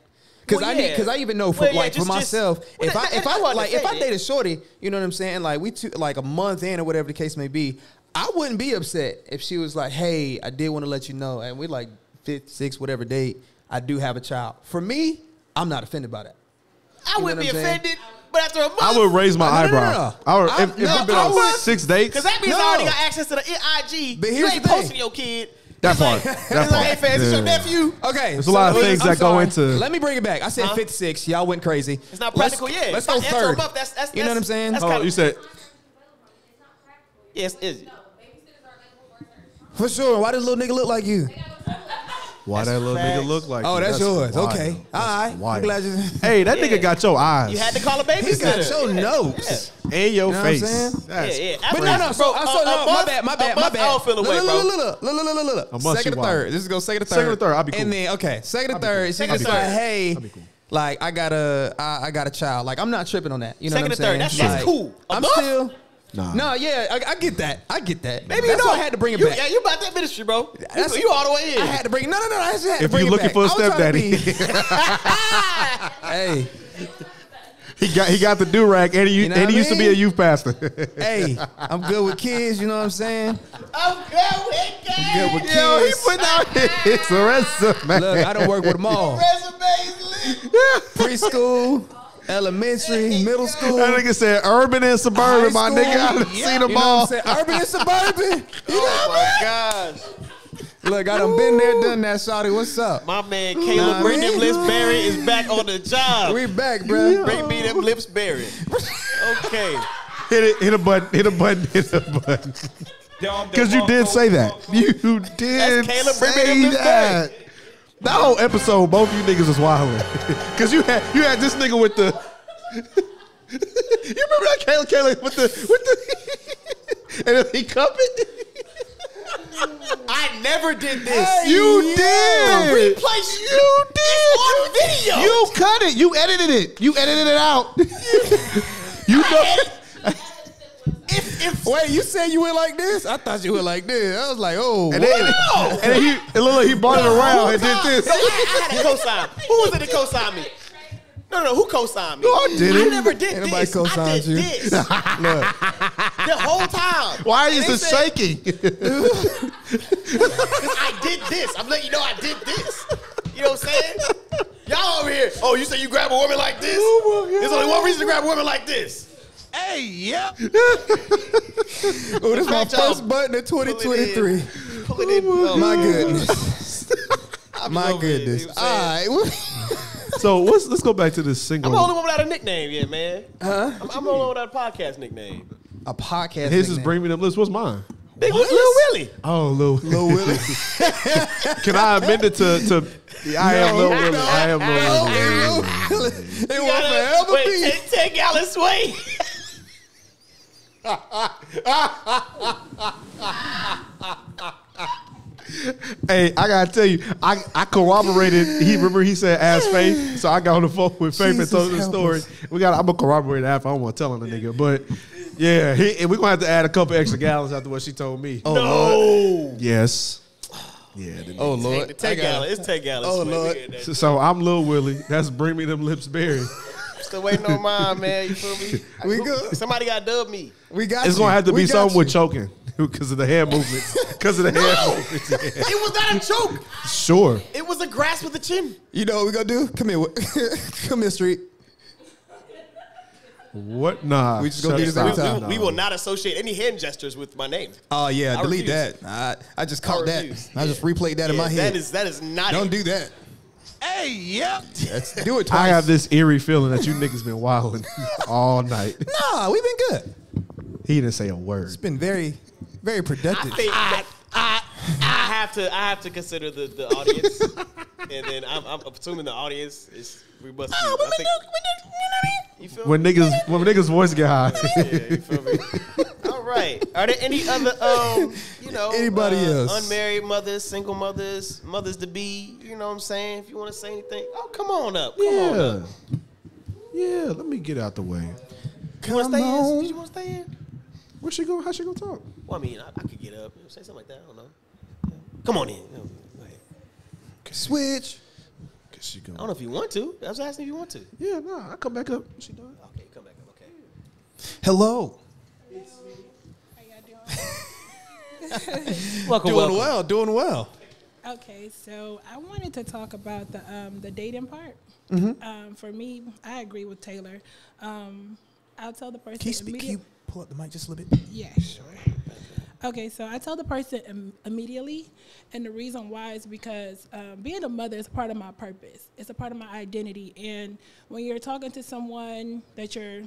Speaker 1: Cause
Speaker 2: Well,
Speaker 1: I
Speaker 2: yeah.
Speaker 1: need, cause I even know for
Speaker 2: Well, yeah,
Speaker 1: like
Speaker 2: just-
Speaker 1: for
Speaker 2: just-
Speaker 1: myself,
Speaker 2: well,
Speaker 1: if
Speaker 2: that-
Speaker 1: I if
Speaker 2: that-
Speaker 1: I
Speaker 2: I
Speaker 1: like if I
Speaker 2: understand it.
Speaker 1: date a shorty, you know what I'm saying, like we two like a month in or whatever the case may be, I wouldn't be upset if she was like, hey, I did want to let you know, and we like fifth, sixth, whatever date, I do have a child. For me, I'm not offended by that.
Speaker 2: I
Speaker 1: know
Speaker 2: wouldn't
Speaker 1: what
Speaker 2: be
Speaker 1: I'm saying?
Speaker 2: offended, but after a month,
Speaker 12: I would raise my
Speaker 1: No, no, no,
Speaker 12: eyebrow.
Speaker 1: no, no.
Speaker 12: I would,
Speaker 1: I-
Speaker 12: if, if
Speaker 1: no,
Speaker 12: it's been
Speaker 1: I
Speaker 12: on
Speaker 1: would-
Speaker 12: six dates,
Speaker 2: Because that means
Speaker 1: No.
Speaker 2: I already got access to the IG.
Speaker 1: But
Speaker 2: you
Speaker 1: here's
Speaker 2: ain't
Speaker 1: the thing.
Speaker 2: posting your kid.
Speaker 12: That
Speaker 2: It's like-
Speaker 12: part.
Speaker 2: it's
Speaker 12: That
Speaker 2: like, hey,
Speaker 12: part.
Speaker 2: fans, it's your
Speaker 12: Yeah.
Speaker 2: nephew.
Speaker 1: Okay,
Speaker 12: There's a lot of
Speaker 1: so-
Speaker 12: things
Speaker 1: I'm
Speaker 12: that go
Speaker 1: sorry.
Speaker 12: into-
Speaker 1: Let me bring it back. I said
Speaker 2: Huh?
Speaker 1: fifth, sixth. Y'all went crazy.
Speaker 2: It's not
Speaker 1: Let's-
Speaker 2: practical yet.
Speaker 1: Let's go
Speaker 2: That's your
Speaker 1: third.
Speaker 2: month. That's- that's-
Speaker 1: you know what I'm
Speaker 2: that's-
Speaker 1: saying?
Speaker 2: that's
Speaker 12: Oh,
Speaker 2: kinda-
Speaker 12: you said
Speaker 2: Yes, is it?
Speaker 1: For sure. Why does little nigga look like you?
Speaker 12: Why that little
Speaker 2: facts.
Speaker 12: nigga look like?
Speaker 1: Oh,
Speaker 12: you?
Speaker 1: that's, yours.
Speaker 12: wild.
Speaker 1: Okay.
Speaker 12: That's
Speaker 1: All right. I'm
Speaker 12: wild.
Speaker 1: glad you.
Speaker 12: Hey, that
Speaker 2: Yeah.
Speaker 12: nigga got your eyes.
Speaker 2: You had to call a babysitter.
Speaker 1: He got your
Speaker 2: Yeah.
Speaker 1: notes.
Speaker 12: and your
Speaker 1: You know what I'm
Speaker 12: face.
Speaker 1: saying?
Speaker 12: That's
Speaker 2: yeah, yeah.
Speaker 1: But no, no, so,
Speaker 2: bro,
Speaker 1: I
Speaker 2: uh, a-
Speaker 1: so
Speaker 2: a
Speaker 1: no, my
Speaker 2: month-
Speaker 1: bad, my
Speaker 2: a
Speaker 1: bad, my
Speaker 2: month,
Speaker 1: bad.
Speaker 2: I don't feel away,
Speaker 1: Look,
Speaker 2: bro.
Speaker 1: Look, look, look, look, look, look, look,
Speaker 12: A
Speaker 1: look,
Speaker 12: month
Speaker 1: look. Second
Speaker 12: you
Speaker 1: to
Speaker 12: wild.
Speaker 1: third. This is go second to third.
Speaker 12: Second to third, I'll be cool.
Speaker 1: And then okay, second to
Speaker 12: I'll be
Speaker 1: third.
Speaker 12: cool.
Speaker 1: It's
Speaker 2: Second
Speaker 1: just
Speaker 2: to
Speaker 1: like,
Speaker 2: third.
Speaker 1: hey,
Speaker 12: I'll be cool.
Speaker 1: like I got a, I, I got a child. Like I'm not tripping on that. You know
Speaker 2: Second
Speaker 1: what
Speaker 2: to
Speaker 1: I'm
Speaker 2: third,
Speaker 1: saying?
Speaker 2: that's- that's
Speaker 1: Like,
Speaker 2: cool. A
Speaker 1: I'm
Speaker 2: month?
Speaker 1: still.
Speaker 12: Nah.
Speaker 1: No, yeah, I, I get that. I get that.
Speaker 2: Maybe
Speaker 1: that's
Speaker 2: you know
Speaker 1: why I had to bring it
Speaker 2: you,
Speaker 1: back.
Speaker 2: Yeah, you about that ministry, bro. You-
Speaker 1: That's-
Speaker 2: you all the way in.
Speaker 1: I had to bring. No, no, no. I just had to
Speaker 12: If
Speaker 1: bring
Speaker 12: you're
Speaker 1: it
Speaker 12: looking
Speaker 1: back.
Speaker 12: for
Speaker 1: I
Speaker 12: a
Speaker 1: was trying to
Speaker 12: stepdaddy,
Speaker 1: be- hey,
Speaker 12: <laughs> he got he got the do rag, and he,
Speaker 1: You know
Speaker 12: and
Speaker 1: what
Speaker 12: he
Speaker 1: I
Speaker 12: used to be a
Speaker 1: mean?
Speaker 12: youth pastor. <laughs>
Speaker 1: hey, I'm good with kids. You know what I'm saying?
Speaker 2: I'm good with that.
Speaker 1: Good with
Speaker 12: Yo, he
Speaker 1: kids.
Speaker 12: put out <laughs> his resume.
Speaker 1: Look, I don't work with them all.
Speaker 2: Resumes lit.
Speaker 1: Preschool, elementary, middle school.
Speaker 12: That nigga said urban and suburban, my
Speaker 1: high
Speaker 12: nigga. I
Speaker 1: school.
Speaker 12: done seen them
Speaker 1: You know
Speaker 12: all.
Speaker 1: what I'm saying? Urban and
Speaker 12: <laughs>
Speaker 1: suburban. You know
Speaker 2: Oh
Speaker 1: what I
Speaker 2: my gosh.
Speaker 1: mean? Look, I done been there, done that, Shawty. What's up?
Speaker 2: My man
Speaker 1: Nah,
Speaker 2: Caleb
Speaker 1: man.
Speaker 2: Bring Them Lips Berry is back on the job.
Speaker 1: We back, bruh.
Speaker 2: Bring me them lips berry. Okay.
Speaker 12: hit it, hit a button, hit a button, hit a button. Because you did say
Speaker 2: <laughs>
Speaker 12: that. You did
Speaker 2: That's Caleb
Speaker 12: say
Speaker 2: bringing up this
Speaker 12: that. That whole episode, both you niggas was wilding. <laughs> Cause you had you had this nigga with the. <laughs> you remember that Caleb Caleb with the with the. and then he cup it.
Speaker 2: I never did this.
Speaker 12: you did.
Speaker 2: Replace you.
Speaker 12: You did.
Speaker 2: on video.
Speaker 12: You cut it. You edited it. You edited it out. you know.
Speaker 2: If, if,
Speaker 1: Wait, you said you went like this? I thought you went like this. I was like, oh,
Speaker 12: And then,
Speaker 2: Wow.
Speaker 12: and then he, it looked like he bought it around and did
Speaker 2: No,
Speaker 12: this.
Speaker 2: I, I had a cosign. Who was it that co-signed me? No, no, no. Who co-signed me?
Speaker 12: No, I didn't.
Speaker 2: I never did
Speaker 1: Ain't
Speaker 2: this.
Speaker 1: nobody
Speaker 2: I
Speaker 1: co-signed
Speaker 2: did
Speaker 1: you.
Speaker 2: this the
Speaker 1: look.
Speaker 2: whole time.
Speaker 12: Why
Speaker 2: And
Speaker 12: is
Speaker 2: they
Speaker 12: it
Speaker 2: said,
Speaker 12: shaking? <laughs>
Speaker 2: "'Cause I did this. I'm letting you know I did this. You know what I'm saying? Y'all over here. Oh, you say you grab a woman like this?
Speaker 12: Oh my God.
Speaker 2: There's only one reason to grab a woman like this.
Speaker 1: Hey, yep. oh, this is my
Speaker 2: Great job.
Speaker 1: first button of
Speaker 2: it in.
Speaker 1: 2023.
Speaker 2: Pull it in. Oh,
Speaker 1: My goodness.
Speaker 2: <laughs>
Speaker 1: My
Speaker 2: over it,
Speaker 1: goodness.
Speaker 2: you know what
Speaker 1: All right.
Speaker 12: so let's let's go back to this
Speaker 2: I'm the only
Speaker 12: single.
Speaker 2: one without a nickname yet, man. Huh? I'm, I'm the only one without a podcast nickname.
Speaker 1: A podcast.
Speaker 12: His is
Speaker 1: nickname. <laughs>
Speaker 12: bring me them lips. What's mine?
Speaker 2: Big Lil Willie.
Speaker 12: Oh, Lil.
Speaker 1: Lil Willie.
Speaker 12: <laughs> Can I amend it to
Speaker 2: <laughs>
Speaker 12: to? I am Lil Willie. I am Lil
Speaker 2: Oh,
Speaker 1: Lil
Speaker 12: Willie.
Speaker 1: Willie. It will
Speaker 2: Gotta-
Speaker 1: forever
Speaker 2: Wait,
Speaker 1: be.
Speaker 2: take, take Alice Way.
Speaker 12: Hey, I gotta tell you, I, I corroborated. He remember he said
Speaker 1: <gasps>
Speaker 12: ask Faith, so I got on the phone with Faith
Speaker 1: Jesus,
Speaker 12: and told her the
Speaker 1: help
Speaker 12: story.
Speaker 1: us.
Speaker 12: We got. I'm gonna corroborate it after. I don't want to tell on the nigga, but yeah, he, and we're gonna have to add a couple extra gallons after what she told me. Oh,
Speaker 2: No.
Speaker 12: yes, yeah. the
Speaker 1: Oh,
Speaker 2: Take,
Speaker 1: Lord.
Speaker 2: the take
Speaker 1: I got
Speaker 2: Alice. It's take Alice.
Speaker 1: Oh,
Speaker 2: Way. We
Speaker 1: Lord.
Speaker 2: get that.
Speaker 12: So, so I'm Lil Willie. That's Bring Me Them Lips
Speaker 1: <laughs>
Speaker 12: Berry.
Speaker 2: Still waiting on mine, man. You feel me?
Speaker 1: We good.
Speaker 2: Somebody got to
Speaker 1: <laughs>
Speaker 2: dub me.
Speaker 1: We got
Speaker 12: It's
Speaker 1: you.
Speaker 12: gonna have to
Speaker 1: We
Speaker 12: be
Speaker 1: got
Speaker 12: something
Speaker 1: you.
Speaker 12: with choking <laughs> because of the hand
Speaker 1: <laughs>
Speaker 12: movements. Because of the hand movements.
Speaker 2: It was not a choke.
Speaker 12: Sure.
Speaker 2: It was a grasp with a chin.
Speaker 1: You know what we gonna do? Come here, <laughs> come here, street.
Speaker 12: What? Nah.
Speaker 1: We just gonna
Speaker 12: shut
Speaker 1: do
Speaker 12: it
Speaker 1: this every
Speaker 12: out.
Speaker 1: time.
Speaker 2: We, we will not associate any hand gestures with my name.
Speaker 1: Oh yeah,
Speaker 2: I
Speaker 1: delete
Speaker 2: refuse.
Speaker 1: that. I, I just caught that.
Speaker 2: refuse.
Speaker 1: I just replayed that in
Speaker 2: Yeah,
Speaker 1: my head.
Speaker 2: That is that is not.
Speaker 1: Don't
Speaker 2: it.
Speaker 1: do that.
Speaker 2: Hey, yep.
Speaker 1: That's, do it twice.
Speaker 12: <laughs> I have this eerie feeling that you niggas been wilding <laughs> all night.
Speaker 1: Nah, we've been good.
Speaker 12: He didn't say a word.
Speaker 1: It's been very, very
Speaker 2: I
Speaker 1: productive.
Speaker 2: think I, I I have to I have to consider the the
Speaker 1: <laughs>
Speaker 2: audience, and then I'm, I'm assuming the audience is we must.
Speaker 1: Oh,
Speaker 2: be,
Speaker 1: we've been good.
Speaker 2: You feel
Speaker 12: When niggas, when niggas voice get high,
Speaker 2: Yeah, you feel me? All right. Are there any other, um, you know,
Speaker 1: Anybody
Speaker 2: uh,
Speaker 1: else?
Speaker 2: Unmarried mothers, single mothers, mothers to be. You know what I'm saying? If you want to say anything, oh, come on up. Come on up.
Speaker 12: yeah, yeah. Let me get out the way.
Speaker 2: You want to stay
Speaker 1: on.
Speaker 2: in? You want to stay in?
Speaker 12: Where she go? How she gonna talk?
Speaker 2: Well, I mean, I, I could get up, you know, say something like that. I don't know. Yeah. Come on in. You know, like,
Speaker 1: Switch.
Speaker 12: Cause she
Speaker 2: I don't know if you want to. I was asking if you want to.
Speaker 12: Yeah, nah. I come back up. She done.
Speaker 2: Okay, come back up. Okay.
Speaker 1: Hello.
Speaker 2: Welcome,
Speaker 1: Doing
Speaker 2: welcome.
Speaker 1: well. Doing well.
Speaker 8: Okay, so I wanted to talk about the um, the dating part.
Speaker 1: Mm-hmm.
Speaker 8: Um, for me, I agree with Taylor. Um, I'll tell the person.
Speaker 1: Can you speak? Can
Speaker 8: immediate-
Speaker 1: you pull up the mic just a little bit?
Speaker 8: Yeah, sure. Okay, so I tell the person Im- immediately, and the reason why is because um, being a mother is part of my purpose. It's a part of my identity, and when you're talking to someone that you're,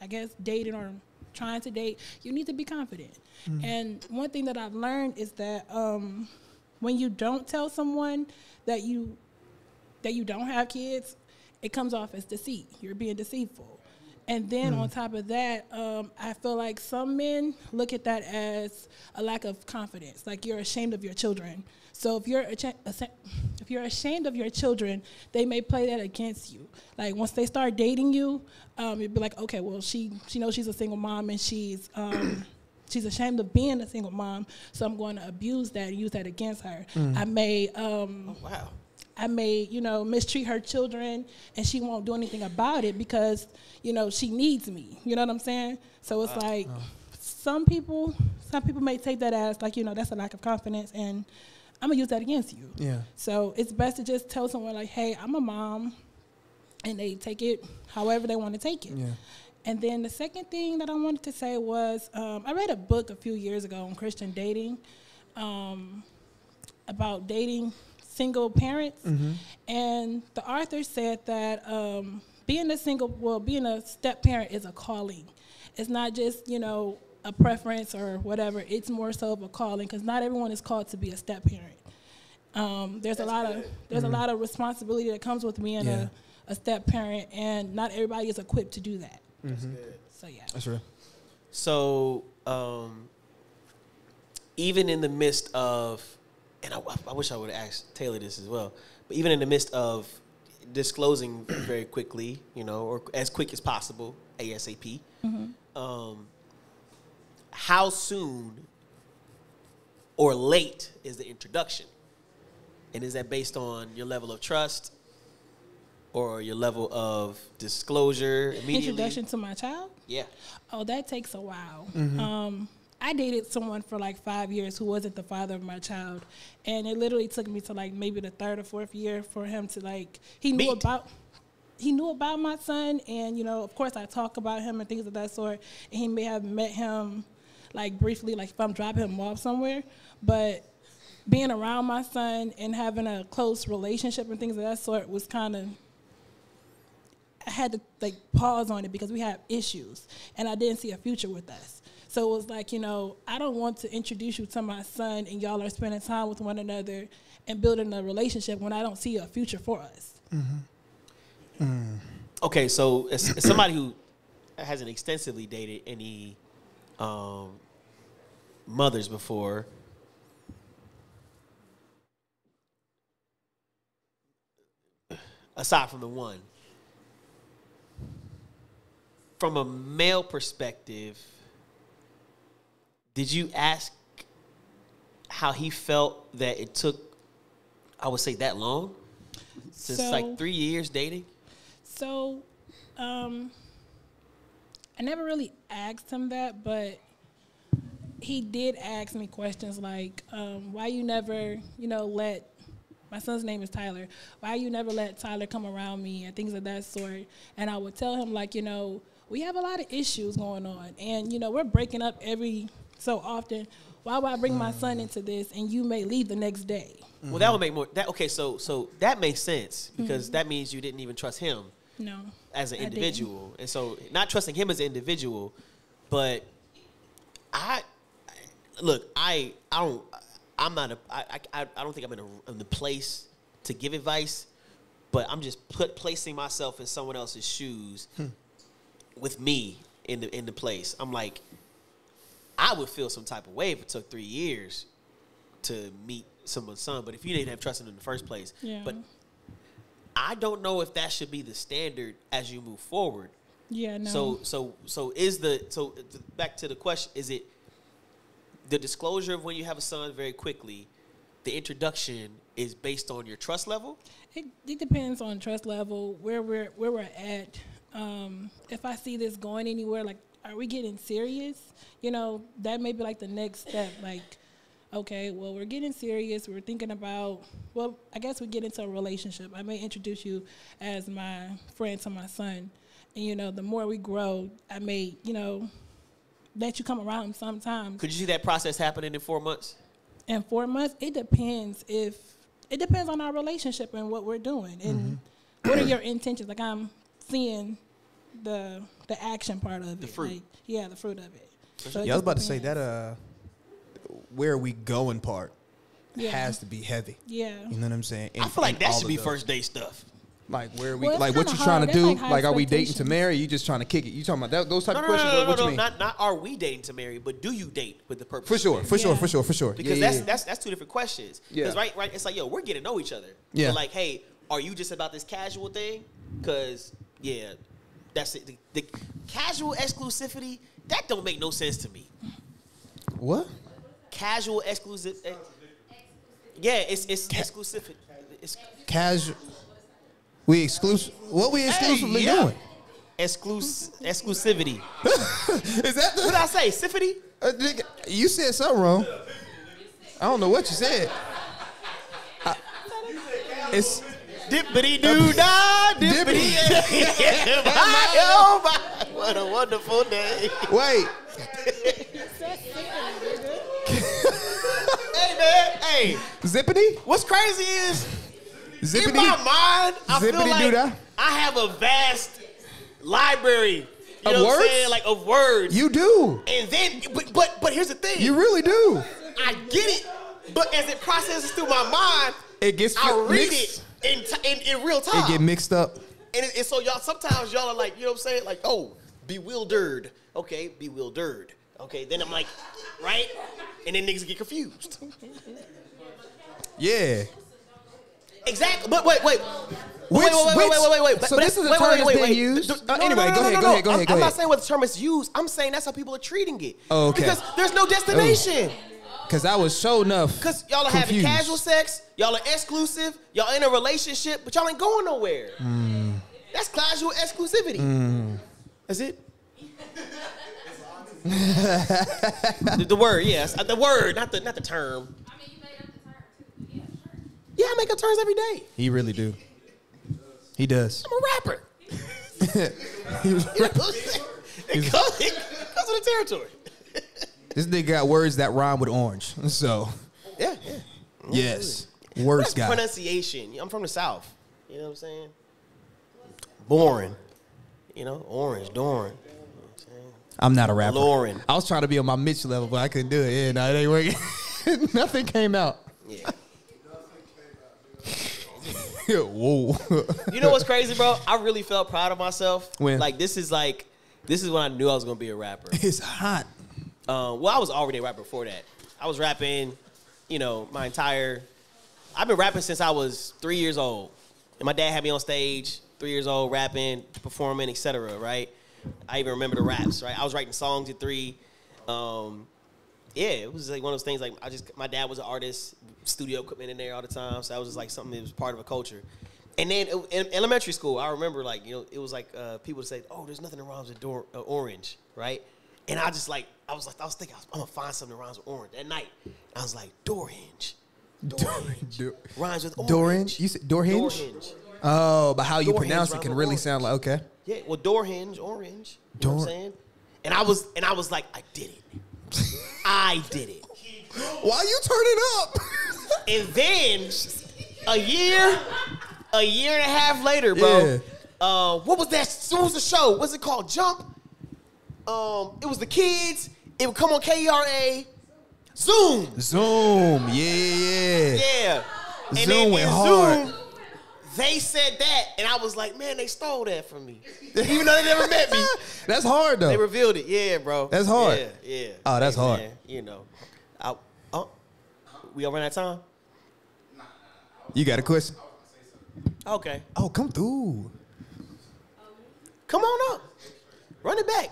Speaker 8: I guess, dating or trying to date, you need to be confident. And one thing that I've learned is that um, when you don't tell someone that you that you don't have kids, it comes off as deceit. You're being deceitful. And then on top of that, um, I feel like some men look at that as a lack of confidence. Like you're ashamed of your children. So if you're acha- asa- if you're ashamed of your children, they may play that against you. Like once they start dating you, um, you'd be like, okay, well she she knows she's a single mom and she's um, <clears throat> she's ashamed of being a single mom. So I'm going to abuse that and use that against her. I may. Um,
Speaker 2: Wow.
Speaker 8: I may, you know, mistreat her children and she won't do anything about it because, you know, she needs me. You know what I'm saying? So
Speaker 1: Uh,
Speaker 8: it's like some people some people may take that as like, you know, that's a lack of confidence and I'm gonna use that against you.
Speaker 1: Yeah.
Speaker 8: So it's best to just tell someone like, hey, I'm a mom and they take it however they want to take it.
Speaker 1: Yeah.
Speaker 8: And then the second thing that I wanted to say was um, I read a book a few years ago on Christian dating um, about dating single parents.
Speaker 1: Mm-hmm.
Speaker 8: And the author said that um, being a single, well, being a step parent is a calling. It's not just, you know, a preference or whatever, it's more so of a calling because not everyone is called to be a step parent. Um, there's a lot of there's a lot of responsibility that comes with being
Speaker 1: Yeah.
Speaker 8: a, a step parent, and not everybody is equipped to do that. So yeah,
Speaker 1: That's real.
Speaker 2: So, um, even in the midst of, and I, I wish I would have asked Taylor this as well, but even in the midst of disclosing <clears throat> very quickly, you know, or as quick as possible, ASAP, um, how soon or late is the introduction? And is that based on your level of trust or your level of disclosure immediately?
Speaker 8: introduction to my child.
Speaker 2: Yeah.
Speaker 8: Oh, that takes a while. Um, I dated someone for like five years who wasn't the father of my child, and it literally took me to like maybe the third or fourth year for him to like he knew
Speaker 2: Meet.
Speaker 8: about he knew about my son, and you know, of course, I talk about him and things of that sort. And he may have met him like briefly, like if I'm dropping him off somewhere, but being around my son and having a close relationship and things of that sort was kind of I had to like pause on it because we have issues and I didn't see a future with us. So it was like, you know, I don't want to introduce you to my son and y'all are spending time with one another and building a relationship when I don't see a future for us.
Speaker 2: Okay, so as, as somebody who hasn't extensively dated any um, mothers before, aside from the one, from a male perspective, did you ask how he felt that it took, I would say, that long? Since
Speaker 8: So-
Speaker 2: like three years dating?
Speaker 8: So, um, I never really asked him that, but he did ask me questions like, um, "Why you never, you know, let my son's name is Tyler. Why you never let Tyler come around me and things of that sort?" And I would tell him like, you know, we have a lot of issues going on, and you know, we're breaking up every so often. Why would I bring my son into this and you may leave the next day?
Speaker 2: Well, that would make more. That okay. So so that makes sense because that means you didn't even trust him
Speaker 8: No.
Speaker 2: as an
Speaker 8: Mm-hmm. I didn't.
Speaker 2: individual, and so not trusting him as an individual, but I I- look. I I don't. I'm not a. I I, I don't think I'm in, a, in the place to give advice, but I'm just put placing myself in someone else's shoes with me in the in the place. I'm like, I would feel some type of way if it took three years to meet someone's son. But if you didn't have trust in them in the first place,
Speaker 8: Yeah.
Speaker 2: but I don't know if that should be the standard as you move forward.
Speaker 8: Yeah. No.
Speaker 2: So so so is the so th- back to the question is it the disclosure of when you have a son very quickly, the introduction is based on your trust level?
Speaker 8: It, it depends on trust level, where we're where we're at. Um, if I see this going anywhere, like are we getting serious? You know, that may be like the next step. Like, okay, well we're getting serious. We're thinking about well, I guess we get into a relationship. I may introduce you as my friend to my son, and you know, the more we grow, I may you know let you come around sometimes.
Speaker 2: Could you see that process happening in four months?
Speaker 8: And four months, it depends if it depends on our relationship and what we're doing and
Speaker 1: Mm-hmm.
Speaker 8: what are your intentions. Like I'm seeing the the action part of it. The
Speaker 2: fruit.
Speaker 8: Like, yeah, the fruit of it. So it
Speaker 1: Yeah, I was
Speaker 8: just
Speaker 1: about to say
Speaker 8: depends.
Speaker 1: that. Uh, where are we going part?
Speaker 8: Yeah.
Speaker 1: has to be heavy.
Speaker 8: Yeah.
Speaker 1: You know what I'm saying? In-
Speaker 2: I feel like
Speaker 1: in
Speaker 2: that
Speaker 1: all
Speaker 2: should
Speaker 1: of
Speaker 2: be
Speaker 1: those.
Speaker 2: first date stuff.
Speaker 1: Like where we
Speaker 8: Well, it's
Speaker 1: like what you
Speaker 8: kinda
Speaker 1: trying to
Speaker 8: hard. That's
Speaker 1: do?
Speaker 8: like high
Speaker 1: Like, are we dating to
Speaker 8: expectations.
Speaker 1: marry? Or you just trying to kick it? You talking about that, those type
Speaker 2: No,
Speaker 1: of
Speaker 2: no, no,
Speaker 1: questions?
Speaker 2: no,
Speaker 1: Like,
Speaker 2: no,
Speaker 1: what you
Speaker 2: no,
Speaker 1: mean?
Speaker 2: not not are we dating to marry, but do you date with the purpose?
Speaker 1: for
Speaker 2: of
Speaker 1: sure,
Speaker 2: marriage?
Speaker 1: for sure,
Speaker 8: Yeah.
Speaker 1: for sure, for sure.
Speaker 2: because
Speaker 1: Yeah,
Speaker 2: that's
Speaker 1: yeah,
Speaker 2: that's that's two different questions. Because
Speaker 1: Yeah.
Speaker 2: right, right, it's like yo, we're getting to know each other.
Speaker 1: Yeah.
Speaker 2: But like, hey, are you just about this casual thing? Because yeah, that's it. The, the casual exclusivity that don't make no sense to me.
Speaker 1: yeah. what?
Speaker 2: Casual exclusive. eh, Yeah, it's it's exclusive. It's
Speaker 1: Casual. We exclusive. What we exclusively
Speaker 2: yeah.
Speaker 1: doing?
Speaker 2: exclus exclusivity.
Speaker 1: Is that
Speaker 2: What
Speaker 1: the?
Speaker 2: did I say? Symphony?
Speaker 1: Uh, nigga, you said something wrong. I don't know what you said. I- it's uh,
Speaker 2: Dippity
Speaker 1: <laughs>
Speaker 2: doo <laughs> da, dippity. <laughs> Oh my, what a wonderful day.
Speaker 1: wait.
Speaker 2: Hey man, hey,
Speaker 1: Zippity,
Speaker 2: what's crazy is in my
Speaker 1: zippity.
Speaker 2: mind, I feel
Speaker 1: zippity
Speaker 2: like
Speaker 1: doo-dah.
Speaker 2: I have a vast library.
Speaker 1: Of
Speaker 2: You know what I'm
Speaker 1: words?
Speaker 2: saying? Like of words.
Speaker 1: You do.
Speaker 2: and then, but, but but here's the thing.
Speaker 1: You really do.
Speaker 2: I get it, but as it processes through my mind,
Speaker 1: It gets
Speaker 2: I read
Speaker 1: mixed.
Speaker 2: it in, t- in in real
Speaker 1: It
Speaker 2: time.
Speaker 1: get mixed up.
Speaker 2: And, it- and so y'all sometimes y'all are like, you know what I'm saying? Like, oh, bewildered. Okay, bewildered. Okay, then I'm like, right? And then niggas get confused.
Speaker 1: Yeah.
Speaker 2: Exactly. But wait, wait.
Speaker 1: Which-
Speaker 2: wait, wait, wait,
Speaker 1: which-
Speaker 2: wait, wait, wait. But-
Speaker 1: so
Speaker 2: but
Speaker 1: this
Speaker 2: it-
Speaker 1: is a
Speaker 2: wait,
Speaker 1: term
Speaker 2: wait,
Speaker 1: that's
Speaker 2: wait,
Speaker 1: being
Speaker 2: wait.
Speaker 1: used?
Speaker 2: Th- no,
Speaker 1: Uh,
Speaker 2: no,
Speaker 1: anyway,
Speaker 2: no,
Speaker 1: go
Speaker 2: no,
Speaker 1: ahead,
Speaker 2: no,
Speaker 1: go
Speaker 2: no.
Speaker 1: ahead, go
Speaker 2: I'm-
Speaker 1: ahead, go
Speaker 2: I'm
Speaker 1: ahead.
Speaker 2: not saying what the term is used. I'm saying that's how people are treating it.
Speaker 1: Okay.
Speaker 2: Because there's no destination.
Speaker 1: Cause I was so enough.
Speaker 2: Because y'all are having
Speaker 1: confused.
Speaker 2: casual sex, y'all are exclusive, y'all in a relationship, but y'all ain't going nowhere.
Speaker 1: Hmm.
Speaker 2: That's casual exclusivity. That's it. the, the word, yes. Uh, The word, not the not the term.
Speaker 5: I mean, you made up the term too. Yeah, sure.
Speaker 2: Yeah, I make up terms every day.
Speaker 1: He really do. He <laughs> does.
Speaker 2: I'm a rapper.
Speaker 1: He was-
Speaker 2: You know what I'm saying? It comes, it comes with the territory.
Speaker 1: this nigga got words that rhyme with orange. So
Speaker 2: Yeah, yeah.
Speaker 1: yes, words
Speaker 2: That's
Speaker 1: guy.
Speaker 2: pronunciation. I'm from the South. You know what I'm saying? Boring. You know, orange, Doran.
Speaker 1: I'm not a rapper.
Speaker 2: Lauren.
Speaker 1: I was trying to be on my Mitch level, but I couldn't do it. Yeah, no, it ain't working. <laughs> Nothing came out.
Speaker 2: Yeah.
Speaker 1: Whoa. <laughs>
Speaker 2: You know what's crazy, bro? I really felt proud of myself.
Speaker 1: When?
Speaker 2: Like this is like this is when I knew I was gonna be a rapper.
Speaker 1: it's hot.
Speaker 2: Um, well, I was already a rapper before that. I was rapping, you know, my entire. I've been rapping since I was three years old, and my dad had me on stage, three years old, rapping, performing, etc. Right? I even remember the raps. Right? I was writing songs at three. Um, yeah, it was like one of those things. Like I just, my dad was an artist, studio equipment in there all the time, so that was just like something that was part of a culture. And then uh, in elementary school, I remember like you know it was like uh, people would say, "Oh, there's nothing that rhymes with door, uh, orange," right? And I just like I was like I was thinking I was, I'm gonna find something that rhymes with orange that night. I was like door hinge, door hinge
Speaker 1: Do-
Speaker 2: rhymes with orange.
Speaker 1: Door hinge? You said door hinge?
Speaker 2: hinge.
Speaker 1: Oh, but how you
Speaker 2: Door hands
Speaker 1: pronounce it
Speaker 2: rhyme
Speaker 1: can
Speaker 2: with
Speaker 1: really
Speaker 2: orange.
Speaker 1: sound like okay.
Speaker 2: Yeah, well, door hinge, orange. You know what
Speaker 1: Door-
Speaker 2: I'm saying? And I was and I was like, I did it. I did it.
Speaker 1: <laughs> Why you turn it up?
Speaker 2: And then a year, a year and a half later, bro. Uh, what was that? What was the show? What's it called? Jump. Um, it was the kids. It would come on KRA. Zoom.
Speaker 1: <laughs> Zoom. Yeah, yeah, yeah.
Speaker 2: Yeah. And
Speaker 1: Zoom
Speaker 2: then
Speaker 1: went
Speaker 2: in
Speaker 1: hard.
Speaker 2: Zoom, they said that, and I was like, man, they stole that from me. <laughs> Even though they never met
Speaker 1: <laughs>
Speaker 2: me,
Speaker 1: That's hard though.
Speaker 2: they revealed it. Yeah, bro.
Speaker 1: That's hard.
Speaker 2: Yeah, yeah.
Speaker 1: Oh, that's
Speaker 2: Hey,
Speaker 1: hard.
Speaker 2: man, you know, I, oh, we all ran out of time.
Speaker 1: you got a question?
Speaker 2: Okay.
Speaker 1: Oh, come through.
Speaker 2: Come on up. Run it back.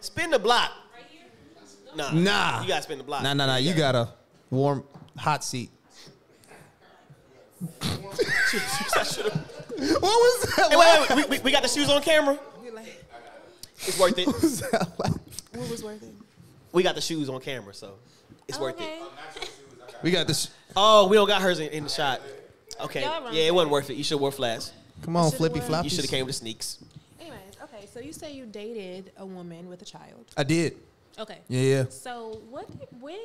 Speaker 2: Spin the block. Nah.
Speaker 1: Nah.
Speaker 2: You gotta spin the block.
Speaker 1: Nah, nah, nah. You got a warm, hot seat.
Speaker 2: <laughs>
Speaker 1: <laughs> what was that?
Speaker 2: Hey, wait, wait, wait. We, we, we got the shoes on camera. It's worth it.
Speaker 1: What was that like?
Speaker 13: What was worth it?
Speaker 2: We got the shoes on camera, so it's worth it.
Speaker 1: We got this.
Speaker 2: Oh, we don't got hers in, in the shot. Okay.
Speaker 6: Y'all wrong.
Speaker 2: Yeah, it wasn't worth it. You should have wore flats.
Speaker 1: Come on,
Speaker 6: should've
Speaker 1: flippy
Speaker 6: won.
Speaker 1: floppy.
Speaker 2: You should have came with the sneaks.
Speaker 6: Anyways, okay, so you say you dated a woman with a child.
Speaker 1: I did.
Speaker 6: Okay.
Speaker 1: Yeah, yeah.
Speaker 6: So what when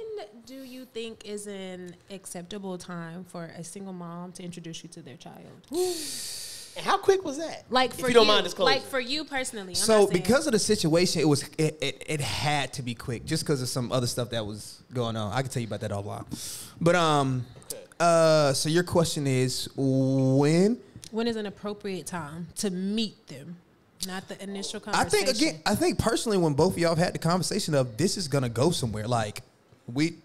Speaker 6: do you think is an acceptable time for a single mom to introduce you to their child?
Speaker 2: And how quick was that?
Speaker 6: Like
Speaker 2: If
Speaker 6: for
Speaker 2: you don't mind disclosing.
Speaker 6: Like for you personally. I'm
Speaker 1: So
Speaker 6: not saying-
Speaker 1: because of the situation, it was it, it, it had to be quick, just because of some other stuff that was going on. I can tell you about that offline, but um, Uh, so your question is when?
Speaker 6: When is an appropriate time to meet them? Not the initial
Speaker 1: I
Speaker 6: conversation.
Speaker 1: think again. I think personally, when both of y'all have had the conversation of this is gonna go somewhere. Like we,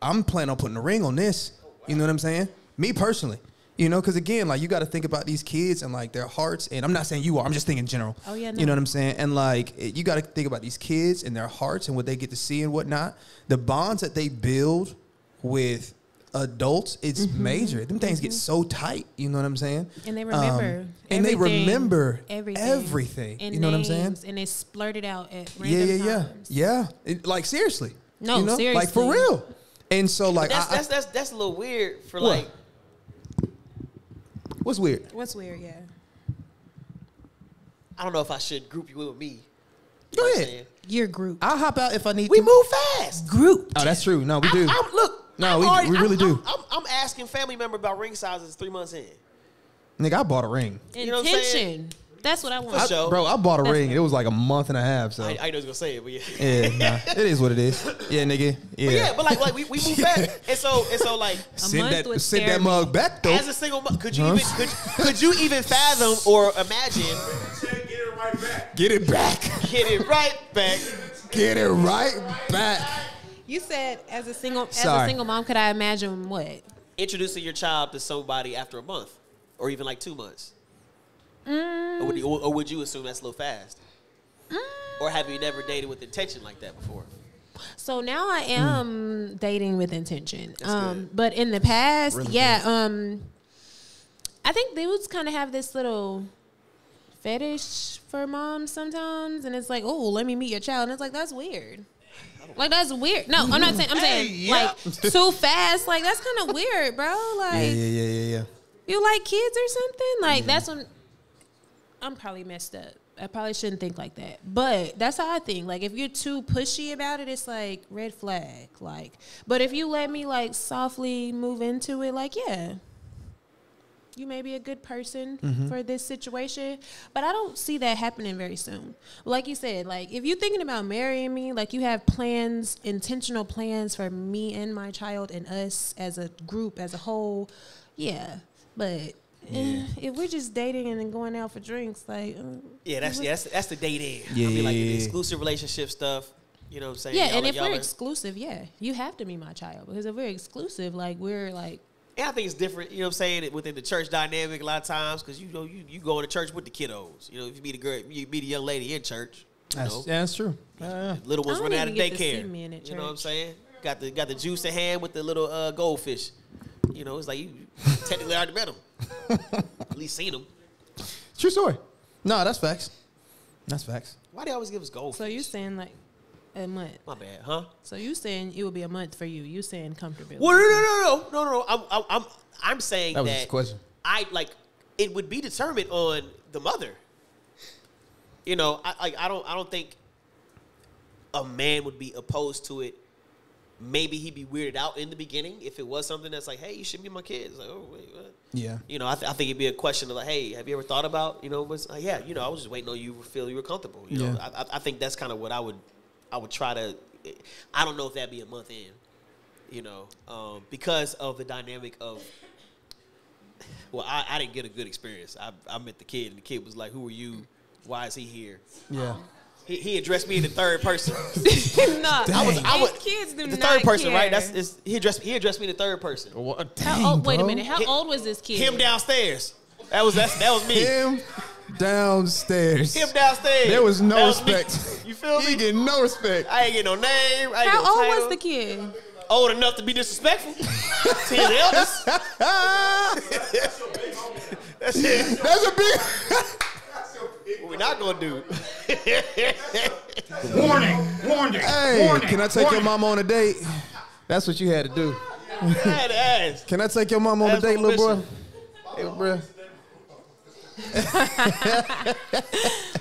Speaker 1: I'm planning on putting a ring on this. You know what I'm saying? Me personally, you know, because again, like you got to think about these kids and like their hearts. And I'm not saying you are. I'm just thinking in general.
Speaker 6: Oh, yeah,
Speaker 1: You know
Speaker 6: no.
Speaker 1: what I'm saying? And like it- you got to think about these kids and their hearts and what they get to see and whatnot. The bonds that they build with adults, it's
Speaker 6: Mm-hmm.
Speaker 1: major. Them things get so tight. You know what I'm saying?
Speaker 6: And they
Speaker 1: Um,
Speaker 6: remember.
Speaker 1: and they
Speaker 6: everything,
Speaker 1: remember
Speaker 6: everything.
Speaker 1: everything.
Speaker 6: And
Speaker 1: you know what I'm saying?
Speaker 6: names, And it's splurted out at
Speaker 1: yeah,
Speaker 6: random
Speaker 1: yeah, yeah,
Speaker 6: times.
Speaker 1: yeah. It- like seriously.
Speaker 6: No,
Speaker 1: Like for
Speaker 6: seriously.
Speaker 1: real. And so like,
Speaker 2: That's
Speaker 1: I, I-
Speaker 2: that's that's that's a little weird for
Speaker 1: What?
Speaker 2: like.
Speaker 1: what's weird?
Speaker 6: What's weird? Yeah.
Speaker 2: I don't know if I should group you with me. You
Speaker 1: Go
Speaker 2: know what I'm
Speaker 1: ahead.
Speaker 2: saying?
Speaker 6: Your group.
Speaker 1: I'll hop out if I need
Speaker 2: We
Speaker 1: to.
Speaker 2: move fast.
Speaker 6: group.
Speaker 1: Oh, that's true. No, we do.
Speaker 2: I'm, look.
Speaker 1: No,
Speaker 2: I'm
Speaker 1: we- we really
Speaker 2: I'm,
Speaker 1: do.
Speaker 2: I'm, I'm asking family member about ring sizes three months in.
Speaker 1: Nigga, I bought a ring.
Speaker 2: You know what I'm saying?
Speaker 6: Intention. That's what I want.
Speaker 2: For
Speaker 1: I-
Speaker 2: sure.
Speaker 1: bro, I bought a ring. It was like a month and a half. So
Speaker 2: I, I know he's gonna say it, but yeah.
Speaker 1: yeah, nah, it is what it is. Yeah, nigga. Yeah.
Speaker 2: But <laughs> yeah, but like, like we, we move fast, and so and so like.
Speaker 1: send
Speaker 6: month
Speaker 1: that
Speaker 6: with
Speaker 1: send that
Speaker 6: therapy.
Speaker 1: mug back though.
Speaker 2: As a single, mo- could you
Speaker 1: Huh?
Speaker 2: even could, could you even fathom or imagine
Speaker 1: Get it back. <laughs>
Speaker 2: getting right back?
Speaker 1: Get it right back.
Speaker 6: You said as a single as
Speaker 1: Sorry.
Speaker 6: a single mom, could I imagine what?
Speaker 2: introducing your child to somebody after a month or even like two months? Or, would you, or, or would you assume that's a little fast? Or have you never dated with intention like that before?
Speaker 6: So now I am dating with intention.
Speaker 2: That's
Speaker 6: Um,
Speaker 2: good.
Speaker 6: but in the past,
Speaker 1: Really
Speaker 6: yeah, um, I think dudes kind of have this little fetish for moms sometimes, and it's like, oh, let me meet your child, and it's like that's weird. Like that's weird. No, I'm not saying. I'm saying like too fast. Like that's kind of weird, bro. Like
Speaker 1: Yeah, yeah, yeah, yeah, yeah.
Speaker 6: you like kids or something? Like that's when I'm probably messed up. I probably shouldn't think like that. But that's how I think. Like if you're too pushy about it, it's like red flag. Like but if you let me like softly move into it, like yeah. You may be a good person
Speaker 2: Mm-hmm.
Speaker 6: for this situation, but I don't see that happening very soon. Like you said, like if you're thinking about marrying me, like you have plans, intentional plans for me and my child and us as a group as a whole, yeah, but eh, if we're just dating and then going out for drinks, like uh,
Speaker 2: Yeah, that's yeah, that's, that's the date in.
Speaker 1: Yeah,
Speaker 2: I mean, like
Speaker 1: yeah,
Speaker 2: the
Speaker 1: yeah.
Speaker 2: exclusive relationship stuff. You know what I'm saying?
Speaker 6: yeah.
Speaker 2: Y'all
Speaker 6: And
Speaker 2: are-
Speaker 6: if
Speaker 2: y'all
Speaker 6: we're
Speaker 2: are-
Speaker 6: exclusive, yeah, you have to be my child because if we're exclusive, like we're like
Speaker 2: and I think it's different. You know what I'm saying? it- Within the church dynamic, a lot of times because you know you you go to church with the kiddos. You know, if you be the girl, you be the young lady in church. You
Speaker 1: That's,
Speaker 2: know,
Speaker 1: yeah, that's true. Yeah.
Speaker 2: little ones
Speaker 6: I don't
Speaker 2: running out of
Speaker 6: even get to see
Speaker 2: daycare.
Speaker 6: men at
Speaker 2: You know what I'm
Speaker 6: church.
Speaker 2: saying? Got the got the juice in hand with the little uh, goldfish. You know, it's like you
Speaker 1: <laughs>
Speaker 2: technically already met them. At least seen them.
Speaker 1: True story. No, that's facts. That's facts.
Speaker 2: Why they always give us goldfish?
Speaker 6: so you saying like a month.
Speaker 2: My bad, huh?
Speaker 6: So you saying it would be a month for you? You saying comfortability?
Speaker 2: Well, no, no, no, no, no, no. I'm I'm I'm, I'm saying
Speaker 1: That
Speaker 2: that,
Speaker 1: was his question.
Speaker 2: I like it would be determined on the mother. You know, I like I don't I don't think a man would be opposed to it. Maybe he'd be weirded out in the beginning if it was something that's like, hey, you should be my kids. Like, oh wait, what?
Speaker 1: Yeah.
Speaker 2: you know, I, th- I think it'd be a question of like, hey, have you ever thought about, you know, what's, like, yeah, you know, I was just waiting on you to feel you were comfortable. You know,
Speaker 1: Yeah.
Speaker 2: I, I- I think that's kind of what I would, I would try to, I don't know if that'd be a month in, you know, um, because of the dynamic of, well, I, I didn't get a good experience. I, I met the kid and the kid was like, who are you? Why is he here?
Speaker 1: Yeah.
Speaker 2: He, he addressed me in the third person.
Speaker 6: <laughs> no,
Speaker 1: I was-
Speaker 2: I
Speaker 6: These
Speaker 2: would-
Speaker 6: kids do
Speaker 2: the
Speaker 6: not
Speaker 2: third person, right?
Speaker 6: care.
Speaker 2: That's it's, he addressed he addressed me in the third person.
Speaker 1: What?
Speaker 6: How old, wait a minute. How
Speaker 2: Hit-
Speaker 6: old was this kid?
Speaker 2: Him downstairs. That was that's, that was me.
Speaker 1: <laughs> Him downstairs.
Speaker 2: him downstairs.
Speaker 1: There was no
Speaker 2: That
Speaker 1: <laughs>
Speaker 2: me.
Speaker 1: respect.
Speaker 2: <laughs> You feel
Speaker 1: He
Speaker 2: me?
Speaker 1: getting no <laughs> respect.
Speaker 2: I ain't get no name. I ain't
Speaker 6: How
Speaker 2: get no
Speaker 6: old
Speaker 2: title.
Speaker 6: was the kid?
Speaker 2: Old enough to be
Speaker 1: <laughs>
Speaker 2: disrespectful to his elders. That's it.
Speaker 1: Ah! That's a big.
Speaker 2: What we not gonna do?
Speaker 1: Hey, can I take your mama on a date? That's what you had to do.
Speaker 2: That ass.
Speaker 1: Can I take your mama on a
Speaker 2: That's
Speaker 1: date,
Speaker 2: what
Speaker 1: little boy?
Speaker 2: I'm
Speaker 1: Hey, <laughs> bruh.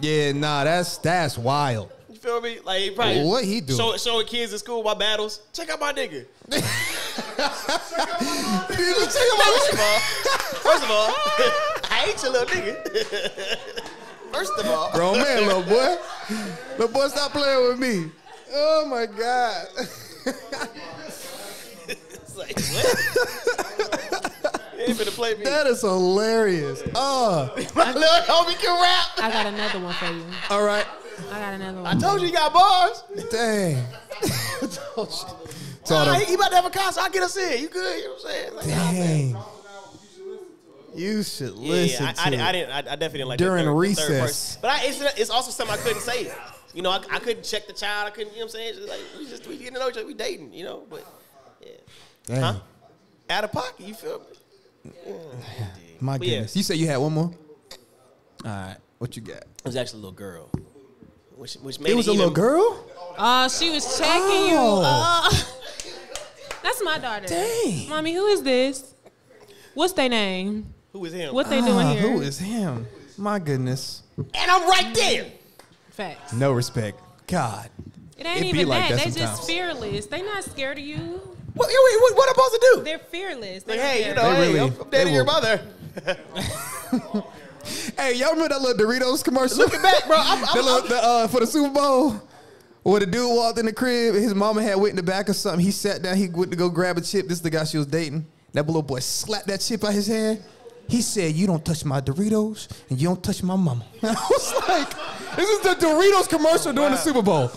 Speaker 1: yeah, nah, that's that's wild.
Speaker 2: You feel me? Like he probably
Speaker 1: What he doing?
Speaker 2: Show, showing kids in school my battles. Check out my nigga. First of all, first
Speaker 1: <laughs>
Speaker 2: of all, I ain't your little nigga. First of all,
Speaker 1: <laughs> Bro, man, little boy. Little boy, stop playing with me. Oh my god. <laughs>
Speaker 2: it's like what? finna play me.
Speaker 12: That is hilarious. Uh,
Speaker 2: My little homie can rap.
Speaker 6: I got another one for you.
Speaker 12: all right.
Speaker 6: I got another
Speaker 2: I
Speaker 6: one.
Speaker 2: told you he got bars.
Speaker 1: <laughs>
Speaker 12: Dang.
Speaker 1: Oh,
Speaker 12: It's
Speaker 2: Nah,
Speaker 12: all the-
Speaker 2: he, he about to have a concert. I'll get us in. You good? You know what I'm saying? Like,
Speaker 12: Dang.
Speaker 1: You should
Speaker 2: Yeah,
Speaker 1: listen
Speaker 2: yeah, I,
Speaker 1: to
Speaker 2: I, I
Speaker 1: it.
Speaker 2: didn't. I, I definitely didn't like
Speaker 12: During
Speaker 2: the third, the third
Speaker 12: recess.
Speaker 2: person. but I, it's, it's also something I couldn't say. You know, I, I couldn't check the child. I couldn't. You know what I'm saying? It's just like we just we getting to know each other. We dating. You know, but yeah,
Speaker 12: Dang.
Speaker 2: huh? Out of pocket. You feel me?
Speaker 1: My
Speaker 2: But yeah.
Speaker 1: goodness. You said you had one more? All right. What you got?
Speaker 2: It was actually a little girl, which which made
Speaker 1: it was a little
Speaker 2: even-
Speaker 1: girl?
Speaker 6: Oh, she was checking you. Oh. <laughs> That's my daughter.
Speaker 1: Dang.
Speaker 6: Mommy, who is this? What's their name?
Speaker 2: Who was him?
Speaker 6: What they
Speaker 1: Ah,
Speaker 6: doing here?
Speaker 1: who is him? My goodness.
Speaker 2: And I'm right there.
Speaker 6: Facts.
Speaker 1: No respect. God.
Speaker 6: It ain't
Speaker 1: It be
Speaker 6: even
Speaker 1: like
Speaker 6: that.
Speaker 1: that
Speaker 6: they
Speaker 1: sometimes.
Speaker 6: just fearless. They not scared of you.
Speaker 2: What, what, what, what am I supposed to do?
Speaker 6: They're fearless. They
Speaker 2: Like,
Speaker 6: don't
Speaker 2: hey,
Speaker 6: care.
Speaker 2: you know,
Speaker 1: They
Speaker 2: hey,
Speaker 1: really-
Speaker 2: I'm, I'm dating
Speaker 1: they
Speaker 2: your
Speaker 1: will-
Speaker 2: mother.
Speaker 1: Hey, y'all remember that little Doritos commercial?
Speaker 2: Look at that, bro. I'm-
Speaker 1: <laughs>
Speaker 2: I'm-
Speaker 1: The little- the, uh, for the Super Bowl, where the dude walked in the crib, his mama had went in the back or something. He sat down. He went to go grab a chip. This is the guy she was dating. That little boy slapped that chip out his hand. He said, "You don't touch my Doritos, and you don't touch my mama." <laughs> I was like, "This is the Doritos commercial during the Super Bowl,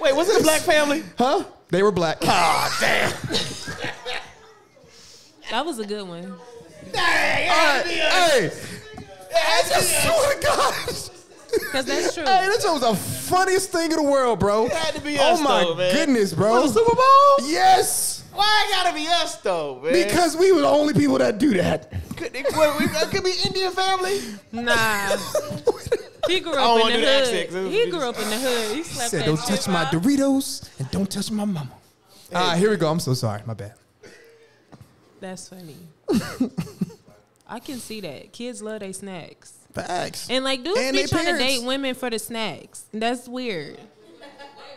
Speaker 2: Wait, was it a black family?
Speaker 1: huh?" They were
Speaker 2: <laughs>
Speaker 1: black.
Speaker 2: Oh, damn.
Speaker 6: That was a good one.
Speaker 1: Hey, hey, I just swear to God. <laughs>
Speaker 6: Because that's true.
Speaker 1: Hey, that was the funniest thing in the world, bro. It
Speaker 2: had to be
Speaker 1: Oh
Speaker 2: us,
Speaker 1: my
Speaker 2: though, man.
Speaker 1: goodness, bro.
Speaker 2: For the Super Bowl?
Speaker 1: Yes,
Speaker 2: Why it gotta be us though, man?
Speaker 1: because we were the only people that do that.
Speaker 2: could, it, what, we, it could be Indian family.
Speaker 6: Nah. He grew
Speaker 2: don't
Speaker 6: up
Speaker 2: wanna
Speaker 6: in
Speaker 2: do
Speaker 6: the
Speaker 2: the
Speaker 6: hood.
Speaker 2: accent, 'cause
Speaker 6: he
Speaker 2: we
Speaker 6: grew up in the hood. He
Speaker 1: He
Speaker 6: slept
Speaker 1: said,
Speaker 6: that
Speaker 1: "Don't
Speaker 6: shit
Speaker 1: touch my
Speaker 6: out."
Speaker 1: Doritos and don't touch my mama." Ah, here we go. I'm so sorry. My bad.
Speaker 6: That's funny. <laughs> I can see that. Kids love their snacks.
Speaker 1: Facts.
Speaker 6: And like dudes
Speaker 1: And
Speaker 6: be
Speaker 1: they
Speaker 6: trying
Speaker 1: parents.
Speaker 6: to date women for the snacks. That's weird.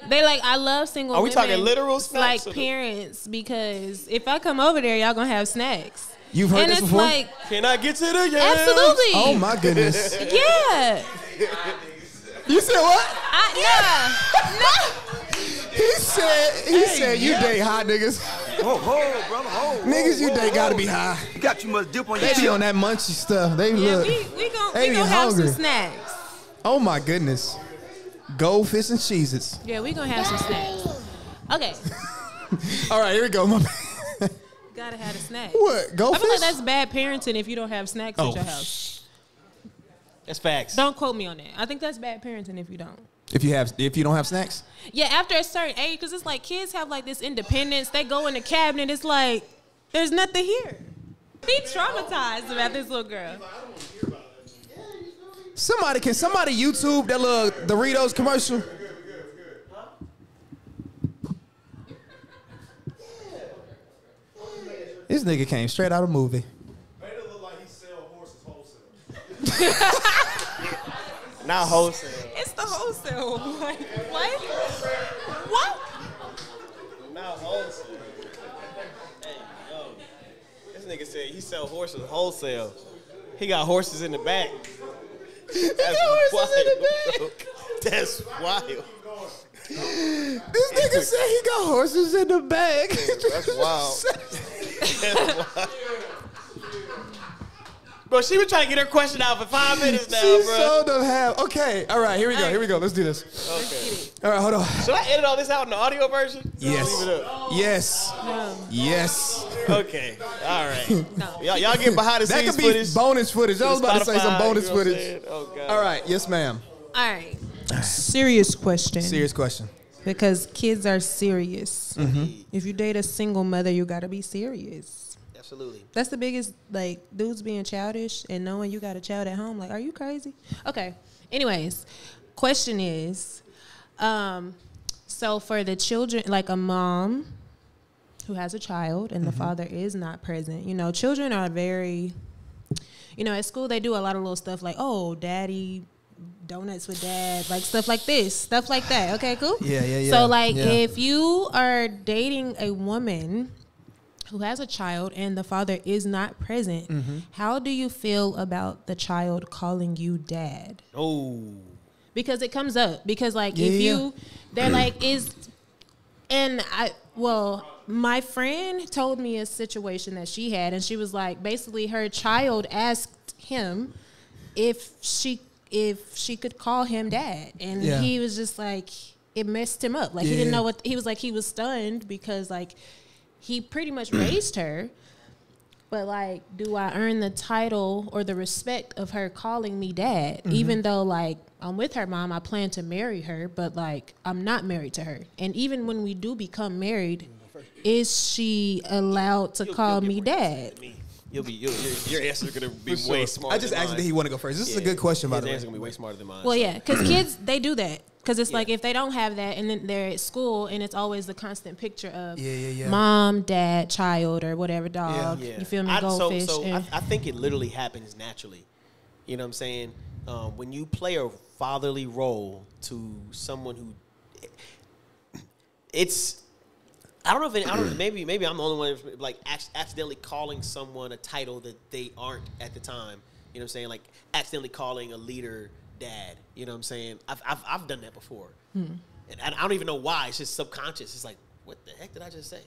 Speaker 6: They like I love single.
Speaker 2: Are we
Speaker 6: women,
Speaker 2: talking literal snacks or
Speaker 6: Like
Speaker 2: the-
Speaker 6: parents, because if I come over there, y'all gonna have snacks.
Speaker 1: You've heard
Speaker 6: and
Speaker 1: this
Speaker 6: it's
Speaker 1: before?
Speaker 6: like
Speaker 2: Can I get to the yams?
Speaker 6: absolutely,
Speaker 1: oh my
Speaker 14: <laughs>
Speaker 1: goodness.
Speaker 6: yeah,
Speaker 1: you said what?
Speaker 6: I,
Speaker 1: He said. He said you date hot niggas.
Speaker 14: Whoa, whoa, brother, whoa.
Speaker 1: <laughs> Niggas you date gotta be high.
Speaker 14: Got you much dip on your
Speaker 1: They be on that munchy stuff. They
Speaker 6: yeah,
Speaker 1: look.
Speaker 6: yeah. We we gonna
Speaker 1: They
Speaker 6: we
Speaker 1: be
Speaker 6: gonna have some
Speaker 1: hungry.
Speaker 6: snacks.
Speaker 1: Oh my goodness. Goldfish and cheeses.
Speaker 6: Yeah, we gonna have some snacks. Okay,
Speaker 1: All right, here we go. My bad.
Speaker 6: gotta have a snack.
Speaker 1: What?
Speaker 6: I feel like
Speaker 1: Goldfish?
Speaker 6: that's bad parenting if you don't have snacks
Speaker 1: Oh.
Speaker 6: at your house.
Speaker 2: That's facts.
Speaker 6: Don't quote me on that. I think that's bad parenting if you don't.
Speaker 1: If you have, if you don't have snacks,
Speaker 6: Yeah, after a certain age, because it's like kids have like this independence. They go in the cabinet. It's like there's nothing here. He traumatized about this little girl.
Speaker 1: somebody can somebody YouTube that little Doritos commercial. This nigga came straight out of movie.
Speaker 2: <laughs> Not wholesale.
Speaker 6: It's the wholesale. <laughs> Like what? What?
Speaker 2: Not wholesale. Hey, yo. This nigga said he sell horses wholesale. He got horses in the back. That's
Speaker 1: horses in the
Speaker 2: wild, bro. <laughs> That's wild.
Speaker 1: This nigga said he got horses in the bag. <laughs>
Speaker 2: That's wild. <laughs> Bro, she was trying to get her question out for five minutes now,
Speaker 1: she
Speaker 2: bro.
Speaker 1: sold them half. Okay, all right, here we go. Here we go. Let's do this. All right, hold on.
Speaker 2: Should I edit all this out in the audio version?
Speaker 1: Yes.
Speaker 2: Leave it up.
Speaker 1: Yes.
Speaker 6: No,
Speaker 1: Yes.
Speaker 2: Okay. All right.
Speaker 6: no.
Speaker 2: Y'all, y'all get behind the
Speaker 1: That
Speaker 2: scenes
Speaker 1: could be
Speaker 2: footage.
Speaker 1: bonus footage. I was about to say some
Speaker 2: Spotify,
Speaker 1: bonus
Speaker 2: you know what I'm
Speaker 1: footage.
Speaker 2: saying? Oh, God.
Speaker 1: All right. Yes, ma'am.
Speaker 6: All right. Serious question.
Speaker 1: Serious question.
Speaker 6: Because kids are serious. If you date a single mother, you gotta be serious.
Speaker 2: Absolutely.
Speaker 6: That's the biggest like dudes being childish and knowing you got a child at home. Like, are you crazy? Okay. Anyways, question is, um, so for the children, like a mom who has a child
Speaker 1: Mm-hmm.
Speaker 6: and the father is not present, you know, children are very, you know, at school they do a lot of little stuff like, oh, daddy. Donuts with dad, like stuff like this, stuff like that. Okay, cool.
Speaker 1: Yeah, yeah, yeah.
Speaker 6: So, like,
Speaker 1: Yeah.
Speaker 6: if you are dating a woman who has a child and the father is not present, how do you feel about the child calling you dad?
Speaker 2: Oh.
Speaker 6: Because it comes up. Because like if
Speaker 1: Yeah, yeah,
Speaker 6: you, they're like is, and I well my friend told me a situation that she had, and she was like, basically, her child asked him if she if she could call him dad, and
Speaker 1: Yeah.
Speaker 6: he was just like, it messed him up. Like he
Speaker 1: Yeah.
Speaker 6: didn't know what he was like. He was stunned because like he pretty much raised her. But like, do I earn the title or the respect of her calling me dad? Even though like I'm with her mom, I plan to marry her, but like I'm not married to her. And even when we do become married, is she allowed to call me dad?
Speaker 2: You'll be you'll, your, your answer's gonna be
Speaker 1: For
Speaker 2: way
Speaker 1: sure.
Speaker 2: smarter.
Speaker 1: I just
Speaker 2: than
Speaker 1: asked
Speaker 2: mine.
Speaker 1: that he want to go first. This is a
Speaker 2: Yeah.
Speaker 1: good question, by
Speaker 2: His
Speaker 1: the way.
Speaker 2: answer's gonna be way smarter than mine.
Speaker 6: Well,
Speaker 2: so. <clears throat>
Speaker 6: yeah, because kids they do that. Because it's like if they don't have that, and then they're at school, and it's always the constant picture of
Speaker 1: Yeah, yeah, yeah.
Speaker 6: mom, dad, child, or whatever dog.
Speaker 2: Yeah.
Speaker 6: You feel me?
Speaker 2: I, so
Speaker 6: Goldfish.
Speaker 2: so
Speaker 6: and-
Speaker 2: I, I think it literally happens naturally. You know what I'm saying? Um, when you play a fatherly role to someone who, it's, I don't know if it, I don't maybe maybe I'm the only one who's, like ac- accidentally calling someone a title that they aren't at the time. You know what I'm saying? Like accidentally calling a leader dad. You know what I'm saying? I've I've, I've done that before, and I I don't even know why. It's just subconscious. It's like what the heck did I just say?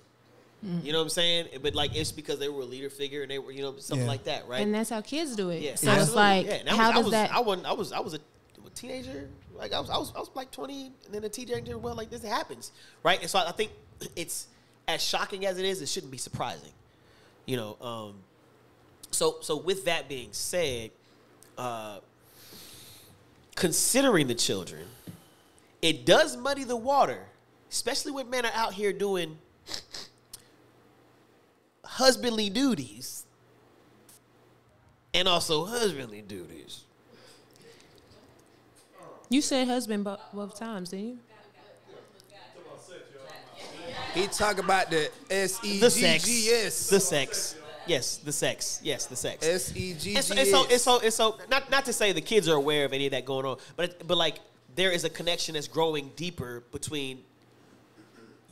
Speaker 2: You know what I'm saying? But like it's because they were a leader figure and they were you know something
Speaker 1: Yeah.
Speaker 2: like that, right?
Speaker 6: and that's how kids do it.
Speaker 2: yeah,
Speaker 6: So it's
Speaker 2: absolutely.
Speaker 6: like,
Speaker 2: yeah. And
Speaker 6: how
Speaker 2: I was,
Speaker 6: does
Speaker 2: I was,
Speaker 6: that?
Speaker 2: I wasn't. I was. I was a, a teenager. Like I was. I was. I was like 20, and then a teenager. Well, like this happens, right? And so I, I think it's as shocking as it is. It shouldn't be surprising, you know. Um, so so with that being said, uh, considering the children, it does muddy the water, especially when men are out here doing husbandly duties and also husbandly duties.
Speaker 6: You said husband bo- both times, didn't you?
Speaker 1: He talk about the S E
Speaker 2: The
Speaker 1: G
Speaker 2: sex.
Speaker 1: G S.
Speaker 2: The sex. Yes, the sex. Yes, the sex.
Speaker 1: S E G G
Speaker 2: And so, and so, and
Speaker 1: S.
Speaker 2: so, and so not, not to say the kids are aware of any of that going on, but, it- but like there is a connection that's growing deeper between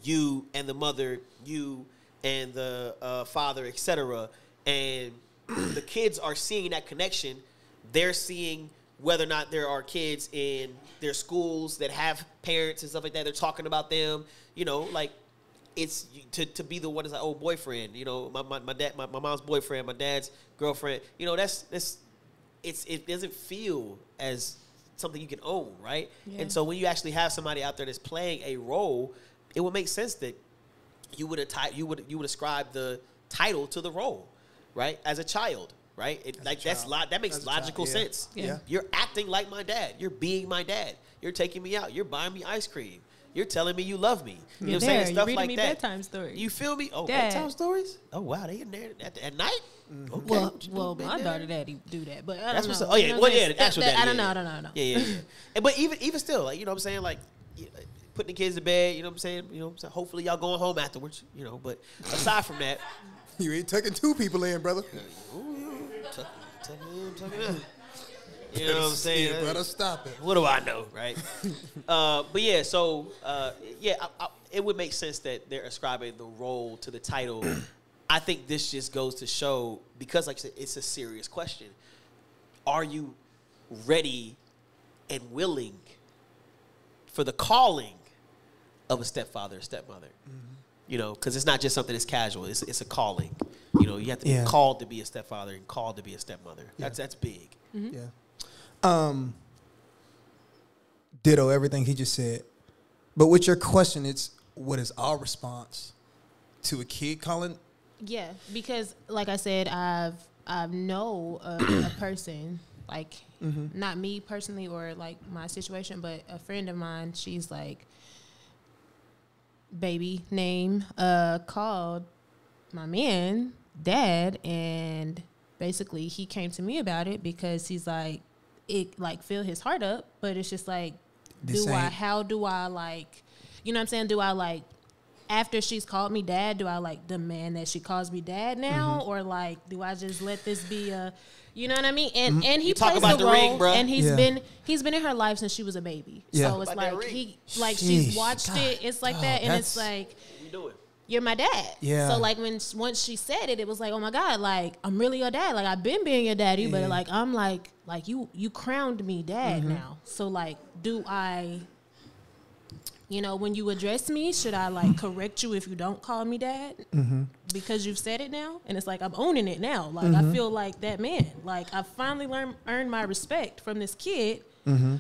Speaker 2: you and the mother, you and the uh, father, etc. And <clears throat> the kids are seeing that connection. They're seeing whether or not there are kids in their schools that have parents and stuff like that. They're talking about them. You know, like it's to, to be the one that's like, oh, boyfriend. You know, my, my, my dad, my, my mom's boyfriend, my dad's girlfriend. You know, that's that's it's it doesn't feel as something you can own, right?
Speaker 6: Yeah.
Speaker 2: And so when you actually have somebody out there that's playing a role, it would make sense that you would atti- you would you would ascribe the title to the role, right? As a child, right? It, like that's lo- that makes
Speaker 1: As a child,
Speaker 2: logical
Speaker 1: yeah.
Speaker 2: sense.
Speaker 1: Yeah. Yeah.
Speaker 2: You're acting like my dad. You're being my dad. You're taking me out. You're buying me ice cream. You're telling me you love me. You know what I'm
Speaker 6: there.
Speaker 2: saying?
Speaker 6: You
Speaker 2: Stuff
Speaker 6: reading
Speaker 2: like
Speaker 6: me
Speaker 2: that.
Speaker 6: bedtime stories.
Speaker 2: You feel me? Oh,
Speaker 6: Dad.
Speaker 2: bedtime stories? Oh wow, they in there at, at night?
Speaker 1: Mm-hmm.
Speaker 2: Okay.
Speaker 6: Well,
Speaker 2: What you
Speaker 6: well,
Speaker 2: doing,
Speaker 6: my
Speaker 2: baby?
Speaker 6: daughter daddy do that, but I don't
Speaker 2: That's
Speaker 6: know.
Speaker 2: what's up. Oh yeah,
Speaker 6: You know what
Speaker 2: well
Speaker 6: I'm saying?
Speaker 2: yeah, the actual
Speaker 6: That-
Speaker 2: daddy.
Speaker 6: I don't know.
Speaker 2: yeah.
Speaker 6: I don't know. I don't know.
Speaker 2: Yeah,
Speaker 6: <laughs>
Speaker 2: yeah, yeah. And- but even even still, like you know, what I'm saying, like you- putting the kids to bed. You know, what I'm saying, you know, what I'm saying? hopefully y'all going home afterwards. You know, but aside from that, <laughs>
Speaker 1: You ain't tucking two people in, brother.
Speaker 2: tuck, tuck it in, tuck it in. You know what I'm saying?
Speaker 1: Yeah, brother, stop it.
Speaker 2: What do I know, right? uh, but yeah, so uh, yeah, I, I, it would make sense that they're ascribing the role to the title. I think this just goes to show because, like I said, it's a serious question. Are you ready and willing for the calling of a stepfather or stepmother? You know, because it's not just something that's casual. It's it's a calling. You know, you have to
Speaker 1: Yeah.
Speaker 2: be called to be a stepfather and called to be a stepmother. That's that's big.
Speaker 1: Yeah. Mm-hmm. Um. Ditto everything he just said, but with your question, it's what is our response to a kid calling?
Speaker 6: Yeah, because like I said, I've I know a, a person like not me personally or like my situation, but a friend of mine. She's like baby name uh called my man dad and basically he came to me about it because he's like it like fill his heart up but it's just like
Speaker 1: This
Speaker 6: do i
Speaker 1: ain't-
Speaker 6: how do i like you know what i'm saying do i like after she's called me dad do i like demand that she calls me dad now
Speaker 1: Mm-hmm.
Speaker 6: or like do i just let this be a you know what i mean and and he
Speaker 2: talk
Speaker 6: plays
Speaker 2: about the
Speaker 6: the, role
Speaker 2: ring, bruh.
Speaker 6: and he's
Speaker 1: Mm-hmm. Yeah.
Speaker 6: been he's been in her life since she was a baby
Speaker 1: Yeah.
Speaker 6: so it's
Speaker 2: About that
Speaker 6: like
Speaker 2: ring.
Speaker 6: he like she's
Speaker 1: Sheesh.
Speaker 6: watched it it's like
Speaker 1: God,
Speaker 6: that and it's
Speaker 1: that's-
Speaker 6: like
Speaker 2: What you doing?
Speaker 6: you're my dad.
Speaker 1: Yeah.
Speaker 6: So like when once she said it, it was like, oh my god, like I'm really your dad. Like I've been being your daddy,
Speaker 1: Yeah. Mm-hmm.
Speaker 6: but like I'm like like you you crowned me dad now. So like, do I? you know, when you address me, should I like correct you if you don't call me dad?
Speaker 1: Mm-hmm.
Speaker 6: Because you've said it now, and it's like I'm owning it now. Like
Speaker 1: Mm-hmm.
Speaker 6: I feel like that man. Like I finally learned earned my respect from this kid.
Speaker 1: Mm-hmm.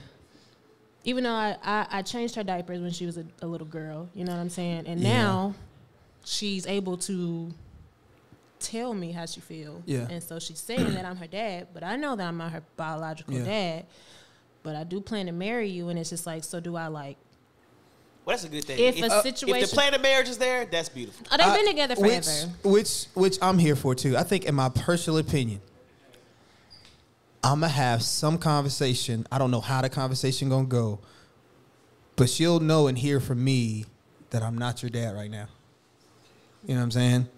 Speaker 6: Even though I, I, I changed her diapers when she was a, a little girl, you know what I'm saying, and now she's able to tell me how she feel.
Speaker 1: Yeah.
Speaker 6: And so she's saying that I'm her dad, but I know that I'm not her biological
Speaker 1: Yeah.
Speaker 6: dad. But I do plan to marry you, and it's just like, so do I like?
Speaker 2: Well, that's a good thing.
Speaker 6: If a
Speaker 2: if
Speaker 6: situation-
Speaker 2: the plan of marriage is there, that's beautiful.
Speaker 6: Oh, they've
Speaker 1: I-
Speaker 6: been together forever.
Speaker 1: which, Which which I'm here for too. I think in my personal opinion, I'ma have some conversation. I don't know how the conversation gonna go, but she'll know and hear from me that I'm not your dad right now. You know what I'm saying?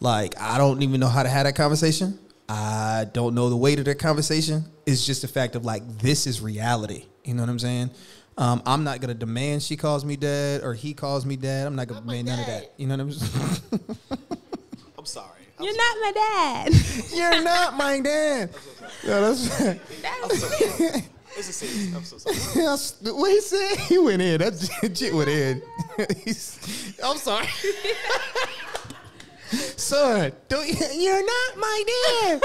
Speaker 1: Like I don't even know how to have that conversation. I don't know the weight of that conversation. It's just the fact of like this is reality. You know what I'm saying? Um, I'm not gonna demand she calls me dad or he calls me dad. I'm not gonna demand none of that. You know what I'm saying?
Speaker 2: I'm sorry.
Speaker 6: You're not my dad.
Speaker 1: You're not my dad. Yeah, that's
Speaker 2: It's a serious. I'm so sorry.
Speaker 1: <laughs> that's what he said. He went in. That <laughs> shit went in. He's- I'm sorry, <laughs> son. Don't you're not my dad.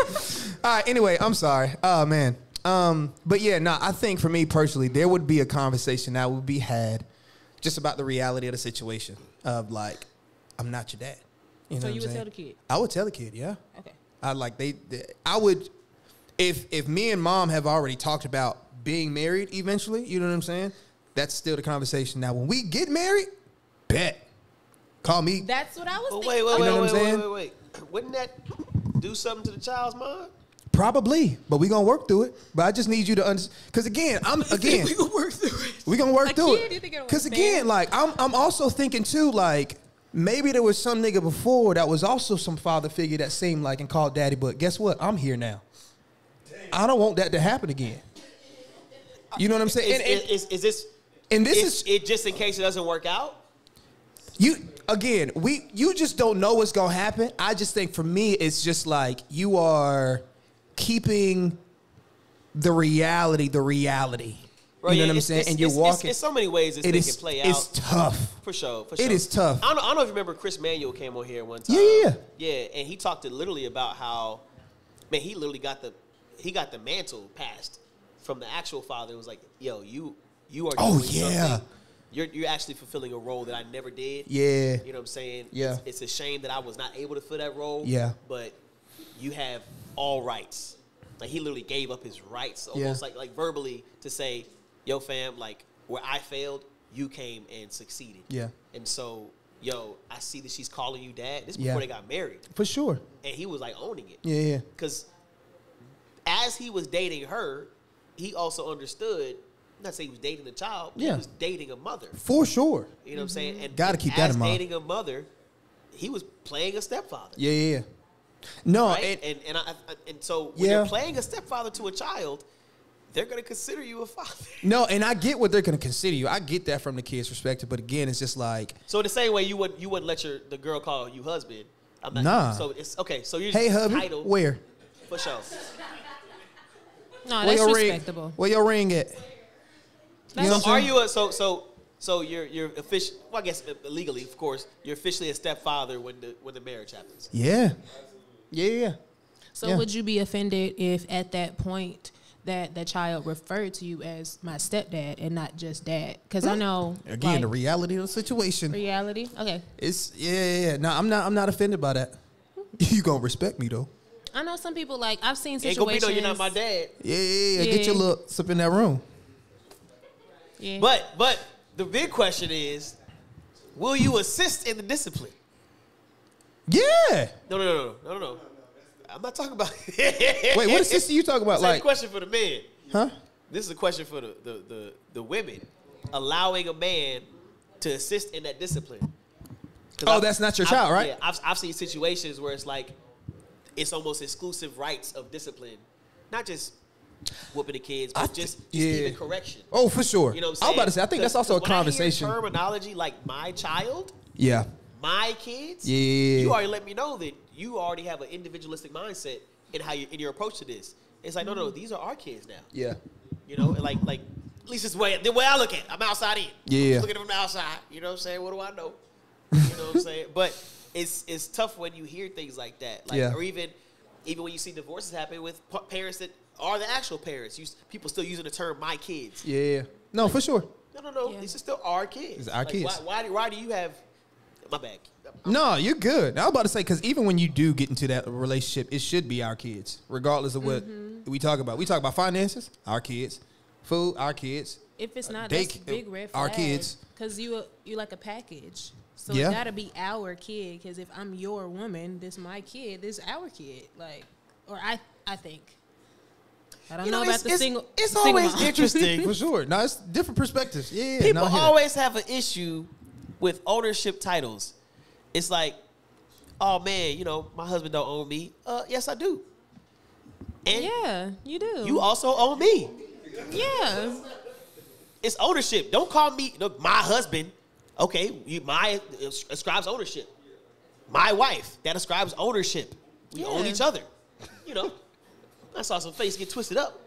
Speaker 1: All right. Anyway, I'm sorry. Oh man. Um, but yeah, no. I think for me personally, there would be a conversation that would be had, just about the reality of the situation of like, I'm not your dad. You know
Speaker 6: so
Speaker 1: what I'm
Speaker 6: you would
Speaker 1: saying?
Speaker 6: tell the kid.
Speaker 1: I would tell the kid. Yeah.
Speaker 6: Okay.
Speaker 1: I like they, they- I would if if me and mom have already talked about being married eventually, you know what I'm saying? That's still the conversation. Now when we get married, bet. Call me.
Speaker 6: That's what I was
Speaker 2: But
Speaker 6: thinking.
Speaker 2: wait, wait,
Speaker 1: You
Speaker 2: wait,
Speaker 1: know what
Speaker 2: wait,
Speaker 1: I'm
Speaker 2: wait,
Speaker 1: saying?
Speaker 2: wait, wait, Wouldn't that do something to the child's mind?
Speaker 1: Probably, but we going to work through it. But I just need you to understand cuz again,
Speaker 8: <laughs>
Speaker 1: I'm again
Speaker 8: we gonna work through it.
Speaker 1: we gonna work
Speaker 6: Like,
Speaker 1: through
Speaker 6: yeah, you
Speaker 1: it.
Speaker 6: think it'll work,
Speaker 1: Cause again,
Speaker 6: man.
Speaker 1: like I'm, I'm also thinking too, like maybe there was some nigga before that was also some father figure that seemed like and called daddy, but guess what? I'm here now. I don't want that to happen again. You know what I'm saying?
Speaker 2: Is,
Speaker 1: And, and,
Speaker 2: is, is, this?
Speaker 1: and this
Speaker 2: is
Speaker 1: is
Speaker 2: it just in case it doesn't work out?
Speaker 1: you again. We you just don't know what's gonna happen. I just think for me, it's just like you are keeping the reality, the reality.
Speaker 2: Right,
Speaker 1: you know
Speaker 2: yeah,
Speaker 1: what I'm
Speaker 2: it's-
Speaker 1: saying?
Speaker 2: it's-
Speaker 1: and you're
Speaker 2: it's- it's-
Speaker 1: walking.
Speaker 2: It's so many ways this
Speaker 1: it
Speaker 2: thing
Speaker 1: is.
Speaker 2: can play
Speaker 1: It's
Speaker 2: out.
Speaker 1: tough.
Speaker 2: For sure, for
Speaker 1: It
Speaker 2: sure.
Speaker 1: is tough.
Speaker 2: I don't, I don't know if you remember Chris Manuel came on here one time.
Speaker 1: Yeah, yeah,
Speaker 2: yeah. Yeah, and he talked to literally about how, man, he literally got the he got the mantle passed from the actual father. It was like, yo, you you are
Speaker 1: Oh,
Speaker 2: doing
Speaker 1: yeah.
Speaker 2: something. You're you're actually fulfilling a role that I never did.
Speaker 1: Yeah.
Speaker 2: You know what I'm saying?
Speaker 1: Yeah.
Speaker 2: It's, it's a shame that I was not able to fill that role.
Speaker 1: Yeah.
Speaker 2: But you have all rights. Like he literally gave up his rights
Speaker 1: Yeah.
Speaker 2: almost like like verbally to say, yo fam, like where I failed, you came and succeeded.
Speaker 1: Yeah.
Speaker 2: And so, yo, I see that she's calling you dad. This is
Speaker 1: Yeah.
Speaker 2: before they got married.
Speaker 1: For sure.
Speaker 2: And he was like owning it.
Speaker 1: Yeah, yeah.
Speaker 2: Because as he was dating her, he also understood, not say he was dating a child,
Speaker 1: Yeah.
Speaker 2: he was dating a mother.
Speaker 1: For sure.
Speaker 2: You know what I'm saying? And
Speaker 1: Gotta keep that
Speaker 2: as
Speaker 1: in mind.
Speaker 2: dating a mother, he was playing a stepfather.
Speaker 1: Yeah, yeah, yeah. No,
Speaker 2: Right?
Speaker 1: and-
Speaker 2: and and, I, I- and so when
Speaker 1: Yeah.
Speaker 2: you're playing a stepfather to a child, they're gonna consider you a father. <laughs>
Speaker 1: no, and I get what they're gonna consider you. I get that from the kid's perspective, but again, it's just like,
Speaker 2: So the same way you would you wouldn't let your the girl call you husband. I'm not,
Speaker 1: Nah.
Speaker 2: So it's okay. So you're
Speaker 1: hey,
Speaker 2: just
Speaker 1: hubby,
Speaker 2: titled
Speaker 1: where?
Speaker 2: for sure.
Speaker 6: No,
Speaker 1: where
Speaker 6: that's
Speaker 1: your
Speaker 6: respectable.
Speaker 1: ring? Where your ring at?
Speaker 6: That's
Speaker 1: know
Speaker 2: So
Speaker 1: what I'm
Speaker 2: are
Speaker 1: saying?
Speaker 2: you a so so so you're you're official? Well, I guess uh, legally, of course, you're officially a stepfather when the when the marriage happens.
Speaker 1: Yeah, yeah, yeah.
Speaker 6: So
Speaker 1: Yeah.
Speaker 6: would you be offended if at that point that the child referred to you as my stepdad and not just dad? Because I know
Speaker 1: Again, the
Speaker 6: like,
Speaker 1: reality of the situation.
Speaker 6: reality. Okay,
Speaker 1: It's yeah, yeah, yeah. No, I'm not. I'm not offended by that. <laughs> You gonna respect me though?
Speaker 6: I know some people like I've seen
Speaker 2: Ain't
Speaker 6: situations.
Speaker 2: gonna be no, you're not my dad.
Speaker 1: Yeah, yeah, yeah. Get your
Speaker 6: Yeah.
Speaker 1: little up in that room.
Speaker 6: Yeah.
Speaker 2: But but the big question is, will you assist in the discipline?
Speaker 1: Yeah.
Speaker 2: No no no no no no. no. I'm not talking about. <laughs>
Speaker 1: Wait, what sister you talking about?
Speaker 2: Same
Speaker 1: Like,
Speaker 2: question for the men.
Speaker 1: huh?
Speaker 2: This is a question for the, the, the, the women. Allowing a man to assist in that discipline. 'Cause
Speaker 1: Oh,
Speaker 2: I've-
Speaker 1: that's not your
Speaker 2: I've-
Speaker 1: child, right?
Speaker 2: Yeah, I've, I've seen situations where it's like it's almost exclusive rights of discipline, not just whooping the kids, but
Speaker 1: I
Speaker 2: just,
Speaker 1: thi-
Speaker 2: just
Speaker 1: yeah.
Speaker 2: even correction.
Speaker 1: Oh, for sure.
Speaker 2: You know what
Speaker 1: I
Speaker 2: I'm
Speaker 1: was
Speaker 2: saying?
Speaker 1: about to say. I think that's
Speaker 2: 'Cause-
Speaker 1: also a
Speaker 2: 'cause when I hear
Speaker 1: conversation.
Speaker 2: terminology like my child,
Speaker 1: yeah.
Speaker 2: my kids.
Speaker 1: Yeah, yeah, yeah.
Speaker 2: You already let me know that you already have an individualistic mindset in how you in your approach to this. It's like no no, these are our kids now.
Speaker 1: Yeah.
Speaker 2: You know, and like like At least it's the way, the way I look at it. I'm outside in.
Speaker 1: Yeah.
Speaker 2: I'm just looking at it from the outside. You know what I'm saying? What do I know? You know what I'm saying? But it's it's tough when you hear things like that. Like
Speaker 1: Yeah.
Speaker 2: or even even when you see divorces happen with pa- parents that are the actual parents. You, s- people still using the term my kids.
Speaker 1: Yeah. No, for sure.
Speaker 2: No, no, no.
Speaker 13: Yeah.
Speaker 2: These are still our kids.
Speaker 1: It's our
Speaker 2: Like,
Speaker 1: kids.
Speaker 2: Why, why, do- why do you have my bag?
Speaker 1: No, you're good. I was about to say because even when you do get into that relationship, it should be our kids, regardless of what
Speaker 6: Mm-hmm.
Speaker 1: we talk about. We talk about finances, our kids, food, our kids.
Speaker 6: If it's not,
Speaker 1: They
Speaker 6: that's a
Speaker 1: c-
Speaker 6: big red flag.
Speaker 1: our kids.
Speaker 6: Because you, you like a package. So
Speaker 1: Yeah.
Speaker 6: it gotta be our kid. Because if I'm your woman, this my kid. This our kid. Like, or I, I think. I don't
Speaker 2: You
Speaker 6: know,
Speaker 2: know,
Speaker 6: about
Speaker 2: it's-
Speaker 6: the
Speaker 2: it's-
Speaker 6: single.
Speaker 2: it's
Speaker 6: single
Speaker 2: always
Speaker 6: mom.
Speaker 2: interesting.
Speaker 1: For sure. No, it's different perspectives. Yeah, yeah,
Speaker 2: People
Speaker 1: no, I hear it.
Speaker 2: always have an issue with ownership titles. It's like, oh man, you know, my husband don't own me. Uh, yes, I do. And
Speaker 6: <laughs> yeah, you do.
Speaker 2: you also own me.
Speaker 6: Yeah.
Speaker 2: It's ownership. Don't call me no, my husband. Okay, you, my uh, ascribes ownership. My wife that ascribes ownership. We own
Speaker 6: Yeah.
Speaker 2: each other. You know, I saw some face get twisted up,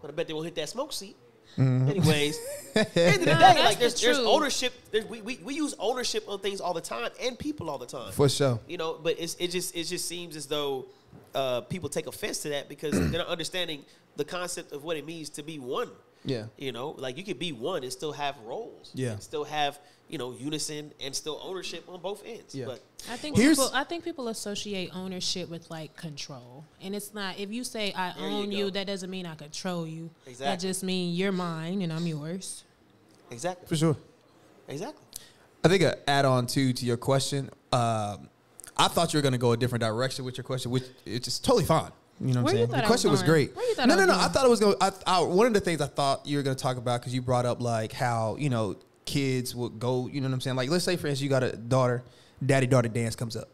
Speaker 2: but I bet they won't hit that smoke seat.
Speaker 6: <laughs>
Speaker 2: Anyways, at the end of the
Speaker 6: Mm-hmm. No,
Speaker 2: day,
Speaker 6: that's
Speaker 2: like
Speaker 6: the
Speaker 2: there's, there's
Speaker 6: truth.
Speaker 2: ownership. There's, we, we we use ownership on things all the time and people all the time.
Speaker 1: For sure.
Speaker 2: You know, but it's, it just it just seems as though uh, people take offense to
Speaker 1: <clears throat>
Speaker 2: that because they're not understanding the concept of what it means to be one.
Speaker 1: Yeah.
Speaker 2: You know, like you could be one and still have roles.
Speaker 1: Yeah.
Speaker 2: And still have you know unison and still ownership on both ends.
Speaker 1: Yeah.
Speaker 2: But
Speaker 6: I think
Speaker 1: Here's-
Speaker 6: people, I think people associate ownership with like control, and it's not. If you say I
Speaker 2: There you
Speaker 6: own you,
Speaker 2: go.
Speaker 6: that doesn't mean I control you. That
Speaker 2: Exactly.
Speaker 6: just means you're mine and I'm yours.
Speaker 2: exactly,
Speaker 1: For sure.
Speaker 2: exactly.
Speaker 1: I think a add on too to your question. Um, I thought you were going to go a different direction with your question, which it's just totally fine. You know what I'm
Speaker 6: Where you
Speaker 1: saying?
Speaker 6: thought
Speaker 1: The
Speaker 6: I was
Speaker 1: question was
Speaker 6: going?
Speaker 1: great.
Speaker 6: Where you thought
Speaker 1: No,
Speaker 6: I
Speaker 1: no,
Speaker 6: was
Speaker 1: no. I
Speaker 6: going?
Speaker 1: thought it was going. I, I, one of the things I thought you were going to talk about because you brought up like how you know kids would go. You know what I'm saying? Like let's say, for instance, you got a daughter, daddy daughter dance comes up,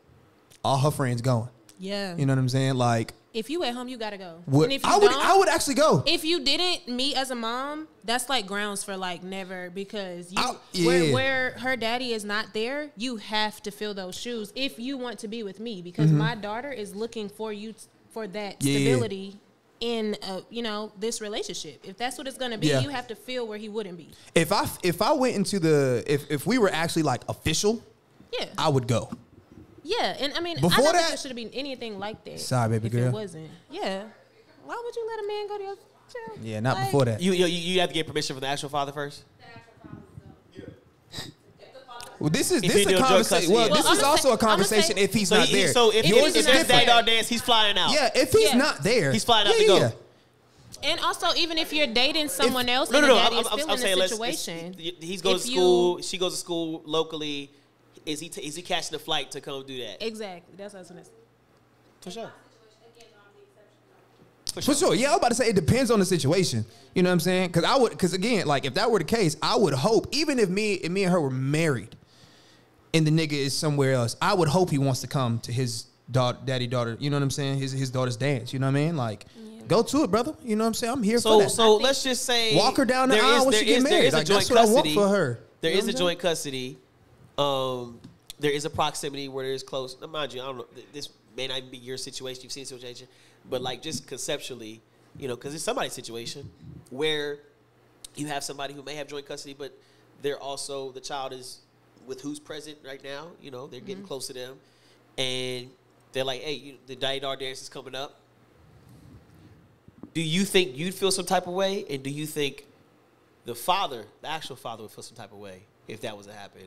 Speaker 1: all her friends going.
Speaker 6: Yeah.
Speaker 1: You know what I'm saying? Like
Speaker 6: if you at home, you gotta go.
Speaker 1: what?
Speaker 6: And if you
Speaker 1: I would.
Speaker 6: don't,
Speaker 1: I would actually go.
Speaker 6: If you didn't, me as a mom, that's like grounds for like never because you
Speaker 1: I'll- yeah.
Speaker 6: where, where her daddy is not there, you have to fill those shoes if you want to be with me because my daughter is looking for you t- for that
Speaker 1: Mm-hmm. Yeah.
Speaker 6: stability in a, you know this relationship. If that's what it's going to be,
Speaker 1: Yeah.
Speaker 6: you have to feel where he wouldn't be.
Speaker 1: if I if I went into the if if we were actually like official,
Speaker 6: Yeah,
Speaker 1: I would go.
Speaker 6: yeah, and I mean, I
Speaker 1: Before
Speaker 6: don't
Speaker 1: that-
Speaker 6: think there should have been anything like that.
Speaker 1: Sorry, baby
Speaker 6: if
Speaker 1: girl.
Speaker 6: it wasn't. Yeah, why would you let a man go to your child?
Speaker 1: Yeah, not
Speaker 6: Like-
Speaker 1: before that.
Speaker 2: You, you you have to get permission from the actual father first.
Speaker 1: Well, this is
Speaker 2: If
Speaker 1: this
Speaker 2: he
Speaker 1: a
Speaker 2: do a drug
Speaker 1: conversation.
Speaker 2: custody,
Speaker 1: Well,
Speaker 2: yeah.
Speaker 1: this
Speaker 6: Well,
Speaker 1: is
Speaker 6: I'ma
Speaker 1: also
Speaker 6: say-
Speaker 1: a
Speaker 6: I'ma
Speaker 1: conversation
Speaker 6: say-
Speaker 1: if he's
Speaker 2: so
Speaker 1: not
Speaker 2: he-
Speaker 1: there.
Speaker 2: so if,
Speaker 6: If
Speaker 2: he-
Speaker 6: he's
Speaker 2: if
Speaker 6: not
Speaker 2: there's daddy
Speaker 6: there.
Speaker 2: dog dance, he's flying out.
Speaker 1: yeah, if he's
Speaker 6: Yeah.
Speaker 1: not there,
Speaker 2: uh, He's flying out
Speaker 1: yeah,
Speaker 2: to go.
Speaker 1: yeah.
Speaker 6: And also, even if you're dating someone else,
Speaker 2: No,
Speaker 6: and
Speaker 2: no,
Speaker 6: the
Speaker 2: no.
Speaker 6: daddy
Speaker 2: I'm,
Speaker 6: is
Speaker 2: I'm,
Speaker 6: still
Speaker 2: I'm saying
Speaker 6: in the
Speaker 2: let's.
Speaker 6: situation.
Speaker 2: it's- He's going to
Speaker 6: If you-
Speaker 2: school. She goes to school locally. Is he t- is he catching a flight to come do that?
Speaker 6: Exactly. That's what I was gonna say.
Speaker 2: For sure.
Speaker 1: For sure. Yeah, I'm about to say it depends on the situation. You know what I'm saying? Because I would, because again, like if that were the case, I would hope even if me and me and her were married, and the nigga is somewhere else, I would hope he wants to come to his daughter, daddy daughter. You know what I'm saying? His his daughter's dance. You know what I mean? Like, go to it, brother. You know what I'm saying? I'm here for
Speaker 2: So
Speaker 1: that.
Speaker 2: so let's just say
Speaker 1: Walk her down the
Speaker 2: there
Speaker 1: aisle
Speaker 2: is-
Speaker 1: when
Speaker 2: there
Speaker 1: she get
Speaker 2: is- there
Speaker 1: married.
Speaker 2: is a
Speaker 1: Like, that's
Speaker 2: joint
Speaker 1: what I want
Speaker 2: custody.
Speaker 1: for her. Mm-hmm.
Speaker 2: There
Speaker 1: You know
Speaker 2: is
Speaker 1: what
Speaker 2: a
Speaker 1: I'm
Speaker 2: joint custody. Um, there is a proximity where there's close. Now, mind you, I don't know. th- This may not even be your situation. You've seen situation, but like just conceptually, you know, because it's somebody's situation where you have somebody who may have joint custody, but they're also the child is with who's present right now. You know, they're
Speaker 1: Mm-hmm.
Speaker 2: getting close to them, and they're like, "Hey, you, the Daddy Dar dance is coming up." Do you think you'd feel some type of way, and do you think the father, the actual father, would feel some type of way if that was to happen,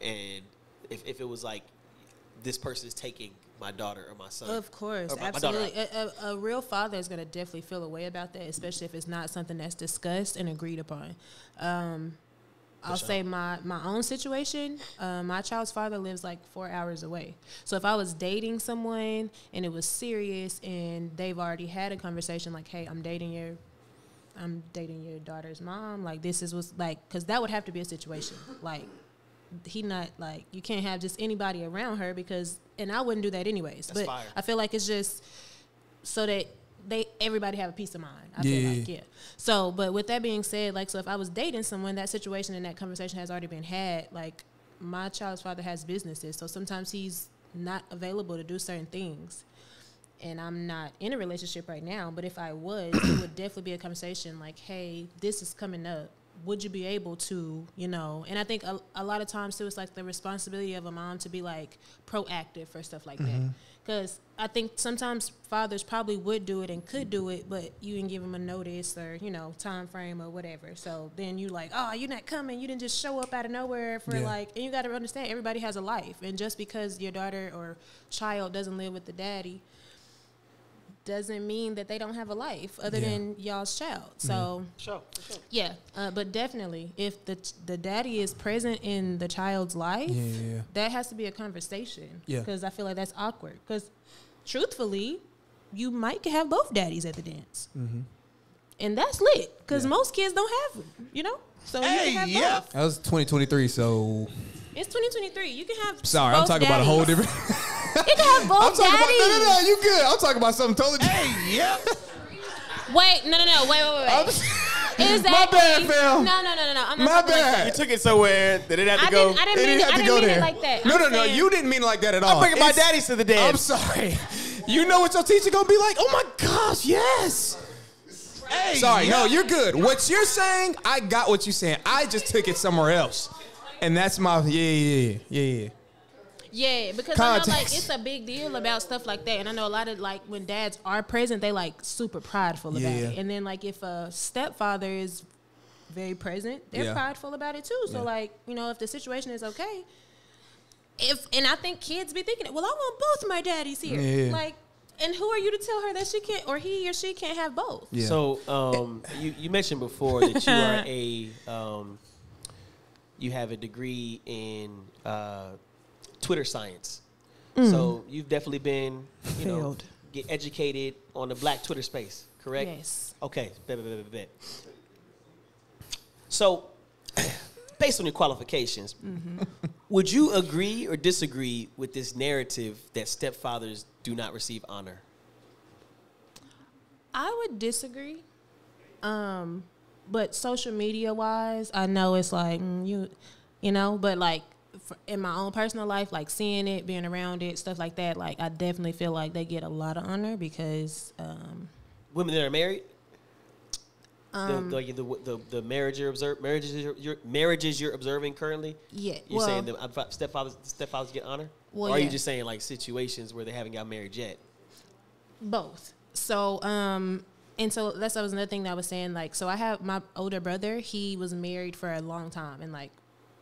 Speaker 2: and if, if it was like this person is taking my daughter or my son?
Speaker 6: Of course,
Speaker 2: or my- my daughter
Speaker 6: absolutely. A, a, a real father is going to definitely feel a way about that, especially if it's not something that's discussed and agreed upon. Um, I'll say my my own situation. Uh, my child's father lives like four hours away. So if I was dating someone and it was serious and they've already had a conversation like, "Hey, I'm dating your I'm dating your daughter's mom. Like this is what's like because that would have to be a situation. Like he not like you can't have just anybody around her because and I wouldn't do that anyways. but
Speaker 2: fire.
Speaker 6: I feel like it's just so that they everybody have a peace of mind. I
Speaker 1: Yeah.
Speaker 6: feel like yeah. So but with that being said, like so if I was dating someone, that situation and that conversation has already been had. Like my child's father has businesses, so sometimes he's not available to do certain things and I'm not in a relationship right now, but if I was, it would <coughs> definitely be a conversation like, hey, this is coming up. Would you be able to, you know? And I think a, a lot of times too, it's like the responsibility of a mom to be like proactive for stuff like that. Because I think sometimes fathers probably would do it and could do it, but you didn't give them a notice or, you know, time frame or whatever. So then you like, oh, you're not coming. You didn't just show up out of nowhere for
Speaker 1: Yeah.
Speaker 6: like, and you got to understand everybody has a life. And just because your daughter or child doesn't live with the daddy, doesn't mean that they don't have a life other
Speaker 1: Yeah. Mm-hmm.
Speaker 6: than y'all's child. So yeah, uh, but definitely if the the daddy is present in the child's life,
Speaker 1: Yeah, yeah, yeah.
Speaker 6: that has to be a conversation.
Speaker 1: Yeah.
Speaker 6: because I feel like that's awkward. Because truthfully, you might have both daddies at the dance,
Speaker 1: Mm-hmm.
Speaker 6: and that's lit. Because most kids don't have them, you know. So you can have both.
Speaker 1: That was 2023, so
Speaker 6: It's 2023. You can have.
Speaker 1: sorry. I'm
Speaker 6: both
Speaker 1: talking about a whole
Speaker 6: daddies.
Speaker 1: different.
Speaker 6: <laughs> You
Speaker 1: <laughs>
Speaker 6: can have
Speaker 1: I'm
Speaker 6: both
Speaker 1: talking about no, no,
Speaker 6: daddies.
Speaker 1: no. You good? I'm talking about something totally different.
Speaker 6: Wait, no, no, no. Wait, wait, wait.
Speaker 1: <laughs> <laughs>
Speaker 6: Is
Speaker 1: My
Speaker 6: that
Speaker 1: bad, fam.
Speaker 6: No, no, no, no, no. I'm not
Speaker 1: My
Speaker 6: talking like that.
Speaker 2: You
Speaker 1: bad.
Speaker 2: took it somewhere that it had to
Speaker 6: I
Speaker 2: go.
Speaker 6: didn't, I
Speaker 1: It
Speaker 6: didn't mean it, I didn't mean it like that.
Speaker 1: No,
Speaker 6: I'm
Speaker 1: no, no.
Speaker 6: saying-
Speaker 1: You didn't mean it like that at all.
Speaker 2: I'm bringing my
Speaker 1: It's-
Speaker 2: daddies to the dance.
Speaker 1: I'm sorry. You know what your teacher gonna be like? Oh my gosh, yes. sorry, no, you're good. What you're saying, I got what you're saying. I just took it somewhere else, and that's my yeah, yeah, yeah, yeah. yeah.
Speaker 6: Yeah, because I know like
Speaker 1: Context.
Speaker 6: it's a big deal about stuff like that, and I know a lot of like when dads are present, they like super prideful about
Speaker 1: Yeah.
Speaker 6: it, and then like if a stepfather is very present, they're
Speaker 1: Yeah.
Speaker 6: prideful about it too. So
Speaker 1: Yeah.
Speaker 6: like you know if the situation is okay, if and I think kids be thinking, well, I want both my daddies here,
Speaker 1: Yeah.
Speaker 6: like, and who are you to tell her that she can't or he or she can't have both?
Speaker 1: Yeah.
Speaker 2: So um, <laughs> you you mentioned before that you are a um, you have a degree in uh, Twitter science. So you've definitely been you know
Speaker 6: Mm. Failed.
Speaker 2: get educated on the Black Twitter space, correct?
Speaker 6: Yes.
Speaker 2: Okay. Bet, bet, bet, bet, bet. So <clears throat> based on your qualifications,
Speaker 6: Mm-hmm.
Speaker 2: would you agree or disagree with this narrative that stepfathers do not receive honor?
Speaker 6: I would disagree. Um, but social media wise, I know it's like mm, you, you know, but like for, in my own personal life, like seeing it, being around it, stuff like that, like I definitely feel like they get a lot of honor because um,
Speaker 2: women that are married? the, like the, the the marriage you're observe marriages you're, you're marriages you're observing currently.
Speaker 6: Yeah,
Speaker 2: you're saying
Speaker 6: well-
Speaker 2: the stepfathers stepfathers get honor.
Speaker 6: Well,
Speaker 2: or are you
Speaker 6: yeah.
Speaker 2: just saying like situations where they haven't got married yet?
Speaker 6: both. So um, and so that's that was another thing that I was saying. Like, so I have my older brother. He was married for a long time, and like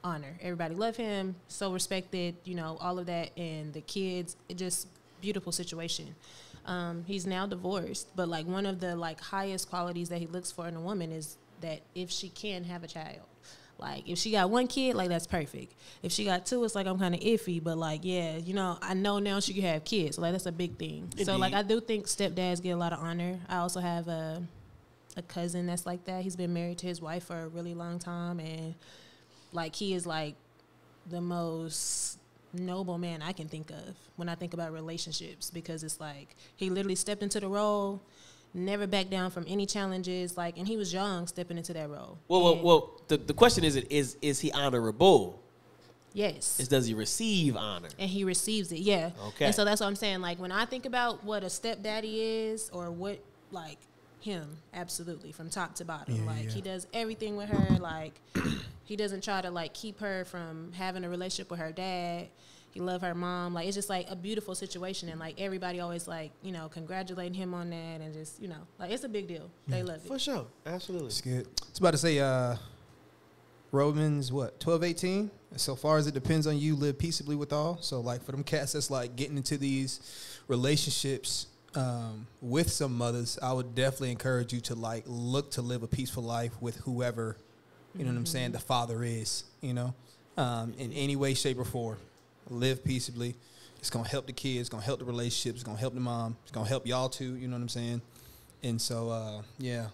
Speaker 6: honor everybody loved him, so respected. You know, all of that, and the kids. It just beautiful situation. Um, he's now divorced, but like one of the like highest qualities that he looks for in a woman is that if she can have a child. Like if she got one kid, like that's perfect. If she got two, it's like I'm kind of iffy. But like, yeah, you know, I know now she can have kids. So like that's a big thing. So like, I do think stepdads get a lot of honor. I also have a a cousin that's like that. He's been married to his wife for a really long time, and like he is like the most noble man I can think of when I think about relationships because it's like he literally stepped into the role, never backed down from any challenges. Like, and he was young stepping into that role.
Speaker 2: Well, well,
Speaker 6: And-
Speaker 2: well. The, the question is is is he honorable?
Speaker 6: yes,
Speaker 2: Is does he receive honor?
Speaker 6: and he receives it. Yeah.
Speaker 2: Okay.
Speaker 6: And so that's what I'm saying. Like when I think about what a stepdaddy is or what like him, absolutely from top to bottom. like he does everything with her. Like he doesn't try to like keep her from having a relationship with her dad. He love her mom. Like it's just like a beautiful situation, and like everybody always like you know congratulating him on that, and just you know like it's a big deal. They love it. <laughs>
Speaker 2: sure, absolutely.
Speaker 1: It's good. It's about to say uh, Romans what twelve eighteen. So far as it depends on you, live peaceably with all. So like for them cats that's like getting into these relationships um, with some mothers, I would definitely encourage you to like look to live a peaceful life with whoever you know what I'm saying the father is. You know, um, in any way, shape, or form, live peaceably. It's gonna help the kids. It's gonna help the relationships. It's gonna help the mom. It's gonna help y'all too. You know what I'm saying? And so uh, yeah,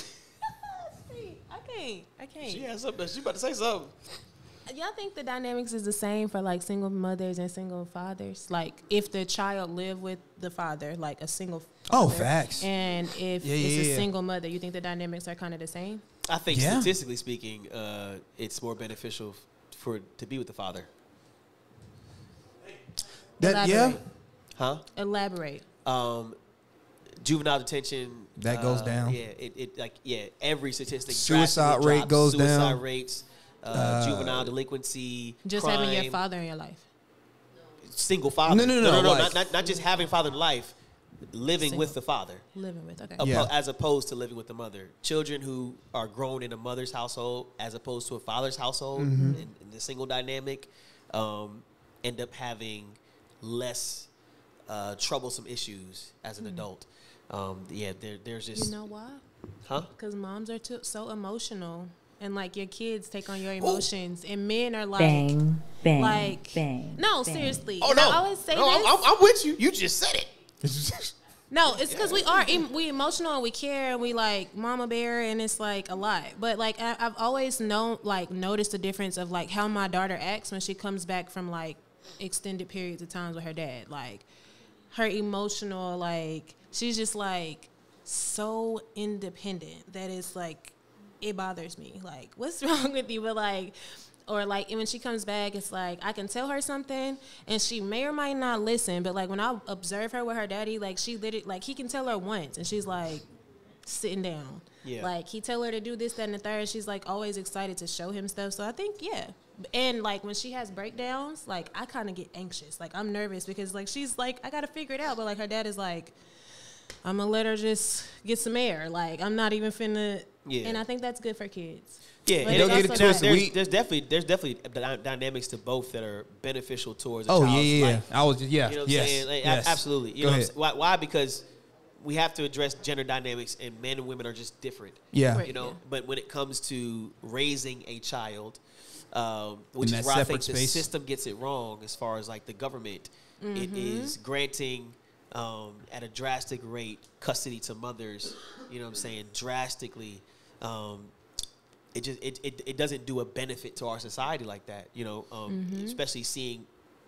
Speaker 6: I can't. I can't.
Speaker 2: She has something. She about to say something.
Speaker 6: Y'all think the dynamics is the same for like single mothers and single fathers? Like if the child live with the father, like a single
Speaker 1: Oh,
Speaker 6: father,
Speaker 1: facts.
Speaker 6: And if
Speaker 1: Yeah,
Speaker 6: it's
Speaker 1: yeah,
Speaker 6: a
Speaker 1: yeah.
Speaker 6: single mother, you think the dynamics are kind of the same?
Speaker 2: I think
Speaker 1: Yeah.
Speaker 2: statistically speaking, uh, it's more beneficial f- for to be with the father,
Speaker 1: That yeah,
Speaker 6: Elaborate.
Speaker 2: huh?
Speaker 6: Elaborate.
Speaker 2: Um, juvenile detention
Speaker 1: That goes
Speaker 2: uh,
Speaker 1: down.
Speaker 2: Yeah, it, it like yeah, every statistic
Speaker 1: Suicide
Speaker 2: drastically
Speaker 1: rate
Speaker 2: drops.
Speaker 1: goes
Speaker 2: suicide
Speaker 1: down.
Speaker 2: rates, uh,
Speaker 1: Uh,
Speaker 2: juvenile delinquency,
Speaker 6: Just
Speaker 2: crime,
Speaker 6: having your father in your life.
Speaker 2: single father.
Speaker 1: No, no, no, no,
Speaker 2: no, not,
Speaker 1: like-
Speaker 2: not, not just having father in life, living
Speaker 6: Single.
Speaker 2: with the father.
Speaker 6: Living with, okay.
Speaker 2: Oppo-
Speaker 1: Yeah.
Speaker 2: as opposed to living with the mother. Children who are grown in a mother's household as opposed to a father's household in, in the single dynamic um, end up having less uh, troublesome issues as an adult. Um, yeah, there, there's just
Speaker 6: You know why?
Speaker 2: huh?
Speaker 6: Because moms are too, so emotional. And like your kids take on your emotions, and men are like,
Speaker 9: Bang, bang,
Speaker 6: like,
Speaker 9: bang,
Speaker 6: no,
Speaker 9: bang.
Speaker 6: seriously.
Speaker 2: Oh
Speaker 6: And
Speaker 2: no!
Speaker 6: I always say
Speaker 2: no,
Speaker 6: this.
Speaker 2: I'm, I'm, I'm with you. You just said it.
Speaker 6: No, it's because we are em- we emotional and we care and we like mama bear and it's like a lot. But like I- I've always known like noticed the difference of like how my daughter acts when she comes back from like extended periods of times with her dad. Like her emotional like she's just like so independent that it's like it bothers me. Like, what's <laughs> wrong with you? But like, or like, and when she comes back, it's like I can tell her something, and she may or might not listen. But like when I observe her with her daddy, like she did it, like he can tell her once, and she's like sitting down.
Speaker 2: Yeah.
Speaker 6: Like he tell her to do this, that, and the third. She's like always excited to show him stuff. So I think yeah. And like when she has breakdowns, like I kind of get anxious. Like I'm nervous because like she's like I gotta figure it out. But like her dad is like, I'm gonna let her just get some air. Like I'm not even finna.
Speaker 2: Yeah.
Speaker 6: And I think that's good for kids.
Speaker 2: Yeah,
Speaker 6: But
Speaker 2: and there's-
Speaker 6: don't get it
Speaker 2: there's-
Speaker 6: twisted.
Speaker 2: There's,
Speaker 1: We-
Speaker 2: there's definitely there's definitely dy- dynamics to both that are beneficial towards. A
Speaker 1: Oh yeah,
Speaker 2: child's
Speaker 1: yeah. yeah.
Speaker 2: life.
Speaker 1: I was yeah.
Speaker 2: You know what
Speaker 1: yes,
Speaker 2: I'm saying? Like, a-
Speaker 1: yes.
Speaker 2: Absolutely. You
Speaker 1: Go
Speaker 2: know what I'm
Speaker 1: ahead.
Speaker 2: saying? Why, why? Because we have to address gender dynamics, and men and women are just different.
Speaker 1: Yeah.
Speaker 6: Right,
Speaker 2: You know,
Speaker 6: yeah.
Speaker 2: but when it comes to raising a child, um, which
Speaker 1: In
Speaker 2: is
Speaker 1: that
Speaker 2: where I think
Speaker 1: separate
Speaker 2: the
Speaker 1: space.
Speaker 2: system gets it wrong as far as like the government, it
Speaker 6: Mm-hmm.
Speaker 2: is granting um, at a drastic rate custody to mothers. You know what I'm saying? Drastically. Um, it just it, it, it doesn't do a benefit to our society like that you know um, especially seeing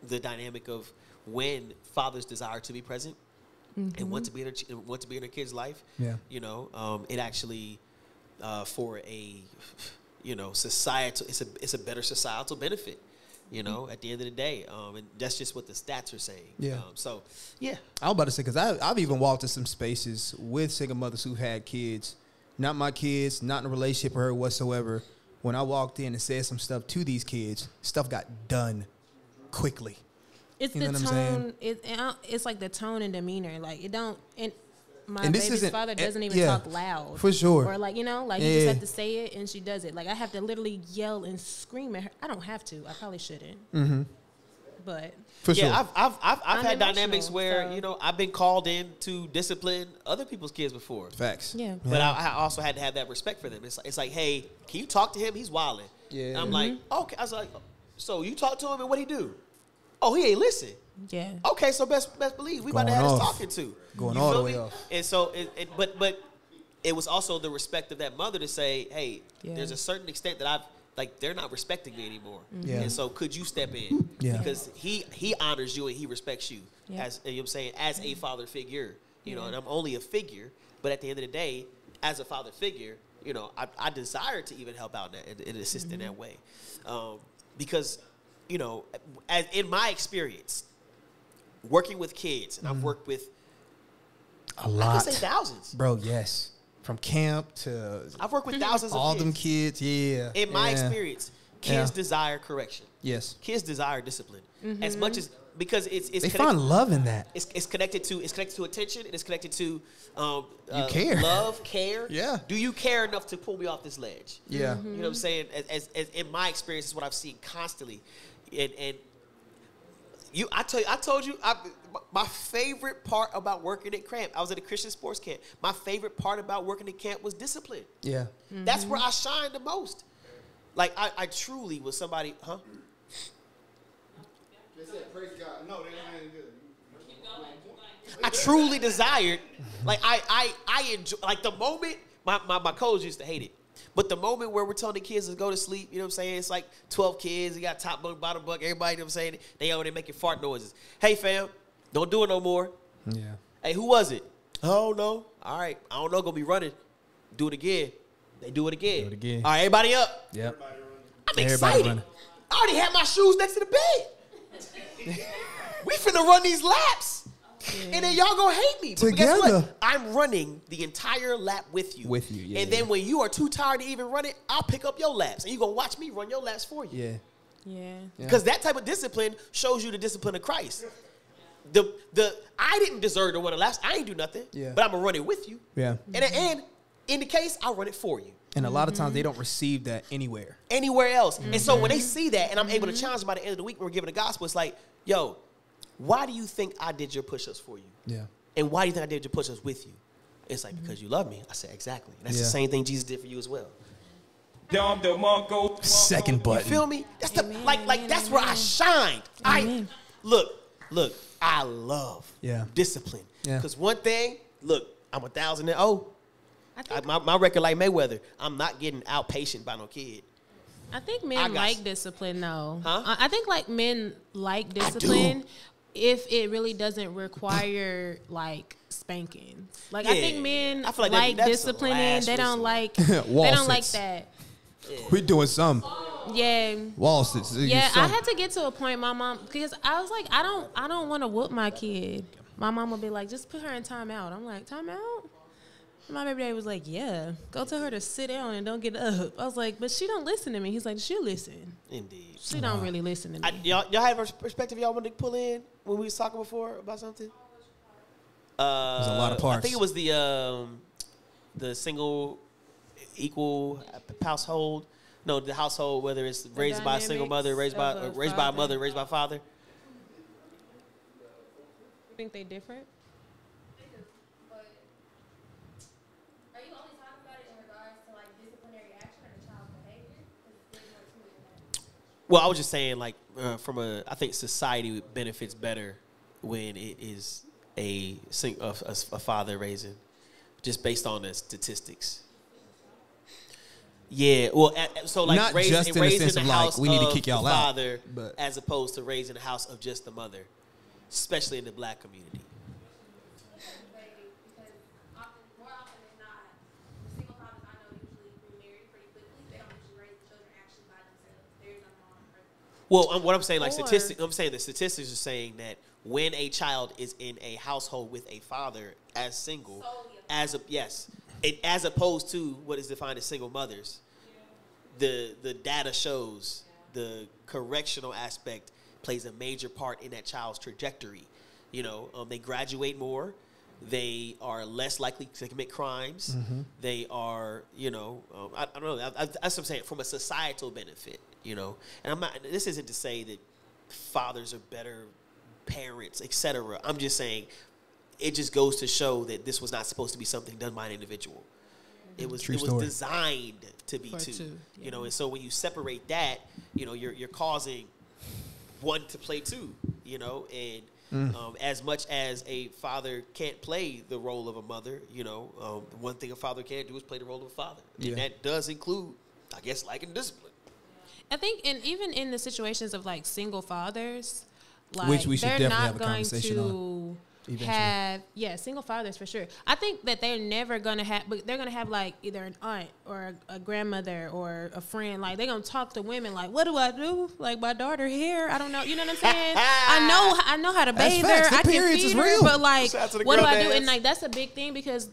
Speaker 2: the dynamic of when fathers desire to be present and want to be in their ch- and want to be in their kids life
Speaker 1: Yeah.
Speaker 2: you know um, it actually uh, for a you know societal it's a it's a better societal benefit you know at the end of the day um, and that's just what the stats are saying
Speaker 1: Yeah.
Speaker 2: um, so yeah
Speaker 1: I was about to say because I've even walked in some spaces with single mothers who had kids, not my kids, not in a relationship with her whatsoever. When I walked in and said some stuff to these kids, stuff got done quickly.
Speaker 6: It's
Speaker 1: You know
Speaker 6: the
Speaker 1: what I'm saying?
Speaker 6: tone. It, and I- it's like the tone and demeanor. Like it don't. And my
Speaker 1: And this
Speaker 6: baby's
Speaker 1: isn't-
Speaker 6: father
Speaker 1: and-
Speaker 6: doesn't even
Speaker 1: yeah,
Speaker 6: talk loud
Speaker 1: for sure.
Speaker 6: Or like you know, like you
Speaker 1: Yeah.
Speaker 6: just have to say it and she does it. Like I have to literally yell and scream at her. I don't have to. I probably shouldn't. Mm-hmm. But
Speaker 1: For
Speaker 2: yeah,
Speaker 1: sure.
Speaker 2: I've I've I've, I've
Speaker 6: I'm
Speaker 2: had dynamics
Speaker 6: emotional,
Speaker 2: where
Speaker 6: so-
Speaker 2: you know I've been called in to discipline other people's kids before.
Speaker 1: Facts.
Speaker 6: Yeah.
Speaker 2: But I, I also had to have that respect for them. It's like, it's like, hey, can you talk to him? He's wilding.
Speaker 1: Yeah.
Speaker 2: And I'm like, okay. I was like, so you talk to him and what he do? Oh, he ain't listen.
Speaker 6: yeah,
Speaker 2: Okay, so best best believe we about to
Speaker 1: Going
Speaker 2: have this
Speaker 1: off.
Speaker 2: talking to.
Speaker 1: Going
Speaker 2: You
Speaker 1: all the
Speaker 2: feel
Speaker 1: way
Speaker 2: me?
Speaker 1: off.
Speaker 2: And so, it, it, but but it was also the respect of that mother to say, hey,
Speaker 6: Yeah.
Speaker 2: there's a certain extent that I've like they're not respecting me anymore.
Speaker 1: Yeah.
Speaker 2: And so, could you step in?
Speaker 1: Yeah.
Speaker 2: Because he he honors you and he respects you
Speaker 6: Yeah.
Speaker 2: as you know what I'm saying as
Speaker 1: Mm-hmm.
Speaker 2: a father figure. You know, and I'm only a figure, but at the end of the day, as a father figure, you know, I, I desire to even help out in that- and, and assist in
Speaker 1: Mm-hmm.
Speaker 2: that way, um, because you know, as in my experience, working with kids, and I've worked with
Speaker 1: A
Speaker 2: I
Speaker 1: lot,
Speaker 2: could say thousands.
Speaker 1: Mm-hmm. bro. Yes, from camp to
Speaker 2: I've worked with thousands of
Speaker 1: all
Speaker 2: kids.
Speaker 1: them kids. Yeah.
Speaker 2: In my
Speaker 1: yeah.
Speaker 2: experience, kids
Speaker 1: Yeah.
Speaker 2: desire correction.
Speaker 1: yes,
Speaker 2: Kids desire discipline as much as because it's it's
Speaker 1: they
Speaker 2: connect-
Speaker 1: find love in that.
Speaker 2: It's, it's connected to it's connected to attention and it's connected to um, uh,
Speaker 1: care.
Speaker 2: love care
Speaker 1: Yeah.
Speaker 2: do you care enough to pull me off this ledge
Speaker 1: Yeah.
Speaker 2: you know what I'm saying as, as, as in my experience is what I've seen constantly and and you I tell you I told you I, my favorite part about working at camp I was at a Christian sports camp my favorite part about working at camp was discipline
Speaker 1: Yeah.
Speaker 2: that's where I shine the most. Like I, I truly was somebody, huh? I truly desired, like I, I, I enjoy, like the moment my, my, my coach used to hate it, but the moment where we're telling the kids to go to sleep, you know what I'm saying? It's like 12 kids, you got top bunk, bottom bunk, everybody, you know what I'm saying? They over there making fart noises. Hey fam, don't do it no more.
Speaker 1: Yeah.
Speaker 2: Hey, who was it? Oh no. All right. I don't know. Gonna be running. Do it again. They do it again.
Speaker 1: Do it again.
Speaker 2: All right, everybody up.
Speaker 1: Yep.
Speaker 2: I'm
Speaker 1: Everybody
Speaker 2: excited.
Speaker 1: running. <laughs>
Speaker 2: I already had my shoes next to the bed. we finna run these laps. And then y'all gonna hate me. But guess
Speaker 1: Together.
Speaker 2: what? I'm running the entire lap with you.
Speaker 1: With you, yeah,
Speaker 2: And then
Speaker 1: yeah.
Speaker 2: when you are too tired to even run it, I'll pick up your laps and you gonna watch me run your laps for you.
Speaker 1: Yeah.
Speaker 6: Yeah.
Speaker 2: Because that type of discipline shows you the discipline of Christ. The the I didn't deserve to run a laps. I ain't do nothing.
Speaker 1: Yeah. Mm-hmm.
Speaker 2: But I'm gonna run it with you.
Speaker 1: Yeah.
Speaker 2: And at the end, in the case, I'll run it for you.
Speaker 1: And a lot of
Speaker 2: Mm-hmm.
Speaker 1: times they don't receive that anywhere.
Speaker 2: anywhere else. And so when they
Speaker 1: Mm-hmm.
Speaker 2: see that, and I'm able to challenge them by the end of the week when we're giving the gospel, it's like, yo, why do you think I did your push ups for you?
Speaker 1: Yeah.
Speaker 2: And why do you think I did your push ups with you? It's like, because you love me. I said, exactly. And that's the
Speaker 1: Mm-hmm. Yeah.
Speaker 2: same thing Jesus did for you as well.
Speaker 3: Dom the Monko.
Speaker 1: Second
Speaker 2: You feel me? That's the like like that's where I shined.
Speaker 6: Amen.
Speaker 2: I look, look, I love
Speaker 1: Yeah.
Speaker 2: discipline.
Speaker 1: Yeah.
Speaker 2: Because one thing, look, I'm a thousand and oh.
Speaker 6: I
Speaker 2: I,
Speaker 6: think,
Speaker 2: my, my record like Mayweather, I'm not getting outpatient by no kid.
Speaker 6: I think
Speaker 2: I
Speaker 6: men
Speaker 2: got
Speaker 6: like
Speaker 2: you.
Speaker 6: discipline, though.
Speaker 2: Huh?
Speaker 6: I- I think like men like discipline if it really doesn't require like spanking. Like I
Speaker 2: Yeah.
Speaker 6: think men
Speaker 2: I
Speaker 6: I
Speaker 2: feel like
Speaker 6: like,
Speaker 2: that- that's the
Speaker 6: disciplining.
Speaker 2: last
Speaker 6: They
Speaker 2: resort.
Speaker 6: don't like they
Speaker 1: Wall
Speaker 6: don't like
Speaker 1: sits.
Speaker 6: that.
Speaker 1: We're doing some
Speaker 6: Yeah.
Speaker 1: wall sits.
Speaker 6: Yeah, I had to get to a point. My mom, because I was like, I don't, I don't want to whoop my kid. My mom would be like, just put her in timeout. I'm like, timeout. My baby daddy was like, yeah, go tell her to sit down and don't get up. I was like, but she don't listen to me. He's like, she listen.
Speaker 2: Indeed.
Speaker 6: She don't really listen to me.
Speaker 2: I, y'all, y'all have a perspective y'all wanted to pull in when we was talking before about something. Uh,
Speaker 1: There's a lot of
Speaker 2: I
Speaker 1: parts.
Speaker 2: think it was the um, the single equal household. No, the household whether it's raised by a single mother,
Speaker 6: dynamics
Speaker 2: raised by
Speaker 6: of a
Speaker 2: or raised by a
Speaker 6: father.
Speaker 2: mother, raised by a father.
Speaker 6: think they different.
Speaker 5: But are you only talking about it in regards to like disciplinary action or the child's behavior? 'Cause there's more to it than that.
Speaker 2: Well, I was just saying like uh, from a I think society benefits better when it is a sing- a, a, a father raising, just based on the statistics. Yeah, well, a- a- so like
Speaker 1: Not
Speaker 2: raising,
Speaker 1: just in the
Speaker 2: raising
Speaker 1: sense
Speaker 2: the
Speaker 1: of, like,
Speaker 2: house
Speaker 1: we need to
Speaker 2: of
Speaker 1: kick
Speaker 2: the
Speaker 1: y'all out,
Speaker 2: father,
Speaker 1: but-
Speaker 2: as opposed to raising the house of just the mother, especially in the black community.
Speaker 5: because often, more often than not, the single fathers I know usually remarry pretty quickly. They don't usually raise the children actually by themselves. There is no mom present.
Speaker 2: Well, um, what I'm saying, like
Speaker 6: Or-
Speaker 2: statistics, I'm saying the statistics are saying that when a child is in a household with a father as single,
Speaker 5: Solely a-
Speaker 2: as a yes, it, as opposed to what is defined as single mothers, the the data shows the correctional aspect plays a major part in that child's trajectory. You know, um, they graduate more. They are less likely to commit crimes.
Speaker 1: Mm-hmm.
Speaker 2: They are, you know, um, I, I don't know. I, I, that's what I'm saying from a societal benefit, you know. And I'm not. This isn't to say that fathers are better parents, etc. I'm just saying it just goes to show that this was not supposed to be something done by an individual. It was
Speaker 1: True
Speaker 2: it was
Speaker 1: story.
Speaker 2: designed to be
Speaker 6: For
Speaker 2: two,
Speaker 6: two,
Speaker 2: you
Speaker 6: yeah.
Speaker 2: know. And so when you separate that, you know, you're you're causing one to play two, you know. And
Speaker 1: Mm.
Speaker 2: um, as much as a father can't play the role of a mother, you know, um, one thing a father can't do is play the role of a father,
Speaker 1: Yeah.
Speaker 2: and that does include, I guess, like in discipline.
Speaker 6: I think, and even in the situations of like single fathers, like
Speaker 1: Which we should
Speaker 6: they're
Speaker 1: definitely
Speaker 6: not
Speaker 1: have a
Speaker 6: going
Speaker 1: conversation
Speaker 6: to
Speaker 1: on, eventually.
Speaker 6: have yeah single fathers for sure. I think that they're never gonna have, but they're gonna have like either an aunt or a, a grandmother or a friend. Like they're gonna talk to women. Like, what do I do? Like my daughter hair. I don't know. You know what
Speaker 1: <laughs>
Speaker 6: I'm saying? I know I know how to
Speaker 1: That's
Speaker 6: bathe
Speaker 1: facts.
Speaker 6: her.
Speaker 1: Them
Speaker 6: I can
Speaker 1: periods is
Speaker 6: feed her,
Speaker 1: real.
Speaker 6: but like,
Speaker 2: Shout out to the
Speaker 6: what do
Speaker 2: girl
Speaker 6: I do?
Speaker 2: dads.
Speaker 6: And like that's a big thing because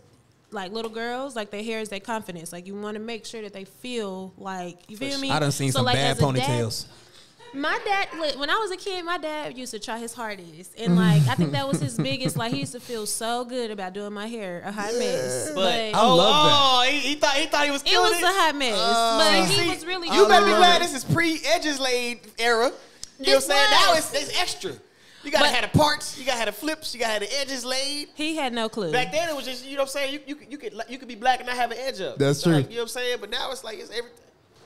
Speaker 6: like little girls, like their hair is their confidence. Like you want to make sure that they feel like you feel me.
Speaker 1: I done seen
Speaker 6: So,
Speaker 1: some
Speaker 6: like,
Speaker 1: bad
Speaker 6: as a dad-
Speaker 1: ponytails.
Speaker 6: my dad, look, when I was a kid, my dad used to try his hardest,
Speaker 1: Mm.
Speaker 6: and like I think that was
Speaker 1: <laughs>
Speaker 6: his biggest. Like he used to feel so good about doing my hair a hot mess,
Speaker 2: But
Speaker 6: but.
Speaker 1: I
Speaker 2: oh,
Speaker 1: love that.
Speaker 2: oh, he, he thought he thought he was
Speaker 6: it
Speaker 2: killing Uh,
Speaker 6: was a hot mess, but he was really.
Speaker 2: You better be
Speaker 6: trying.
Speaker 2: glad this is pre edges laid era. You know what I'm
Speaker 6: This
Speaker 2: saying? Now
Speaker 6: was.
Speaker 2: it's, it's extra. You gotta
Speaker 6: But-
Speaker 2: have the parts. You gotta have the flips. You gotta have the edges laid.
Speaker 6: He had no clue.
Speaker 2: Back then it was just you know what I'm saying. You you could- you could you could be black and not have an edge up.
Speaker 12: That's
Speaker 2: Like,
Speaker 12: true.
Speaker 2: you know what I'm saying. But now it's like it's everything.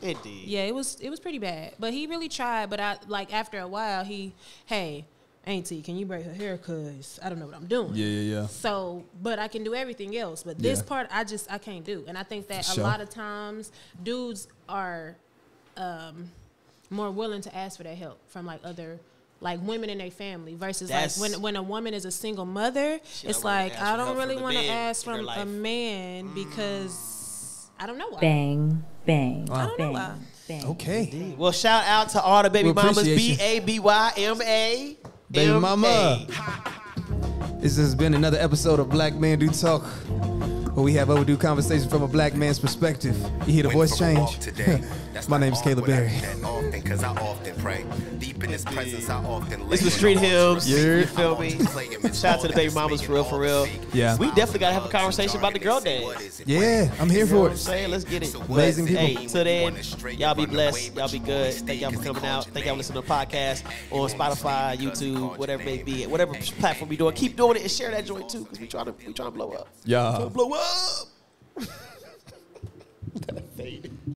Speaker 2: Indeed.
Speaker 6: Yeah, it was it was pretty bad, but he really tried. But I like after a while, he, hey, Auntie, can you braid her hair? Cause I don't know what I'm doing.
Speaker 12: yeah, yeah.
Speaker 6: So, but I can do everything else. But this
Speaker 12: Yeah.
Speaker 6: part, I just I can't do. And I think that
Speaker 1: Sure.
Speaker 6: a lot of times dudes are um, more willing to ask for that help from like other like women in their family versus
Speaker 2: That's-
Speaker 6: like when when a woman is a single mother,
Speaker 2: She
Speaker 6: it's
Speaker 2: don't wanna
Speaker 6: like
Speaker 2: ask for
Speaker 6: I
Speaker 2: help
Speaker 6: don't
Speaker 2: from
Speaker 6: really
Speaker 2: the
Speaker 6: want to
Speaker 2: man
Speaker 6: ask
Speaker 2: in her
Speaker 6: from
Speaker 2: life. Mm.
Speaker 6: a man because I don't know why.
Speaker 9: Bang, bang,
Speaker 6: I don't know why.
Speaker 9: bang, bang.
Speaker 1: Okay.
Speaker 2: Well, shout out to all the baby
Speaker 1: We
Speaker 2: mamas.
Speaker 1: appreciate
Speaker 2: B
Speaker 1: you.
Speaker 2: A B Y M A.
Speaker 1: Baby mama. This has been another episode of Black Man Do Talk, where we have overdue conversation from a black man's perspective. You hear the voice change. <laughs> My name is Caleb Berry.
Speaker 9: Because I often pray. Deep in his presence, I often
Speaker 2: This was
Speaker 9: lay in
Speaker 2: Street
Speaker 9: the
Speaker 2: Hymns.
Speaker 9: altar.
Speaker 2: You
Speaker 1: Yeah.
Speaker 2: feel me? Shout out to the baby mamas for real, for real.
Speaker 1: Yeah.
Speaker 2: We definitely got to have a conversation about the girl dance.
Speaker 1: Yeah, I'm here for
Speaker 2: I'm
Speaker 1: it.
Speaker 2: saying, let's get it. But,
Speaker 1: Amazing people.
Speaker 2: Hey, till then, y'all be blessed. Y'all be good. Thank y'all for coming out. Thank y'all for listening to the podcast on Spotify, YouTube, whatever it may be, at whatever platform you're doing. Keep doing it and share that joint too, because we trying to we trying to blow up.
Speaker 1: Yeah.
Speaker 2: Blow up. Fade.